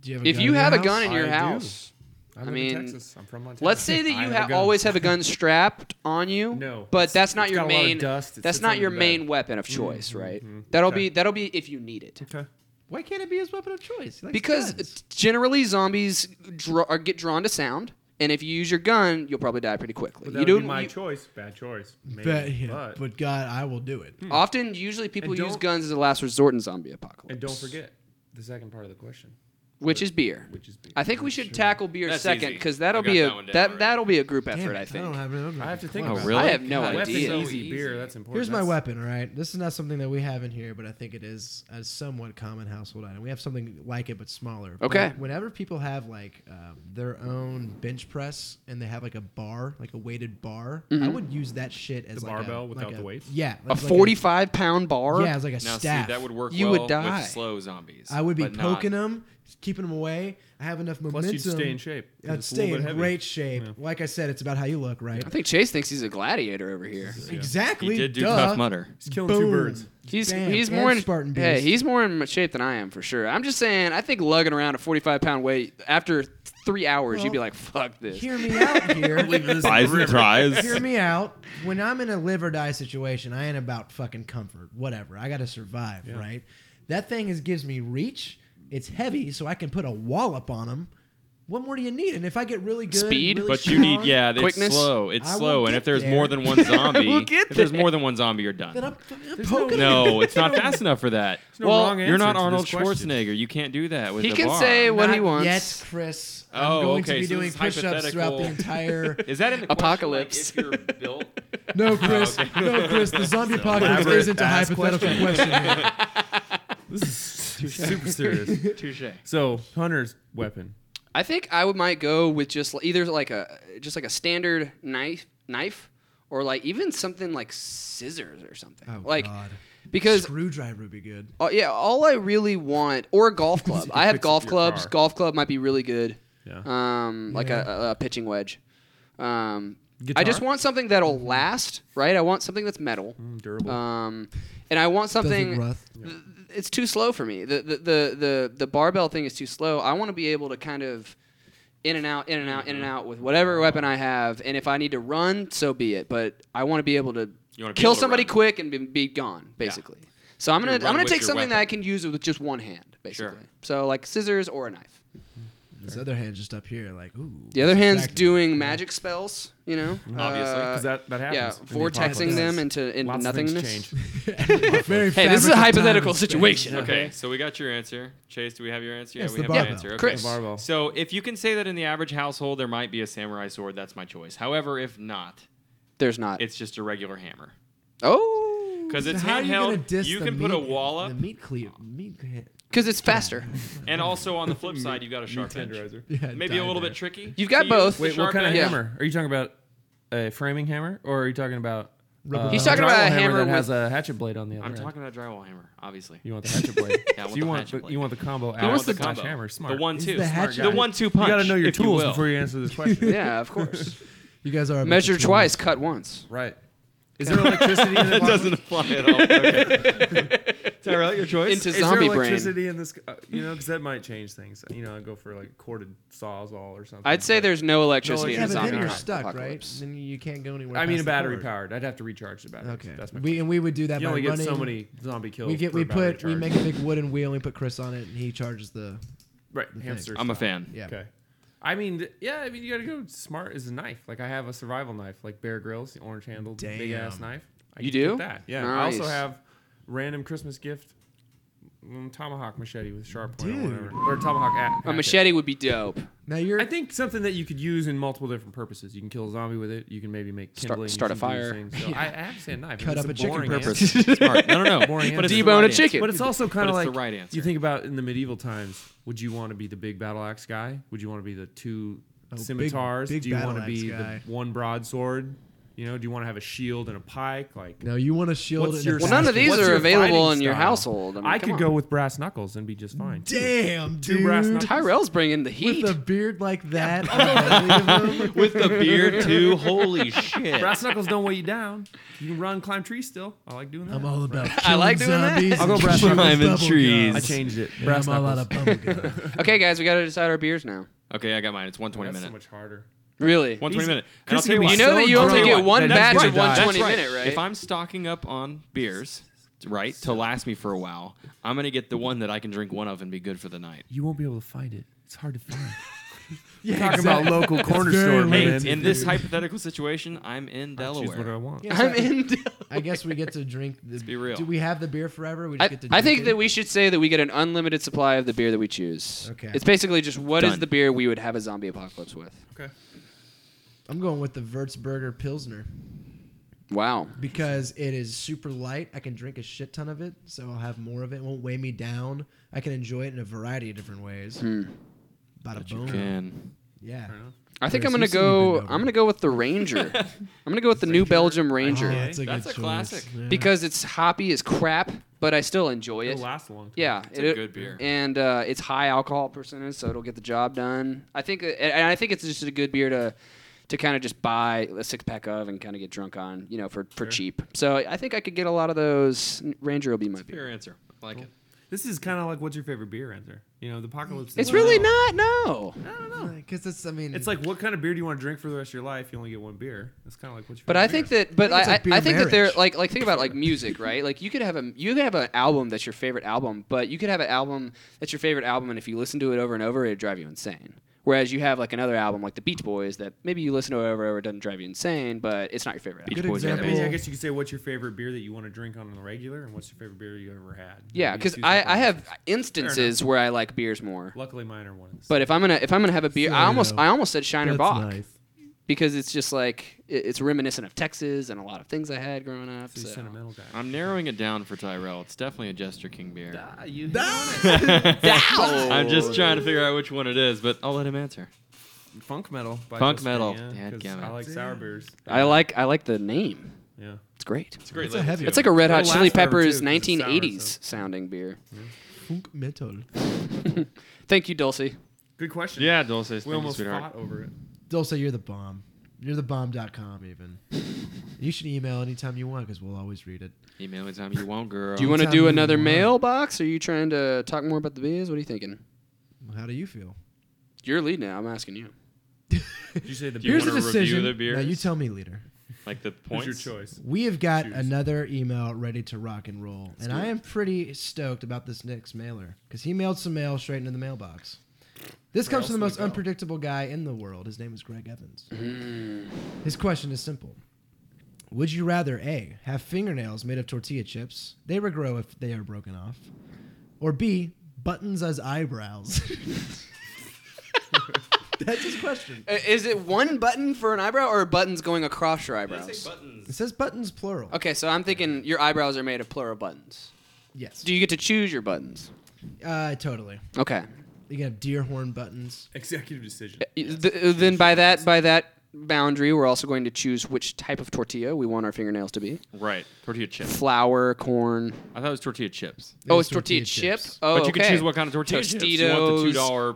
Speaker 3: Do you have a
Speaker 5: if
Speaker 3: gun
Speaker 5: you
Speaker 3: in your
Speaker 5: have a
Speaker 3: house?
Speaker 5: gun in your
Speaker 6: I do.
Speaker 5: house,
Speaker 6: I, live
Speaker 5: mean,
Speaker 6: in Texas. I'm from Montana.
Speaker 5: let's say that
Speaker 6: I
Speaker 5: you
Speaker 6: have a
Speaker 5: ha-
Speaker 6: gun.
Speaker 5: always have a gun strapped on you.
Speaker 6: No.
Speaker 5: but
Speaker 6: It's-
Speaker 5: that's not
Speaker 6: it's
Speaker 5: your
Speaker 6: got a lot of
Speaker 5: main.
Speaker 6: dust. It
Speaker 5: That's
Speaker 6: sits
Speaker 5: not
Speaker 6: under
Speaker 5: your
Speaker 6: the
Speaker 5: main
Speaker 6: bed. Mm-hmm.
Speaker 5: weapon of choice, right? That'll
Speaker 6: Okay.
Speaker 5: be that'll be if you need it.
Speaker 6: Okay.
Speaker 3: Why can't it be his weapon of choice? He likes
Speaker 5: Because
Speaker 3: guns.
Speaker 5: t- generally zombies draw, or get drawn to sound, and if you use your gun, you'll probably die pretty quickly.
Speaker 6: But
Speaker 5: you
Speaker 6: that
Speaker 5: do
Speaker 6: would be my
Speaker 5: you-
Speaker 6: choice. Bad choice. Maybe,
Speaker 3: But, yeah,
Speaker 6: but,
Speaker 3: but God, I will do it.
Speaker 5: often, usually people
Speaker 6: Hmm. And
Speaker 5: use
Speaker 6: don't-
Speaker 5: guns as a last resort in zombie apocalypse.
Speaker 6: and don't forget the second part of the question,
Speaker 5: which is beer.
Speaker 6: which is beer.
Speaker 5: I think we should tackle beer
Speaker 4: That's
Speaker 5: second
Speaker 4: easy.
Speaker 5: because
Speaker 4: I
Speaker 5: that'll
Speaker 4: got
Speaker 5: be a
Speaker 4: that one down
Speaker 5: that
Speaker 4: already.
Speaker 5: that'll be a group effort.
Speaker 3: Damn it,
Speaker 5: I think.
Speaker 3: don't have, don't
Speaker 6: I have to think.
Speaker 4: Oh,
Speaker 6: about
Speaker 4: really?
Speaker 5: I
Speaker 6: that.
Speaker 5: have no
Speaker 6: God,
Speaker 5: idea.
Speaker 4: So
Speaker 6: Weapons, easy
Speaker 4: easy.
Speaker 6: beer. That's important.
Speaker 3: Here's my
Speaker 6: That's-
Speaker 3: weapon, all right? This is not something that we have in here, but I think it is a somewhat common household item. We have something like it, but smaller. But
Speaker 5: Okay.
Speaker 3: whenever people have like um, their own bench press and they have like a bar, like a weighted bar, I
Speaker 4: Mm-hmm.
Speaker 3: would use that shit as
Speaker 6: The
Speaker 3: like
Speaker 6: barbell
Speaker 3: a,
Speaker 6: without
Speaker 3: like a-
Speaker 6: the weights?
Speaker 3: Yeah,
Speaker 5: A
Speaker 3: like
Speaker 5: forty-five pound bar.
Speaker 3: yeah, as like a
Speaker 4: Now,
Speaker 3: staff.
Speaker 4: see, that would work
Speaker 5: You
Speaker 4: well
Speaker 5: would die.
Speaker 4: with slow zombies.
Speaker 3: I would be
Speaker 4: but not-
Speaker 3: poking them, keeping them away. I have enough momentum.
Speaker 6: Plus, you'd stay in shape. 'cause
Speaker 3: I'd
Speaker 6: it's a little
Speaker 3: um, stay in
Speaker 6: bit heavy.
Speaker 3: great shape. Like I said, it's about how you look, right?
Speaker 5: I think Chase thinks he's a gladiator over here.
Speaker 3: Exactly.
Speaker 4: He did do
Speaker 3: duh.
Speaker 4: Tough Mudder.
Speaker 6: He's killing two
Speaker 3: Boom.
Speaker 6: birds.
Speaker 5: He's
Speaker 3: Bam,
Speaker 5: he's
Speaker 3: and
Speaker 5: more in
Speaker 3: Spartan
Speaker 5: hey
Speaker 3: beast.
Speaker 5: he's more in shape than I am for sure. I'm just saying I think lugging around a 45 pound weight after three hours you'd be
Speaker 3: Well,
Speaker 5: like fuck this.
Speaker 3: Hear me out here.
Speaker 4: Bison tries.
Speaker 3: Hear me out. When I'm in a live or die situation, I ain't about fucking comfort. Whatever. I got to survive, right? That thing is gives me reach. It's heavy, so I can put a wallop on them. What more do you need? And if I get really good,
Speaker 5: Speed?
Speaker 3: really
Speaker 4: But you need,
Speaker 3: strong,
Speaker 4: yeah, it's
Speaker 5: Quickness.
Speaker 4: slow. It's
Speaker 3: I will
Speaker 4: slow. And
Speaker 3: get
Speaker 4: if there's
Speaker 3: there.
Speaker 4: more than one zombie,
Speaker 5: will get
Speaker 4: if there's
Speaker 5: there.
Speaker 4: more than one zombie, you're
Speaker 3: Then
Speaker 4: done.
Speaker 3: I'm, I'm poking
Speaker 4: No, it's not fast enough for that.
Speaker 6: no
Speaker 4: well,
Speaker 6: wrong
Speaker 4: you're not
Speaker 6: answer to
Speaker 4: Arnold
Speaker 6: this question.
Speaker 4: Schwarzenegger. You can't do that with
Speaker 5: He
Speaker 4: the
Speaker 5: can
Speaker 4: bar.
Speaker 5: say what
Speaker 3: Not
Speaker 5: he wants.
Speaker 3: Yet, Chris.
Speaker 4: Oh,
Speaker 3: I'm going to
Speaker 4: okay,
Speaker 3: be
Speaker 4: so
Speaker 3: doing
Speaker 4: this is
Speaker 3: push-ups throughout the
Speaker 4: hypothetical.
Speaker 3: entire.
Speaker 4: Is that in the
Speaker 5: Apocalypse.
Speaker 4: Question? Like, if you're built,
Speaker 3: No, Chris. No, Chris. The zombie apocalypse
Speaker 6: elaborate
Speaker 3: isn't a
Speaker 6: ass
Speaker 3: hypothetical question. here.
Speaker 6: This is super serious.
Speaker 4: touche.
Speaker 6: So Hunter's weapon.
Speaker 5: I think I would might go with just li- either like a just like a standard knife knife or like even something like scissors or something.
Speaker 3: Oh,
Speaker 5: like
Speaker 3: God.
Speaker 5: because
Speaker 3: Screwdriver would be good.
Speaker 5: uh, yeah, all I really want or a golf club. I have
Speaker 6: Fix
Speaker 5: golf
Speaker 6: your
Speaker 5: clubs.
Speaker 6: car.
Speaker 5: Golf club might be really good.
Speaker 6: Yeah.
Speaker 5: Um, like a,
Speaker 3: Yeah.
Speaker 5: a, a pitching wedge. Um, I just
Speaker 6: Guitar?
Speaker 5: want something that'll last, right? I want something that's metal.
Speaker 6: durable.
Speaker 5: Um, and I want something.
Speaker 3: rust.
Speaker 5: th- It's too slow for me. The, the the the the barbell thing is too slow. I want to be able to kind of in and out, in and out, in and out with whatever weapon I have. And if I need to run, so be it. But I want to be able to
Speaker 4: You wanna be
Speaker 5: kill
Speaker 4: able to
Speaker 5: somebody
Speaker 4: run.
Speaker 5: quick and be, be gone, basically. So I'm gonna
Speaker 4: You
Speaker 5: I'm
Speaker 4: run
Speaker 5: gonna
Speaker 4: with
Speaker 5: take
Speaker 4: your
Speaker 5: something that I
Speaker 4: weapon.
Speaker 5: can use with just one hand, basically. So like scissors or a knife.
Speaker 3: This other hand's just up here, like ooh.
Speaker 5: The other hand's
Speaker 3: Exactly.
Speaker 5: doing magic spells, you know.
Speaker 6: Mm-hmm.
Speaker 4: Obviously,
Speaker 5: uh,
Speaker 6: 'Cause that, that happens.
Speaker 5: yeah,
Speaker 6: in the
Speaker 5: vortexing
Speaker 6: apocalypse.
Speaker 5: them into into
Speaker 6: Lots of things
Speaker 5: nothingness.
Speaker 6: change.
Speaker 3: Very
Speaker 5: Hey,
Speaker 3: fabric
Speaker 5: this is
Speaker 3: of
Speaker 5: a
Speaker 3: time
Speaker 5: hypothetical
Speaker 3: and space.
Speaker 5: situation. Okay.
Speaker 4: Okay, so we got your answer. Chase, do we have your answer?
Speaker 3: Yes,
Speaker 4: yeah,
Speaker 3: the
Speaker 4: we have your
Speaker 3: barbell.
Speaker 4: answer. Okay.
Speaker 5: Chris.
Speaker 6: Barbell.
Speaker 4: So if you can say that in the average household there might be a samurai sword, that's my choice. However, if not,
Speaker 5: There's not.
Speaker 4: it's just a regular hammer.
Speaker 5: Oh,
Speaker 4: Because
Speaker 8: So
Speaker 4: it's
Speaker 8: how are you gonna
Speaker 4: handheld. You,
Speaker 8: diss the
Speaker 4: can put a
Speaker 8: meat-
Speaker 4: wall up,
Speaker 8: The meat cleave, meat cleave.
Speaker 5: because it's faster.
Speaker 4: and also on the flip side, you've got a sharp edge.
Speaker 3: Yeah,
Speaker 4: Maybe a
Speaker 3: die
Speaker 4: little
Speaker 3: there.
Speaker 4: bit tricky.
Speaker 5: You've got
Speaker 4: to
Speaker 5: both.
Speaker 4: use the
Speaker 6: Wait,
Speaker 4: sharp
Speaker 6: what kind of
Speaker 4: edge.
Speaker 5: yeah.
Speaker 6: hammer? Are you talking about a framing hammer, or are you talking about?
Speaker 3: Rubber
Speaker 5: He's
Speaker 6: a
Speaker 5: talking about a
Speaker 6: drywall
Speaker 5: hammer
Speaker 6: that
Speaker 5: with-
Speaker 6: has a hatchet blade on the other.
Speaker 4: I'm
Speaker 6: end?
Speaker 4: talking about drywall hammer, obviously.
Speaker 6: You want the hatchet blade?
Speaker 4: Yeah, I want
Speaker 6: so you
Speaker 4: the
Speaker 6: want
Speaker 4: hatchet
Speaker 6: the,
Speaker 4: blade.
Speaker 6: you want the combo?
Speaker 4: I
Speaker 6: Axe
Speaker 4: want the
Speaker 6: slash
Speaker 4: combo.
Speaker 6: hammer. Smart.
Speaker 4: The one two.
Speaker 3: the hatchet-
Speaker 4: The one two punch.
Speaker 6: You gotta know your
Speaker 4: if you
Speaker 6: tools
Speaker 4: will.
Speaker 6: before you answer this question.
Speaker 5: yeah, of course.
Speaker 3: You guys are
Speaker 5: Measure twice, cut once.
Speaker 6: right. Is there electricity in the
Speaker 4: That doesn't apply at all. Okay. Tyrell, your choice.
Speaker 5: Into
Speaker 6: Is there
Speaker 5: zombie brain.
Speaker 6: electricity in this? Uh, you know, because that might change things. You know, I go for like corded sawzall or something.
Speaker 5: I'd say
Speaker 6: but-
Speaker 5: there's no electricity
Speaker 3: Yeah,
Speaker 5: in
Speaker 6: Yeah,
Speaker 5: a
Speaker 3: but
Speaker 5: zombie
Speaker 3: then you're
Speaker 5: apo-
Speaker 3: stuck,
Speaker 5: apocalypse.
Speaker 3: right? Then you can't go anywhere.
Speaker 6: I mean, a
Speaker 3: past the
Speaker 6: battery
Speaker 3: cord.
Speaker 6: powered. I'd have to recharge the battery.
Speaker 3: Okay,
Speaker 6: That's my.
Speaker 3: we and we would do that
Speaker 6: you
Speaker 3: by
Speaker 6: only get
Speaker 3: running.
Speaker 6: so many zombie kills.
Speaker 3: we get
Speaker 6: per
Speaker 3: we
Speaker 6: battery
Speaker 3: put we
Speaker 6: charge.
Speaker 3: make a big wooden wheel and we put Chris on it and he charges the
Speaker 6: right
Speaker 3: the
Speaker 6: hamster.
Speaker 4: I'm a
Speaker 6: style.
Speaker 4: fan.
Speaker 3: yeah.
Speaker 6: Okay. I mean, th- yeah. I mean, you gotta go smart as a knife. Like I have a survival knife, like Bear Grylls, the orange handled, big ass
Speaker 3: Damn.
Speaker 6: knife. I
Speaker 5: You
Speaker 6: get
Speaker 5: do?
Speaker 6: that? Yeah. I
Speaker 5: Nice.
Speaker 6: also have random Christmas gift mm, tomahawk machete with sharp point or
Speaker 3: Dude.
Speaker 6: whatever, or tomahawck at
Speaker 5: A machete would be dope.
Speaker 3: Now you're
Speaker 6: I think something that you could use in multiple different purposes. You can kill a zombie with it. You can maybe make
Speaker 5: Start-
Speaker 6: kindling. you
Speaker 5: start a
Speaker 6: can do
Speaker 5: fire.
Speaker 6: things. So I, I have to say a knife.
Speaker 3: Cut
Speaker 6: It's
Speaker 3: up a chicken
Speaker 6: boring
Speaker 3: purpose.
Speaker 6: answer.
Speaker 4: Smart. I don't know.
Speaker 6: Boring
Speaker 4: But it's
Speaker 6: answer.
Speaker 4: the right
Speaker 5: Debone a
Speaker 4: answer.
Speaker 5: chicken.
Speaker 6: But it's also kind
Speaker 4: it's
Speaker 6: of
Speaker 4: the
Speaker 6: like
Speaker 4: right answer.
Speaker 6: you think about in the medieval times. Would you want to be the big battle axe guy? Would you want to be the two
Speaker 3: Oh, big-
Speaker 6: scimitars?
Speaker 3: big
Speaker 6: do you
Speaker 3: battle
Speaker 6: want to be
Speaker 3: axe guy.
Speaker 6: the one broadsword? You know, do you want to have a shield and a pike? Like,
Speaker 3: no, you want to shield. it
Speaker 6: what's
Speaker 3: in
Speaker 6: your?
Speaker 3: a
Speaker 5: Well, none of
Speaker 3: basket.
Speaker 5: these
Speaker 6: what's
Speaker 5: are
Speaker 6: your
Speaker 5: available
Speaker 6: fighting
Speaker 5: in your
Speaker 6: style?
Speaker 5: household. I mean,
Speaker 6: I
Speaker 5: come
Speaker 6: could
Speaker 5: on.
Speaker 6: go with brass knuckles and be just fine.
Speaker 3: Damn, dude.
Speaker 6: Two brass knuckles.
Speaker 5: Tyrell's bringing the
Speaker 3: With
Speaker 5: heat.
Speaker 3: a beard like that, on the belly of him.
Speaker 4: With the beard too. Holy shit.
Speaker 6: brass knuckles don't weigh you down. You can run, climb trees still. I like doing that.
Speaker 3: I'm all about.
Speaker 5: I like
Speaker 3: killing
Speaker 5: doing that.
Speaker 3: zombies
Speaker 6: I'll go
Speaker 3: and
Speaker 6: brass
Speaker 3: shooting
Speaker 4: knuckles. Climbing
Speaker 3: bubble
Speaker 4: trees.
Speaker 3: gums.
Speaker 6: I changed it.
Speaker 3: And
Speaker 6: Brass
Speaker 3: I'm all out
Speaker 6: knuckles.
Speaker 3: of bubble gum.
Speaker 5: Okay, guys, we got to decide our beers now.
Speaker 4: Okay, I got mine. It's 120
Speaker 6: That's so
Speaker 4: minute.
Speaker 6: much harder.
Speaker 5: Really?
Speaker 4: 120 minute. And I'll
Speaker 6: Chris
Speaker 4: tell you
Speaker 6: Gayle-
Speaker 4: what.
Speaker 5: You know that you
Speaker 6: I'll
Speaker 5: only
Speaker 6: tell you
Speaker 5: get
Speaker 6: what,
Speaker 5: one
Speaker 6: that's
Speaker 5: batch
Speaker 6: right.
Speaker 5: of 120
Speaker 4: That's
Speaker 5: minute, right?
Speaker 4: If I'm stocking up on beers, right, to last me for a while, I'm gonna get the one that I can drink one of and be good for the night.
Speaker 6: You won't be able to find it. It's hard to find.
Speaker 3: yeah,
Speaker 6: Talking about local corner
Speaker 3: very
Speaker 6: store,
Speaker 4: Hey,
Speaker 6: man.
Speaker 4: in this hypothetical situation, I'm in
Speaker 6: Choose what I
Speaker 4: Delaware.
Speaker 6: want.
Speaker 3: Yeah, so
Speaker 5: I'm in.
Speaker 3: I guess we get to drink. The, Let's
Speaker 4: be real.
Speaker 3: Do we have the beer forever? We just
Speaker 5: I,
Speaker 3: get to
Speaker 5: I
Speaker 3: drink
Speaker 5: think
Speaker 3: it?
Speaker 5: that we should say that we get an unlimited supply of the beer that we choose.
Speaker 3: Okay.
Speaker 5: It's basically just what is
Speaker 4: Done.
Speaker 5: the beer we would have a zombie apocalypse with.
Speaker 6: Okay.
Speaker 3: I'm going with the Würzburger Pilsner
Speaker 5: Wow.
Speaker 3: because it is super light. I can drink a shit ton of it, so I'll have more of it. It won't weigh me down. I can enjoy it in a variety of different ways.
Speaker 6: Hmm.
Speaker 3: Bada boom.
Speaker 4: Can.
Speaker 3: Yeah. Oh,
Speaker 5: I think
Speaker 3: Chris,
Speaker 5: I'm gonna
Speaker 3: you said you've been
Speaker 5: go.
Speaker 3: over.
Speaker 5: I'm gonna go with the Ranger. I'm gonna go with the New Belgium Ranger
Speaker 3: Oh, that's a,
Speaker 4: That's
Speaker 3: good
Speaker 4: a
Speaker 3: choice.
Speaker 4: classic.
Speaker 3: Yeah.
Speaker 5: because it's hoppy as crap, but I still enjoy
Speaker 3: Oh,
Speaker 6: It'll
Speaker 5: it.
Speaker 6: last a long time.
Speaker 5: Yeah, it's
Speaker 4: a good beer.
Speaker 5: and uh, it's high alcohol percentage, so it'll get the job done. I think, uh, and I think it's just a good beer to, to kind of just buy a six pack of and kind of get drunk on, you know, for, for cheap. So I think I could get a lot of those. Ranger will be my beer.
Speaker 4: Your answer. I Like it.
Speaker 6: This is kind of like what's your favorite beer answer? You know, the apocalypse.
Speaker 5: It's
Speaker 6: is-
Speaker 5: really not no,
Speaker 6: I don't know.
Speaker 3: Because it's, I mean,
Speaker 6: It's like what kind of beer do you want to drink for the rest of your life? You only get one beer. That's kind of like what you.
Speaker 5: but I think that, but
Speaker 3: I
Speaker 5: I,
Speaker 3: think it's like
Speaker 5: I,
Speaker 3: beer
Speaker 5: I think that they're
Speaker 3: marriage.
Speaker 5: like like think about like music, right? Like you could have a you could have an album that's your favorite album, but you could have an album that's your favorite album, and if you listen to it over and over, it'd drive you insane. Whereas you have like another album like the Beach Boys that maybe you listen to over and over, it doesn't drive you insane, but it's not your favorite. album.
Speaker 3: good
Speaker 4: Beach Boys, yeah,
Speaker 6: I, mean, I
Speaker 3: example.
Speaker 6: guess you could say what's your favorite beer that you want to drink on the regular, and what's your favorite beer you ever had.
Speaker 5: Yeah,
Speaker 6: Maybe you
Speaker 5: because
Speaker 6: choose
Speaker 5: I,
Speaker 6: something.
Speaker 5: I have instances where I like beers more.
Speaker 6: Luckily, mine are ones.
Speaker 5: But if I'm gonna if I'm gonna have a beer, I
Speaker 3: So,
Speaker 5: almost I almost said Shiner
Speaker 3: that's
Speaker 5: Bock
Speaker 3: nice.
Speaker 5: because it's just like it- it's reminiscent of Texas and a lot of things I had growing up.
Speaker 6: He's a
Speaker 5: So.
Speaker 6: sentimental guy.
Speaker 4: I'm narrowing it down for Tyrell. It's definitely a Jester King beer.
Speaker 6: Ah, you
Speaker 4: I'm just trying to figure out which one it is, but I'll let him answer.
Speaker 6: funk metal. By
Speaker 4: Funk
Speaker 6: Tuscany,
Speaker 4: metal.
Speaker 6: Yeah,
Speaker 4: Dadgummit.
Speaker 6: 'cause I like sour beers.
Speaker 5: I like I like the name.
Speaker 6: Yeah.
Speaker 5: It's great.
Speaker 4: It's a great.
Speaker 3: It's a heavy
Speaker 5: It's like a Red Hot
Speaker 6: It'll
Speaker 5: Chili
Speaker 6: last forever, too,
Speaker 5: Peppers
Speaker 6: 'cause it's sour,
Speaker 5: 1980s
Speaker 6: so.
Speaker 5: sounding beer.
Speaker 3: Funk metal.
Speaker 5: Thank you, Dulcie.
Speaker 6: Good question.
Speaker 4: yeah, Dulce. Thank
Speaker 6: We
Speaker 4: you,
Speaker 6: almost
Speaker 4: sweetheart.
Speaker 6: fought over it.
Speaker 3: Dulce, you're the bomb. You're the bomb.com, even. you should email anytime you want because we'll always read it.
Speaker 4: Email anytime you want, girl.
Speaker 5: Do you want to
Speaker 3: tell
Speaker 5: do
Speaker 3: me
Speaker 5: another
Speaker 3: more.
Speaker 5: mailbox? Are you trying to talk more about the beers? What are you thinking?
Speaker 3: How do you feel?
Speaker 5: You're leading now. I'm asking you.
Speaker 6: Did you say the
Speaker 4: Do you
Speaker 6: beer?
Speaker 3: Here's
Speaker 4: wanna
Speaker 3: the
Speaker 4: review
Speaker 3: decision.
Speaker 4: the beers?
Speaker 3: Now you tell me, leader.
Speaker 4: like the
Speaker 6: Who's
Speaker 4: points?
Speaker 6: your choice?
Speaker 3: We have got
Speaker 6: Choose.
Speaker 3: another email ready to rock and roll, and I am pretty stoked about this next mailer because he mailed some mail straight into the mailbox. This comes
Speaker 6: else
Speaker 3: from the
Speaker 6: do we
Speaker 3: most
Speaker 6: go?
Speaker 3: unpredictable guy in the world. His name is Greg Evans. His question is simple. Would you rather A, have fingernails made of tortilla chips? They regrow if they are broken off. Or B, buttons as eyebrows? That's his question.
Speaker 5: Uh, Is it one button for an eyebrow or buttons going across your eyebrows?
Speaker 3: It says buttons plural.
Speaker 5: Okay, so I'm thinking your eyebrows are made of plural buttons.
Speaker 3: Yes.
Speaker 5: Do you get to choose your buttons?
Speaker 3: Uh, totally.
Speaker 5: Okay.
Speaker 3: You can have deer horn buttons.
Speaker 6: Executive decision.
Speaker 5: Th- uh, then by that by that boundary, we're also going to choose which type of tortilla we want our fingernails to be.
Speaker 4: Right. Tortilla chips.
Speaker 5: Flour, corn.
Speaker 4: I thought it was tortilla chips.
Speaker 3: It
Speaker 5: Oh,
Speaker 3: is
Speaker 5: it's
Speaker 3: tortilla
Speaker 5: tortilla, chips.
Speaker 3: chips.
Speaker 5: Oh,
Speaker 4: but you can
Speaker 5: okay.
Speaker 4: choose what kind of tortilla chips. You want the
Speaker 5: Tostitos,
Speaker 4: two dollar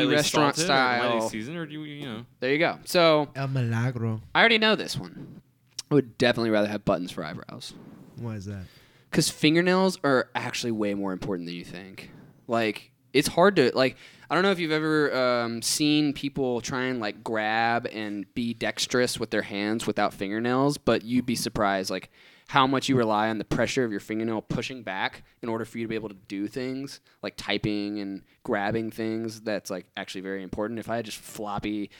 Speaker 5: HEB restaurant style.
Speaker 4: season, or do you you know?
Speaker 5: There you go. So
Speaker 3: El Milagro.
Speaker 5: I already know this one. I would definitely rather have buttons for eyebrows.
Speaker 3: Why is that?
Speaker 5: Because fingernails are actually way more important than you think. Like, it's hard to, like, I don't know if you've ever um, seen people try and, like, grab and be dexterous with their hands without fingernails, but you'd be surprised, like, how much you rely on the pressure of your fingernail pushing back in order for you to be able to do things, like typing and grabbing things. That's, like, actually very important. If I had just floppy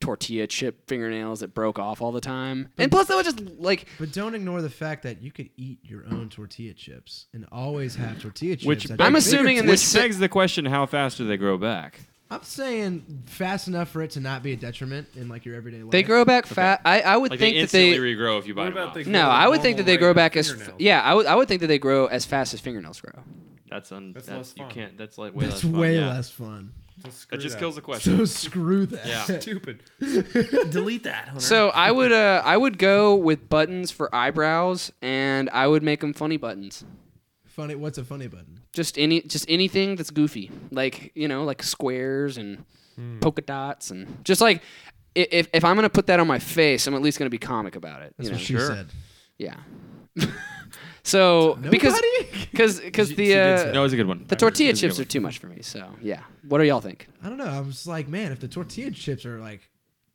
Speaker 5: tortilla chip fingernails that broke off all the time, and plus, that would just, like,
Speaker 3: But don't ignore the fact that you could eat your own tortilla chips and always have tortilla chips.
Speaker 4: Which
Speaker 3: at
Speaker 5: I'm
Speaker 3: your
Speaker 5: assuming in
Speaker 3: fingertips.
Speaker 5: this
Speaker 4: Which begs the question: How fast do they grow back?
Speaker 3: I'm saying fast enough for it to not be a detriment in like your everyday life.
Speaker 5: they grow back fat. I, I would
Speaker 4: Like
Speaker 5: think
Speaker 4: they
Speaker 5: that they
Speaker 4: instantly regrow if you buy
Speaker 6: What
Speaker 4: them.
Speaker 6: about
Speaker 4: off.
Speaker 6: the-
Speaker 5: No,
Speaker 6: grow at
Speaker 5: I
Speaker 6: a
Speaker 5: would think that
Speaker 6: normal
Speaker 5: they grow
Speaker 6: rate
Speaker 5: back
Speaker 6: of
Speaker 5: as
Speaker 6: fingernails.
Speaker 5: yeah. I would I would think that they grow as fast as fingernails grow.
Speaker 4: That's un. That's,
Speaker 6: That's less
Speaker 4: you
Speaker 6: fun.
Speaker 4: can't. That's like way
Speaker 3: That's
Speaker 4: less. fun,
Speaker 3: way
Speaker 4: yeah.
Speaker 3: less fun.
Speaker 4: That just kills the question.
Speaker 3: So screw that.
Speaker 4: Yeah.
Speaker 6: Stupid. Delete that. Hunter.
Speaker 5: So I would uh I would go with buttons for eyebrows, and I would make them funny buttons.
Speaker 3: Funny. What's a funny button?
Speaker 5: Just any just anything that's goofy, like you know, like squares and
Speaker 4: Hmm.
Speaker 5: polka dots, and just like i- if if I'm gonna put that on my face, I'm at least gonna be comic about it.
Speaker 3: That's
Speaker 5: you
Speaker 3: what
Speaker 5: know?
Speaker 3: she
Speaker 4: sure.
Speaker 3: said.
Speaker 5: Yeah. so because
Speaker 3: Nobody?
Speaker 5: because because
Speaker 3: She-
Speaker 5: the
Speaker 3: she did
Speaker 5: uh,
Speaker 3: say
Speaker 4: No, it's a good one.
Speaker 5: the tortilla chips are too much for me. So yeah, what do y'all think?
Speaker 3: I don't know. I was like, man, if the tortilla chips are like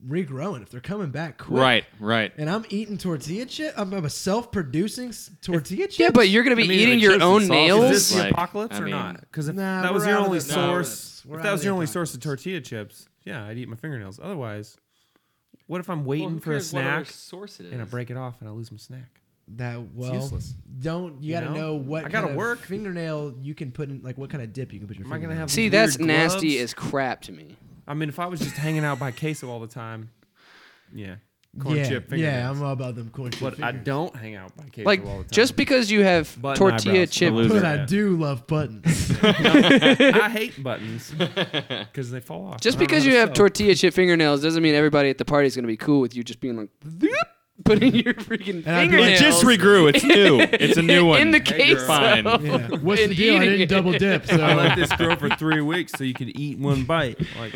Speaker 3: regrowing, if they're coming back quick,
Speaker 4: Right. Right.
Speaker 3: And I'm eating tortilla chip. I'm, I'm a self-producing s- tortilla chip.
Speaker 5: Yeah, but you're gonna be
Speaker 4: I mean,
Speaker 5: eating
Speaker 4: the
Speaker 5: your
Speaker 4: chips and
Speaker 5: own
Speaker 4: sauces
Speaker 6: is
Speaker 5: nails.
Speaker 6: this the
Speaker 4: Like,
Speaker 6: apocalypse
Speaker 4: I
Speaker 6: or
Speaker 4: mean-
Speaker 6: not? Because if
Speaker 3: Nah,
Speaker 6: that was
Speaker 3: we're
Speaker 6: your
Speaker 3: out of
Speaker 6: only
Speaker 3: the
Speaker 6: source,
Speaker 3: apocalypse. We're
Speaker 6: if
Speaker 3: out
Speaker 6: that
Speaker 3: of
Speaker 6: was
Speaker 3: the
Speaker 6: your only
Speaker 3: apocalypse.
Speaker 6: source of tortilla chips, yeah, I'd eat my fingernails. Otherwise, what if I'm waiting
Speaker 4: Well,
Speaker 6: for a
Speaker 4: here's what other
Speaker 6: snack
Speaker 4: Source it is.
Speaker 6: and I break it off and I lose my snack?
Speaker 3: that well,
Speaker 6: useless.
Speaker 3: don't you,
Speaker 6: You
Speaker 3: gotta
Speaker 6: know?
Speaker 3: know what
Speaker 6: I gotta
Speaker 3: kind of
Speaker 6: work.
Speaker 3: fingernail you can put in, like what kind of dip you can put your.
Speaker 6: Am I gonna
Speaker 3: fingernail
Speaker 6: have?
Speaker 5: See,
Speaker 6: these
Speaker 5: that's
Speaker 6: weird
Speaker 5: nasty
Speaker 6: gloves?
Speaker 5: as crap to me.
Speaker 6: I mean, if I was just hanging out by queso all the time, yeah, corn
Speaker 3: yeah,
Speaker 6: chip fingernails.
Speaker 3: yeah, I'm all about them corn chip.
Speaker 6: but I
Speaker 3: fingers.
Speaker 6: don't hang out by queso
Speaker 5: Like,
Speaker 6: all the time.
Speaker 5: just because you have
Speaker 6: Button
Speaker 5: tortilla
Speaker 6: eyebrows.
Speaker 5: chip,
Speaker 6: I'm a loser.
Speaker 3: But I
Speaker 6: Yeah.
Speaker 3: do love buttons.
Speaker 6: I hate buttons because they fall off.
Speaker 5: just
Speaker 6: I don't know
Speaker 5: because
Speaker 6: how
Speaker 5: you
Speaker 6: to
Speaker 5: have
Speaker 6: sew.
Speaker 5: tortilla chip fingernails doesn't mean everybody at the party is gonna be cool with you just being like, "Zoop," putting your freaking
Speaker 3: And I'd be
Speaker 5: fingernails.
Speaker 4: It just regrew. It's new. It's a new one.
Speaker 5: In the
Speaker 6: Hey,
Speaker 5: case,
Speaker 6: girl.
Speaker 4: Fine.
Speaker 3: yeah. What's the
Speaker 5: And
Speaker 3: deal? I
Speaker 5: eating
Speaker 3: didn't
Speaker 5: it.
Speaker 3: double dip. So
Speaker 6: I let this grow for three weeks so you could eat one bite. Like,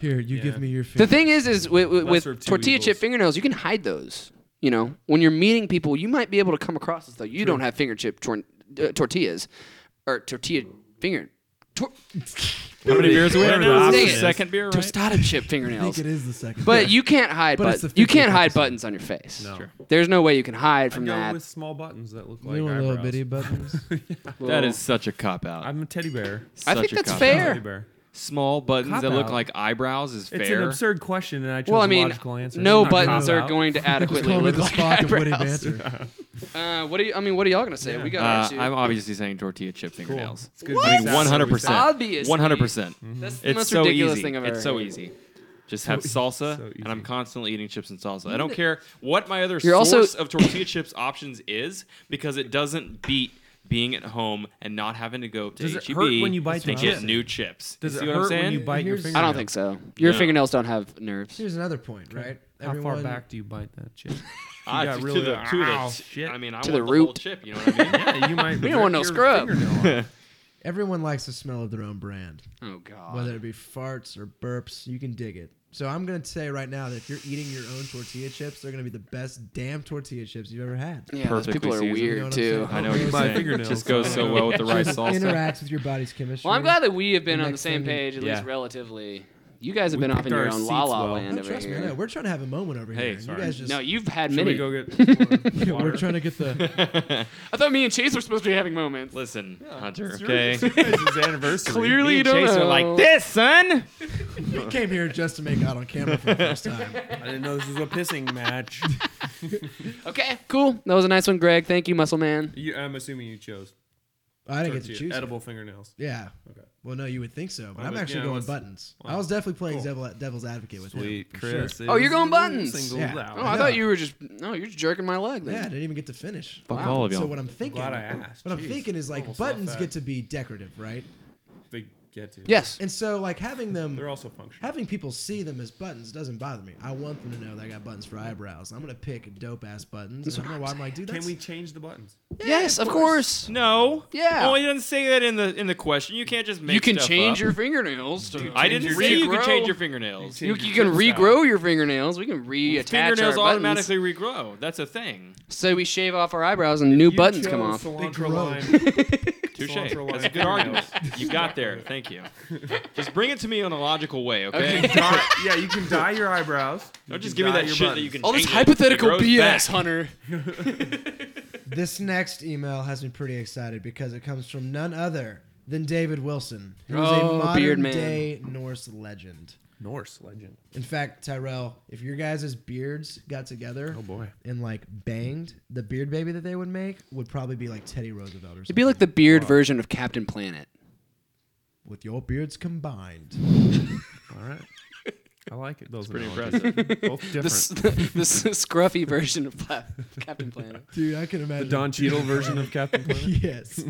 Speaker 3: here, you
Speaker 6: Yeah.
Speaker 3: give me your. Finger.
Speaker 5: the thing is, is with, with,
Speaker 6: Lesser
Speaker 5: with
Speaker 6: of two
Speaker 5: tortilla chip
Speaker 6: evils.
Speaker 5: fingernails, you can hide those. You know, when you're meeting people, you might be able to come across as though you don't have finger chip tor- uh, tortillas or tortilla finger tor-
Speaker 4: How many beers we have
Speaker 6: Whatever the
Speaker 4: now?
Speaker 5: option
Speaker 4: This is
Speaker 5: is.
Speaker 4: Second beer, right?
Speaker 5: tostada chip
Speaker 3: I think
Speaker 5: fingernails.
Speaker 3: it is the second.
Speaker 5: But you can't hide
Speaker 3: But it's
Speaker 5: buttons.
Speaker 3: the
Speaker 5: You can't hide
Speaker 3: 50%.
Speaker 5: buttons on your face.
Speaker 6: No. Sure.
Speaker 5: There's no way you can hide
Speaker 6: I
Speaker 5: from
Speaker 6: go
Speaker 5: that.
Speaker 6: with small buttons that look like
Speaker 3: you want
Speaker 6: eyebrows.
Speaker 3: little bitty buttons.
Speaker 4: That is such a cop out.
Speaker 6: I'm a teddy bear.
Speaker 5: I think
Speaker 4: Such a
Speaker 5: that's
Speaker 4: cop out.
Speaker 6: Teddy
Speaker 5: fair.
Speaker 6: bear.
Speaker 4: Small buttons that look
Speaker 6: Cop-out.
Speaker 4: like eyebrows is
Speaker 6: It's
Speaker 4: fair.
Speaker 6: an absurd question, and I chose
Speaker 5: Well, I
Speaker 6: a
Speaker 5: mean,
Speaker 6: logical answer.
Speaker 5: no
Speaker 6: It's not
Speaker 5: buttons
Speaker 6: cop
Speaker 5: are
Speaker 6: out.
Speaker 5: going to
Speaker 3: Just
Speaker 5: adequately
Speaker 3: call me
Speaker 5: look
Speaker 3: the
Speaker 5: like
Speaker 3: Spock of Woody
Speaker 5: eyebrows.
Speaker 3: Banter.
Speaker 5: Uh, what do you? I mean, what do y'all gonna say? We got
Speaker 4: Uh,
Speaker 5: our two.
Speaker 4: I'm obviously saying tortilla chip fingernails.
Speaker 6: It's good
Speaker 4: I mean,
Speaker 6: research.
Speaker 4: 100. percent
Speaker 5: Obviously. Mm-hmm.
Speaker 4: 100. percent
Speaker 5: That's the
Speaker 4: It's
Speaker 5: most
Speaker 4: so
Speaker 5: ridiculous
Speaker 4: easy.
Speaker 5: thing I've ever.
Speaker 4: it's so
Speaker 5: heard.
Speaker 4: easy. Just have salsa,
Speaker 6: so
Speaker 4: and I'm
Speaker 6: easy.
Speaker 4: constantly eating chips and salsa. I don't care what my other
Speaker 5: You're
Speaker 4: source
Speaker 5: also-
Speaker 4: of tortilla chips options is, because it doesn't beat being at home and not having to go to
Speaker 6: Does it
Speaker 4: HEB
Speaker 6: hurt when you bite
Speaker 4: to
Speaker 6: the
Speaker 4: get
Speaker 6: chip?
Speaker 4: new chips.
Speaker 6: Does
Speaker 4: you
Speaker 6: it
Speaker 4: see what I'm
Speaker 6: hurt
Speaker 4: saying?
Speaker 6: when you bite your
Speaker 3: Here's-
Speaker 6: fingernail?
Speaker 5: I don't think so. Your
Speaker 4: No.
Speaker 5: fingernails don't have nerves.
Speaker 3: Here's another point, right?
Speaker 6: How far back do you bite that chip?
Speaker 4: Ah,
Speaker 6: You got
Speaker 4: to
Speaker 6: really
Speaker 4: the, to the
Speaker 6: ow,
Speaker 4: t-
Speaker 6: shit.
Speaker 4: I mean, I want
Speaker 5: To the
Speaker 4: the whole
Speaker 5: root.
Speaker 4: chip. You know what I mean?
Speaker 6: Yeah, you might.
Speaker 5: don't want no
Speaker 6: rip your
Speaker 5: scrub.
Speaker 6: fingernail off.
Speaker 3: Everyone likes the smell of their own brand,
Speaker 5: Oh god.
Speaker 3: whether it be farts or burps. You can dig it. So I'm gonna say right now that if you're eating your own tortilla chips, they're gonna be the best damn tortilla chips you've ever had.
Speaker 5: yeah, those
Speaker 4: Perfectly
Speaker 5: people are
Speaker 4: seasoned.
Speaker 5: weird
Speaker 3: You know what I'm
Speaker 5: too.
Speaker 3: saying?
Speaker 4: I know what you're
Speaker 6: My
Speaker 4: saying. It
Speaker 6: fingernails.
Speaker 4: just goes so well with the rice
Speaker 3: Just
Speaker 4: salsa.
Speaker 3: interacts with your body's chemistry.
Speaker 5: Well, I'm glad that we have been
Speaker 3: The
Speaker 5: on the
Speaker 3: next
Speaker 5: same
Speaker 3: thing-
Speaker 5: page, at least
Speaker 6: Yeah.
Speaker 5: relatively, You guys have
Speaker 6: We
Speaker 5: been off
Speaker 6: picked
Speaker 5: in your
Speaker 6: our
Speaker 5: own
Speaker 6: seats
Speaker 5: la la
Speaker 6: well.
Speaker 5: land
Speaker 3: No,
Speaker 5: over
Speaker 3: trust me, I
Speaker 5: here.
Speaker 3: know. We're trying to have a moment over
Speaker 4: Hey,
Speaker 3: here.
Speaker 4: sorry.
Speaker 3: You guys just
Speaker 5: no, you've had
Speaker 6: Should
Speaker 5: many.
Speaker 6: we go get
Speaker 3: Yeah, we're
Speaker 6: water?
Speaker 3: trying to get the.
Speaker 5: I thought me and Chase were supposed to be having moments.
Speaker 4: Listen, Hunter.
Speaker 6: It's your-
Speaker 4: Okay.
Speaker 6: it's your guys' anniversary.
Speaker 5: Clearly,
Speaker 4: Me
Speaker 5: you
Speaker 4: and
Speaker 5: don't
Speaker 4: Chase
Speaker 5: know.
Speaker 4: are like this, son.
Speaker 3: we came here just to make out on camera for the first time.
Speaker 6: I didn't know this was a pissing match.
Speaker 5: Okay, cool. That was a nice one, Greg. Thank you, Muscle Man.
Speaker 6: You, I'm assuming you chose.
Speaker 3: I didn't get to choose.
Speaker 6: edible fingernails.
Speaker 3: Yeah.
Speaker 6: Okay.
Speaker 3: Well, no, you would think so, but
Speaker 6: I
Speaker 3: I'm
Speaker 6: was-
Speaker 3: actually
Speaker 6: yeah, I
Speaker 3: going
Speaker 6: was-
Speaker 3: buttons. I
Speaker 6: wow.
Speaker 3: was definitely playing devil, devil's advocate with him.
Speaker 6: Sweet,
Speaker 3: for
Speaker 6: Chris.
Speaker 3: Sure.
Speaker 5: Oh, you're
Speaker 6: is
Speaker 5: going buttons.
Speaker 6: singled
Speaker 3: Yeah.
Speaker 6: out.
Speaker 5: Oh, I
Speaker 3: Yeah.
Speaker 5: thought you were just no, you're just jerking my leg. Then.
Speaker 3: Yeah, I didn't even get to finish.
Speaker 4: Fuck all of y'all.
Speaker 3: So what I'm thinking,
Speaker 6: Glad I asked.
Speaker 3: what I'm
Speaker 6: Jeez.
Speaker 3: thinking is like
Speaker 6: Almost felt
Speaker 3: buttons
Speaker 6: that.
Speaker 3: get to be decorative, right?
Speaker 6: They get to.
Speaker 5: Yes.
Speaker 3: And so like having them,
Speaker 6: They're also functional.
Speaker 3: having people see them as buttons doesn't bother me. I want them to know that I got buttons for eyebrows. I'm gonna pick dope ass buttons. and I'm, I'm like, dude, that's
Speaker 6: Can we change the buttons?
Speaker 5: yes, of course.
Speaker 4: No.
Speaker 5: Yeah.
Speaker 4: Well, he doesn't say that in the in the question. You can't just make.
Speaker 5: You can
Speaker 4: stuff
Speaker 5: change
Speaker 4: up.
Speaker 5: your fingernails. To
Speaker 4: I didn't
Speaker 5: regrow.
Speaker 4: say you can change your fingernails.
Speaker 5: You,
Speaker 6: Change
Speaker 5: you
Speaker 6: your
Speaker 5: can
Speaker 6: tip
Speaker 5: regrow
Speaker 6: style.
Speaker 5: your fingernails. We can reattach
Speaker 4: Fingernails
Speaker 5: our buttons.
Speaker 4: automatically regrow. That's a thing.
Speaker 5: So we shave off our eyebrows and new
Speaker 6: You
Speaker 5: buttons come
Speaker 6: chose
Speaker 5: off.
Speaker 6: cilantro
Speaker 3: grow.
Speaker 6: lime.
Speaker 4: Touche.
Speaker 6: Cilantro
Speaker 4: That's a
Speaker 6: lime
Speaker 4: good argument. You got there. Thank you. Just bring it to me in a logical way, okay? Don't
Speaker 6: yeah, you can dye your eyebrows. You
Speaker 4: just
Speaker 6: can
Speaker 4: give me
Speaker 6: dye
Speaker 4: that
Speaker 6: your
Speaker 4: shit that
Speaker 6: buttons.
Speaker 4: you can.
Speaker 5: All this
Speaker 4: change it. It
Speaker 5: hypothetical
Speaker 4: grows
Speaker 5: BS,
Speaker 4: back.
Speaker 5: Hunter.
Speaker 3: This next email has me pretty excited because it comes from none other than David Wilson, who is
Speaker 5: Oh,
Speaker 3: a
Speaker 5: beard
Speaker 3: modern
Speaker 5: man.
Speaker 3: day Norse legend.
Speaker 6: Norse legend.
Speaker 3: In fact, Tyrell, if your guys' beards got together
Speaker 6: Oh boy.
Speaker 3: and like banged, the beard baby that they would make would probably be like Teddy Roosevelt or
Speaker 5: It'd
Speaker 3: something.
Speaker 5: be like the beard version of Captain Planet.
Speaker 3: With your beards combined.
Speaker 6: All right. I like it. Those
Speaker 4: Pretty
Speaker 6: analogies.
Speaker 4: impressive.
Speaker 6: Both different.
Speaker 5: The, s- the, the s- scruffy version of Pla- Captain Planet.
Speaker 3: Dude, I can imagine.
Speaker 6: Don Cheadle version of Captain Planet.
Speaker 3: yes.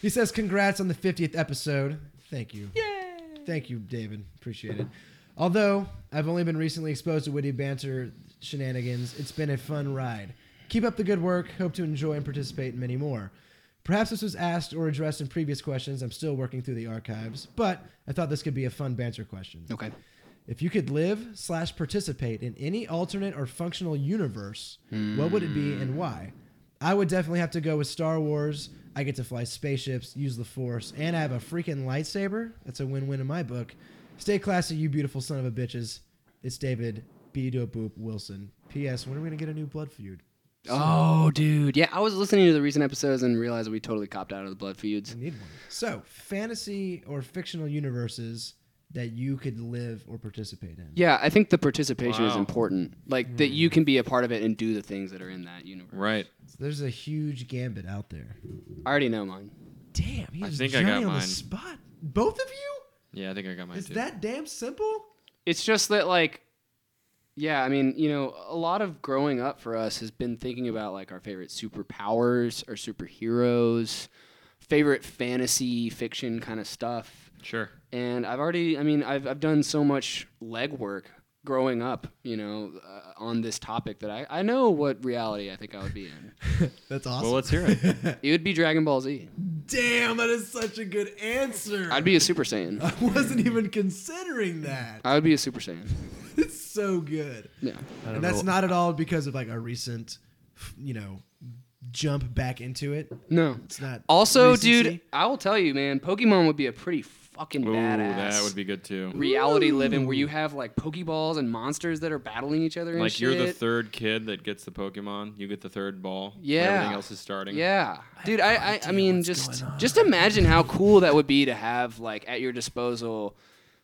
Speaker 3: he says, Congrats on the 50th episode. Thank you. Yay. Thank you, David. Appreciate it. Although I've only been recently exposed to witty banter shenanigans, it's been a fun ride. Keep up the good work. Hope to enjoy and participate in many more. Perhaps this was asked or addressed in previous questions. I'm still working through the archives, but I thought this could be a fun banter question.
Speaker 5: Okay.
Speaker 3: If you could live slash participate in any alternate or functional universe, what would it be and why? I would definitely have to go with Star Wars. I get to fly spaceships, use the Force, and I have a freaking lightsaber. That's a win-win in my book. Stay classy, you beautiful son of a bitches. It's David B. Do a Boop Wilson. P.S. When are we gonna get a new blood feud?
Speaker 5: Oh, dude. Yeah, I was listening to the recent episodes and realized we totally copped out of the blood feuds.
Speaker 3: I need one. So, fantasy or fictional universes that you could live or participate in.
Speaker 5: Yeah, I think the participation is
Speaker 4: Wow. Hmm.
Speaker 5: important. Like that you can be a part of it and do the things that are in that universe.
Speaker 4: Right.
Speaker 3: There's a huge gambit out there.
Speaker 5: I already know mine.
Speaker 3: Damn, he
Speaker 4: I
Speaker 3: was
Speaker 4: think I
Speaker 3: Johnny
Speaker 4: got
Speaker 3: on
Speaker 4: mine.
Speaker 3: the spot. Both of you?
Speaker 4: Yeah, I think I got mine
Speaker 3: Is
Speaker 4: too.
Speaker 3: that damn simple?
Speaker 5: It's just that like yeah, I mean, you know, a lot of growing up for us has been thinking about like our favorite superpowers or superheroes, favorite fantasy fiction kind of stuff.
Speaker 4: sure.
Speaker 5: And I've already, I mean, I've I've done so much legwork growing up, you know, uh, on this topic that I I know what reality I think I would be in.
Speaker 3: That's awesome.
Speaker 4: Well, let's hear it.
Speaker 5: It would be Dragon Ball Z.
Speaker 3: damn, that is such a good answer.
Speaker 5: I'd be a Super Saiyan.
Speaker 3: I wasn't even considering that.
Speaker 5: I would be a Super Saiyan.
Speaker 3: It's so good.
Speaker 5: Yeah.
Speaker 3: And that's not at all because of like our recent, you know, jump back into it.
Speaker 5: No.
Speaker 3: It's not.
Speaker 5: Also,
Speaker 3: recency.
Speaker 5: dude, I will tell you, man, Pokemon would be a pretty fucking
Speaker 4: Ooh,
Speaker 5: badass.
Speaker 4: that would be good too.
Speaker 5: reality living where you have like Pokeballs and monsters that are battling each other. And
Speaker 4: Like you're the
Speaker 5: shit.
Speaker 4: third kid that gets the Pokemon. You get the third ball. when
Speaker 5: Yeah.
Speaker 4: Everything else is starting.
Speaker 5: Yeah, dude. I I, I mean, just just imagine how cool that would be to have like at your disposal,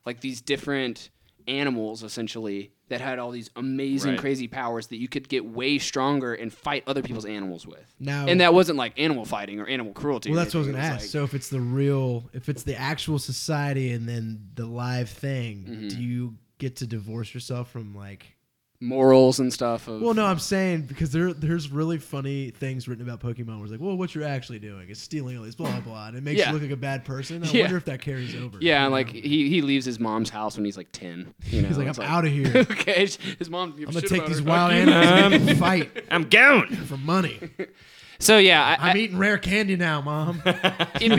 Speaker 5: like these different animals essentially that had all these amazing
Speaker 4: Right.
Speaker 5: crazy powers that you could get way stronger and fight other people's animals with.
Speaker 3: Now-
Speaker 5: and that wasn't like animal fighting or animal cruelty.
Speaker 3: Well,
Speaker 5: or
Speaker 3: that's what I was
Speaker 5: anything.
Speaker 3: gonna
Speaker 5: It
Speaker 3: ask. so, if it's the real, if it's the actual society and then the live thing,
Speaker 4: Mm-hmm.
Speaker 3: do you get to divorce yourself from like
Speaker 5: like, morals and stuff. Of,
Speaker 3: Well, no, I'm saying because there there's really funny things written about Pokemon where it's like, well, what you're actually doing is stealing all these blah blah, blah and it makes
Speaker 5: Yeah.
Speaker 3: you look like a bad person. I
Speaker 5: Yeah.
Speaker 3: wonder if that carries over.
Speaker 5: Yeah,
Speaker 3: You
Speaker 5: and, like
Speaker 3: know?
Speaker 5: he, he leaves his mom's house when he's like ten. You know,
Speaker 3: he's like, I'm
Speaker 5: It's
Speaker 3: out of here.
Speaker 5: okay, his mom.
Speaker 3: I'm gonna take these wild animals and fight
Speaker 4: I'm gone.
Speaker 3: for money.
Speaker 5: So yeah, I,
Speaker 3: I'm
Speaker 5: I,
Speaker 3: eating rare candy now, mom.
Speaker 5: it'd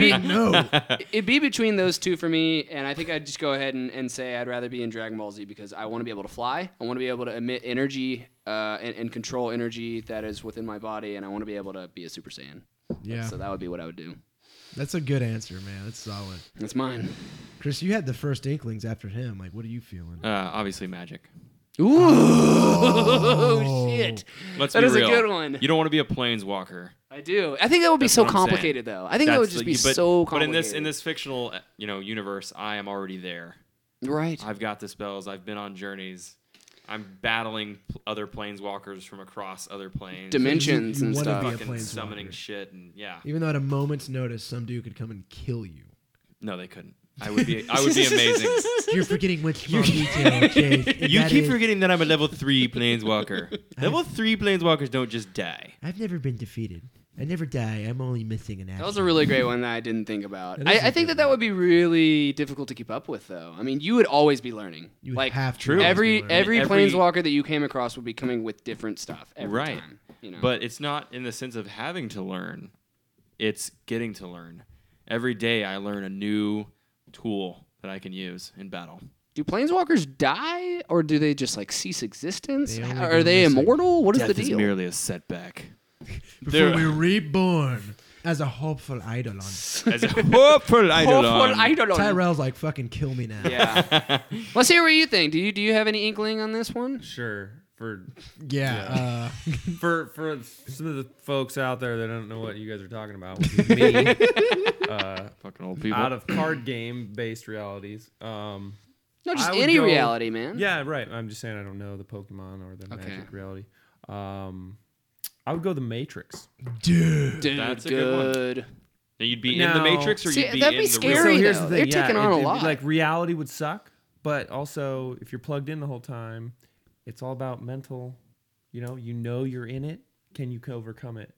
Speaker 5: be
Speaker 3: no,
Speaker 5: it'd be between those two for me, and I think I'd just go ahead and, and say I'd rather be in Dragon Ball Z because I want to be able to fly. I want to be able to emit energy uh, and, and control energy that is within my body, and I want to be able to be a Super Saiyan.
Speaker 3: yeah,
Speaker 5: So that would be what I would do.
Speaker 3: that's a good answer, man. That's solid.
Speaker 5: That's mine.
Speaker 3: Chris, you had the first inklings after him. Like, what are you feeling?
Speaker 4: Uh, obviously, Magic.
Speaker 5: Ooh,
Speaker 3: Oh.
Speaker 5: shit.
Speaker 4: Let's
Speaker 5: That
Speaker 4: be
Speaker 5: is a
Speaker 4: real.
Speaker 5: good one.
Speaker 4: You don't want to be a planeswalker.
Speaker 5: I do. I think that would be
Speaker 4: That's
Speaker 5: so
Speaker 4: what I'm saying.
Speaker 5: complicated, though. I think that
Speaker 4: That's
Speaker 5: would just
Speaker 4: the-
Speaker 5: be
Speaker 4: but-
Speaker 5: so
Speaker 4: But
Speaker 5: complicated.
Speaker 4: in this in this fictional uh, you know universe, I am already there.
Speaker 5: right?
Speaker 4: I've got the spells. I've been on journeys. I'm battling pl- other planeswalkers from across other planes.
Speaker 5: Dimensions
Speaker 3: You- you
Speaker 5: and
Speaker 3: wanna be
Speaker 5: stuff.
Speaker 3: a
Speaker 4: Fucking summoning
Speaker 3: planeswalker.
Speaker 4: shit and yeah.
Speaker 3: Even though at a moment's notice, some dude could come and kill you.
Speaker 4: No, they couldn't. I would be. I would be amazing.
Speaker 8: You're forgetting one small detail, Jake. and
Speaker 4: you
Speaker 8: that
Speaker 4: keep
Speaker 8: is-
Speaker 4: forgetting that I'm a level three planeswalker. level three planeswalkers don't just die.
Speaker 8: I've never been defeated. I never die. I'm only missing an action.
Speaker 5: That was a really great one that I didn't think about.
Speaker 3: That is
Speaker 5: I,
Speaker 3: a
Speaker 5: I think
Speaker 3: good
Speaker 5: that that would be really difficult to keep up with, though. I mean, you would always be learning.
Speaker 3: You would
Speaker 5: like
Speaker 3: have to
Speaker 4: True.
Speaker 3: always be
Speaker 5: every
Speaker 3: learning.
Speaker 5: every
Speaker 4: Every-
Speaker 5: planeswalker that you came across would be coming with different stuff every
Speaker 4: Right.
Speaker 5: time. You know?
Speaker 4: But it's not in the sense of having to learn. It's getting to learn. Every day I learn a new tool that I can use in battle.
Speaker 5: do planeswalkers die, or do they just like cease existence?
Speaker 3: They only
Speaker 5: How-
Speaker 3: go
Speaker 5: Are they
Speaker 3: missing.
Speaker 5: immortal? What is
Speaker 4: Death
Speaker 5: the
Speaker 4: is
Speaker 5: deal?
Speaker 4: merely a setback.
Speaker 3: Before
Speaker 4: There-
Speaker 3: we're reborn as a hopeful eidolon.
Speaker 4: As a hopeful eidolon.
Speaker 5: Hopeful Eidolon.
Speaker 3: Tyrell's like, fucking kill me now.
Speaker 5: Yeah. Let's hear what you think. Do you do you have any inkling on this one?
Speaker 6: Sure. For
Speaker 3: Yeah, Uh,
Speaker 6: for for some of the folks out there that don't know what you guys are talking about, which is me, uh,
Speaker 4: Fucking old people.
Speaker 6: out of card game based realities. Um,
Speaker 5: No, just
Speaker 6: I would
Speaker 5: any
Speaker 6: go-
Speaker 5: reality, man.
Speaker 6: yeah, right. I'm just saying I don't know the Pokemon or the
Speaker 5: Okay.
Speaker 6: Magic reality. Um, I would go the Matrix.
Speaker 3: Uh, dude.
Speaker 5: Dude,
Speaker 4: That's a good one.
Speaker 5: good.
Speaker 4: Now, you'd be in
Speaker 6: No.
Speaker 4: the Matrix, or
Speaker 5: See,
Speaker 4: you'd be
Speaker 5: that'd
Speaker 4: in
Speaker 5: be
Speaker 4: the
Speaker 5: scary.
Speaker 4: real.
Speaker 6: so here's
Speaker 5: though.
Speaker 6: the thing.
Speaker 5: They're
Speaker 6: yeah,
Speaker 5: taking
Speaker 6: it-
Speaker 5: on a
Speaker 6: it'd be
Speaker 5: lot.
Speaker 6: Like reality would suck, but also if you're plugged in the whole time, it's all about mental. You know, you know you're in it. Can you overcome it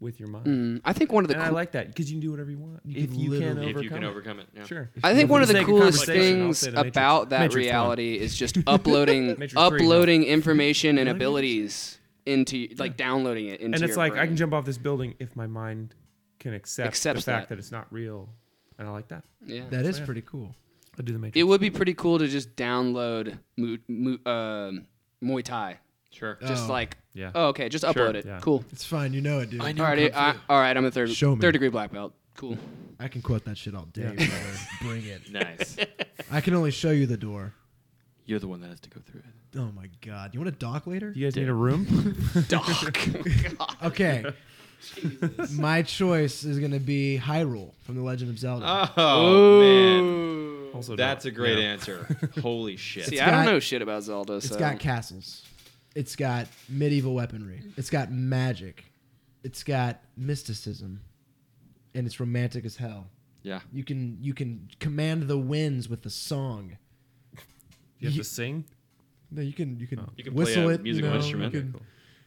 Speaker 6: with your mind?
Speaker 5: Mm, I think one of the
Speaker 6: and I
Speaker 5: cool-
Speaker 6: like that because you can do whatever you want
Speaker 3: You
Speaker 6: if
Speaker 3: can
Speaker 6: you can
Speaker 3: literally-
Speaker 6: overcome.
Speaker 4: If you can
Speaker 6: it.
Speaker 4: overcome it, yeah.
Speaker 6: Sure.
Speaker 5: I think
Speaker 6: For
Speaker 5: one
Speaker 6: the
Speaker 5: of the
Speaker 6: sake
Speaker 5: coolest
Speaker 6: conversation, I'll
Speaker 5: things
Speaker 6: say the Matrix.
Speaker 5: about that
Speaker 6: Matrix one.
Speaker 5: reality is just uploading
Speaker 6: Matrix three, no.
Speaker 5: uploading information and abilities into like downloading it into
Speaker 6: and it's
Speaker 5: your
Speaker 6: like I
Speaker 5: brain.
Speaker 6: can jump off this building if my mind can accept
Speaker 5: Accepts
Speaker 6: the fact
Speaker 5: that.
Speaker 6: that. it's not real, and I like that.
Speaker 5: Yeah.
Speaker 3: That is pretty cool.
Speaker 6: I do the Matrix.
Speaker 5: it would be pretty cool to just download mu- mu- um Muay Thai.
Speaker 4: Sure.
Speaker 5: Just
Speaker 3: Oh.
Speaker 5: like
Speaker 6: yeah.
Speaker 5: oh okay, just upload it.
Speaker 6: Yeah.
Speaker 5: Cool.
Speaker 3: It's fine. You know it, dude. I,
Speaker 5: All right, I, all right, I'm a third
Speaker 3: Show me.
Speaker 5: third degree black belt. Cool.
Speaker 3: can quote that shit all day, brother. Bring it.
Speaker 4: Nice.
Speaker 3: I can only show you the door.
Speaker 4: You're the one that has to go through it.
Speaker 3: Oh my god. You want to dock later?
Speaker 6: you guys need a room?
Speaker 5: Doc.
Speaker 3: Okay. My choice is gonna be Hyrule from The Legend of Zelda.
Speaker 4: Oh man,
Speaker 6: also,
Speaker 4: that's a
Speaker 6: don't.
Speaker 4: great
Speaker 6: Yeah.
Speaker 4: answer. Holy shit.
Speaker 5: See,
Speaker 3: It's
Speaker 5: I
Speaker 3: got-
Speaker 5: don't know shit about Zelda.
Speaker 3: It's
Speaker 5: so.
Speaker 3: got castles. It's got medieval weaponry. It's got magic. It's got mysticism. And it's romantic as hell.
Speaker 4: yeah.
Speaker 3: You can you can command the winds with the song.
Speaker 6: You have to sing.
Speaker 3: No, you can you can,
Speaker 4: Oh. You can play
Speaker 3: whistle
Speaker 4: a
Speaker 3: it.
Speaker 4: musical
Speaker 3: you know,
Speaker 4: instrument.
Speaker 3: you can-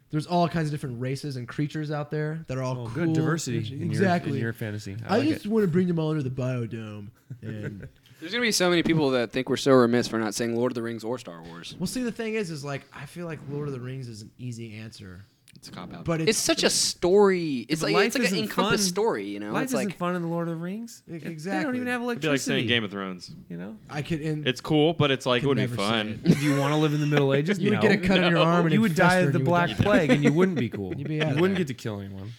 Speaker 3: there's all kinds of different races and creatures out there that are all
Speaker 6: Oh,
Speaker 3: cool.
Speaker 6: good diversity in your,
Speaker 3: exactly.
Speaker 6: in your fantasy. I,
Speaker 3: I,
Speaker 6: like
Speaker 3: just
Speaker 6: it.
Speaker 3: want to bring them all under the biodome, and
Speaker 5: There's gonna be so many people that think we're so remiss for not saying Lord of the Rings or Star Wars.
Speaker 3: well, see, the thing is, is like I feel like Lord of the Rings is an easy answer,
Speaker 4: It's a cop out.
Speaker 3: but it's,
Speaker 5: It's such a story. It's
Speaker 6: but
Speaker 5: like it's
Speaker 6: life
Speaker 5: like an
Speaker 6: isn't
Speaker 5: encompassed
Speaker 6: fun.
Speaker 5: story. You know,
Speaker 6: Life
Speaker 5: it's
Speaker 6: isn't
Speaker 5: like
Speaker 6: fun in the Lord of the Rings.
Speaker 3: E-
Speaker 6: It- They don't
Speaker 3: exactly.
Speaker 6: even have
Speaker 4: It'd be like saying
Speaker 6: electricity.
Speaker 4: Game of Thrones.
Speaker 6: You know,
Speaker 3: I could and
Speaker 4: It's cool, but it's like it
Speaker 3: Could
Speaker 4: would be
Speaker 3: never say
Speaker 4: fun.
Speaker 6: do you want to live in the Middle Ages?
Speaker 3: you would
Speaker 6: No.
Speaker 3: get a cut in your arm, and
Speaker 6: You
Speaker 3: it
Speaker 6: would
Speaker 3: fester
Speaker 6: die
Speaker 3: and
Speaker 6: of the
Speaker 3: you would
Speaker 6: Black
Speaker 3: die.
Speaker 6: Plague, and you wouldn't be cool. You'd
Speaker 3: be
Speaker 6: you
Speaker 3: out of
Speaker 6: wouldn't
Speaker 3: there.
Speaker 6: get to kill anyone.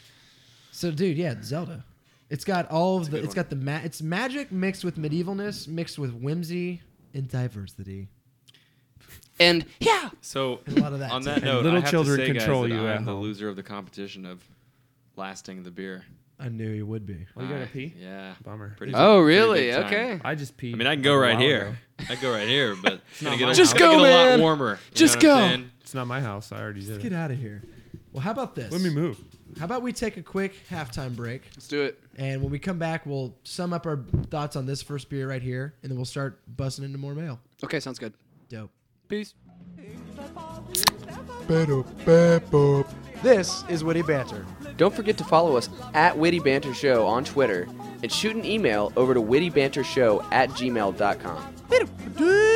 Speaker 3: So, dude, yeah, Zelda. It's got all of the. It's got the ma- It's magic mixed with medievalness, mixed with whimsy and diversity.
Speaker 5: and yeah,
Speaker 4: So
Speaker 3: A lot of that
Speaker 4: on
Speaker 3: too.
Speaker 4: that
Speaker 3: And
Speaker 4: note,
Speaker 6: little
Speaker 4: I have
Speaker 6: children
Speaker 4: to say, guys,
Speaker 6: control
Speaker 4: that
Speaker 6: you
Speaker 4: I
Speaker 6: at
Speaker 4: am the
Speaker 6: home.
Speaker 4: loser of the competition of lasting the beer.
Speaker 3: I knew you would be.
Speaker 6: Well, Oh, you gotta
Speaker 4: I-
Speaker 6: pee?
Speaker 4: Yeah.
Speaker 6: Bummer.
Speaker 4: Pretty-
Speaker 5: Oh,
Speaker 4: pretty
Speaker 5: really?
Speaker 4: big time.
Speaker 5: Okay.
Speaker 6: I just pee.
Speaker 4: I mean, I can go right here. I can go right here, but it's gonna get a,
Speaker 5: Just
Speaker 4: it's gonna
Speaker 5: go,
Speaker 4: get a
Speaker 5: man.
Speaker 4: lot warmer. You know
Speaker 5: Just
Speaker 4: what I'm
Speaker 5: go.
Speaker 4: saying?
Speaker 6: It's not my house. I already did
Speaker 3: Get
Speaker 6: it.
Speaker 3: out of here. Well, how about this?
Speaker 6: Let me move.
Speaker 3: How about we take a quick halftime break,
Speaker 5: let's do it.
Speaker 3: and when we come back, we'll sum up our thoughts on this first beer right here, and then we'll start busting into more mail.
Speaker 5: Okay, sounds good.
Speaker 3: Dope.
Speaker 5: Peace.
Speaker 3: This is witty banter.
Speaker 5: Don't forget to follow us at Witty Banter Show on Twitter and shoot an email over to wittybantershow at gmail.com.
Speaker 3: Dude.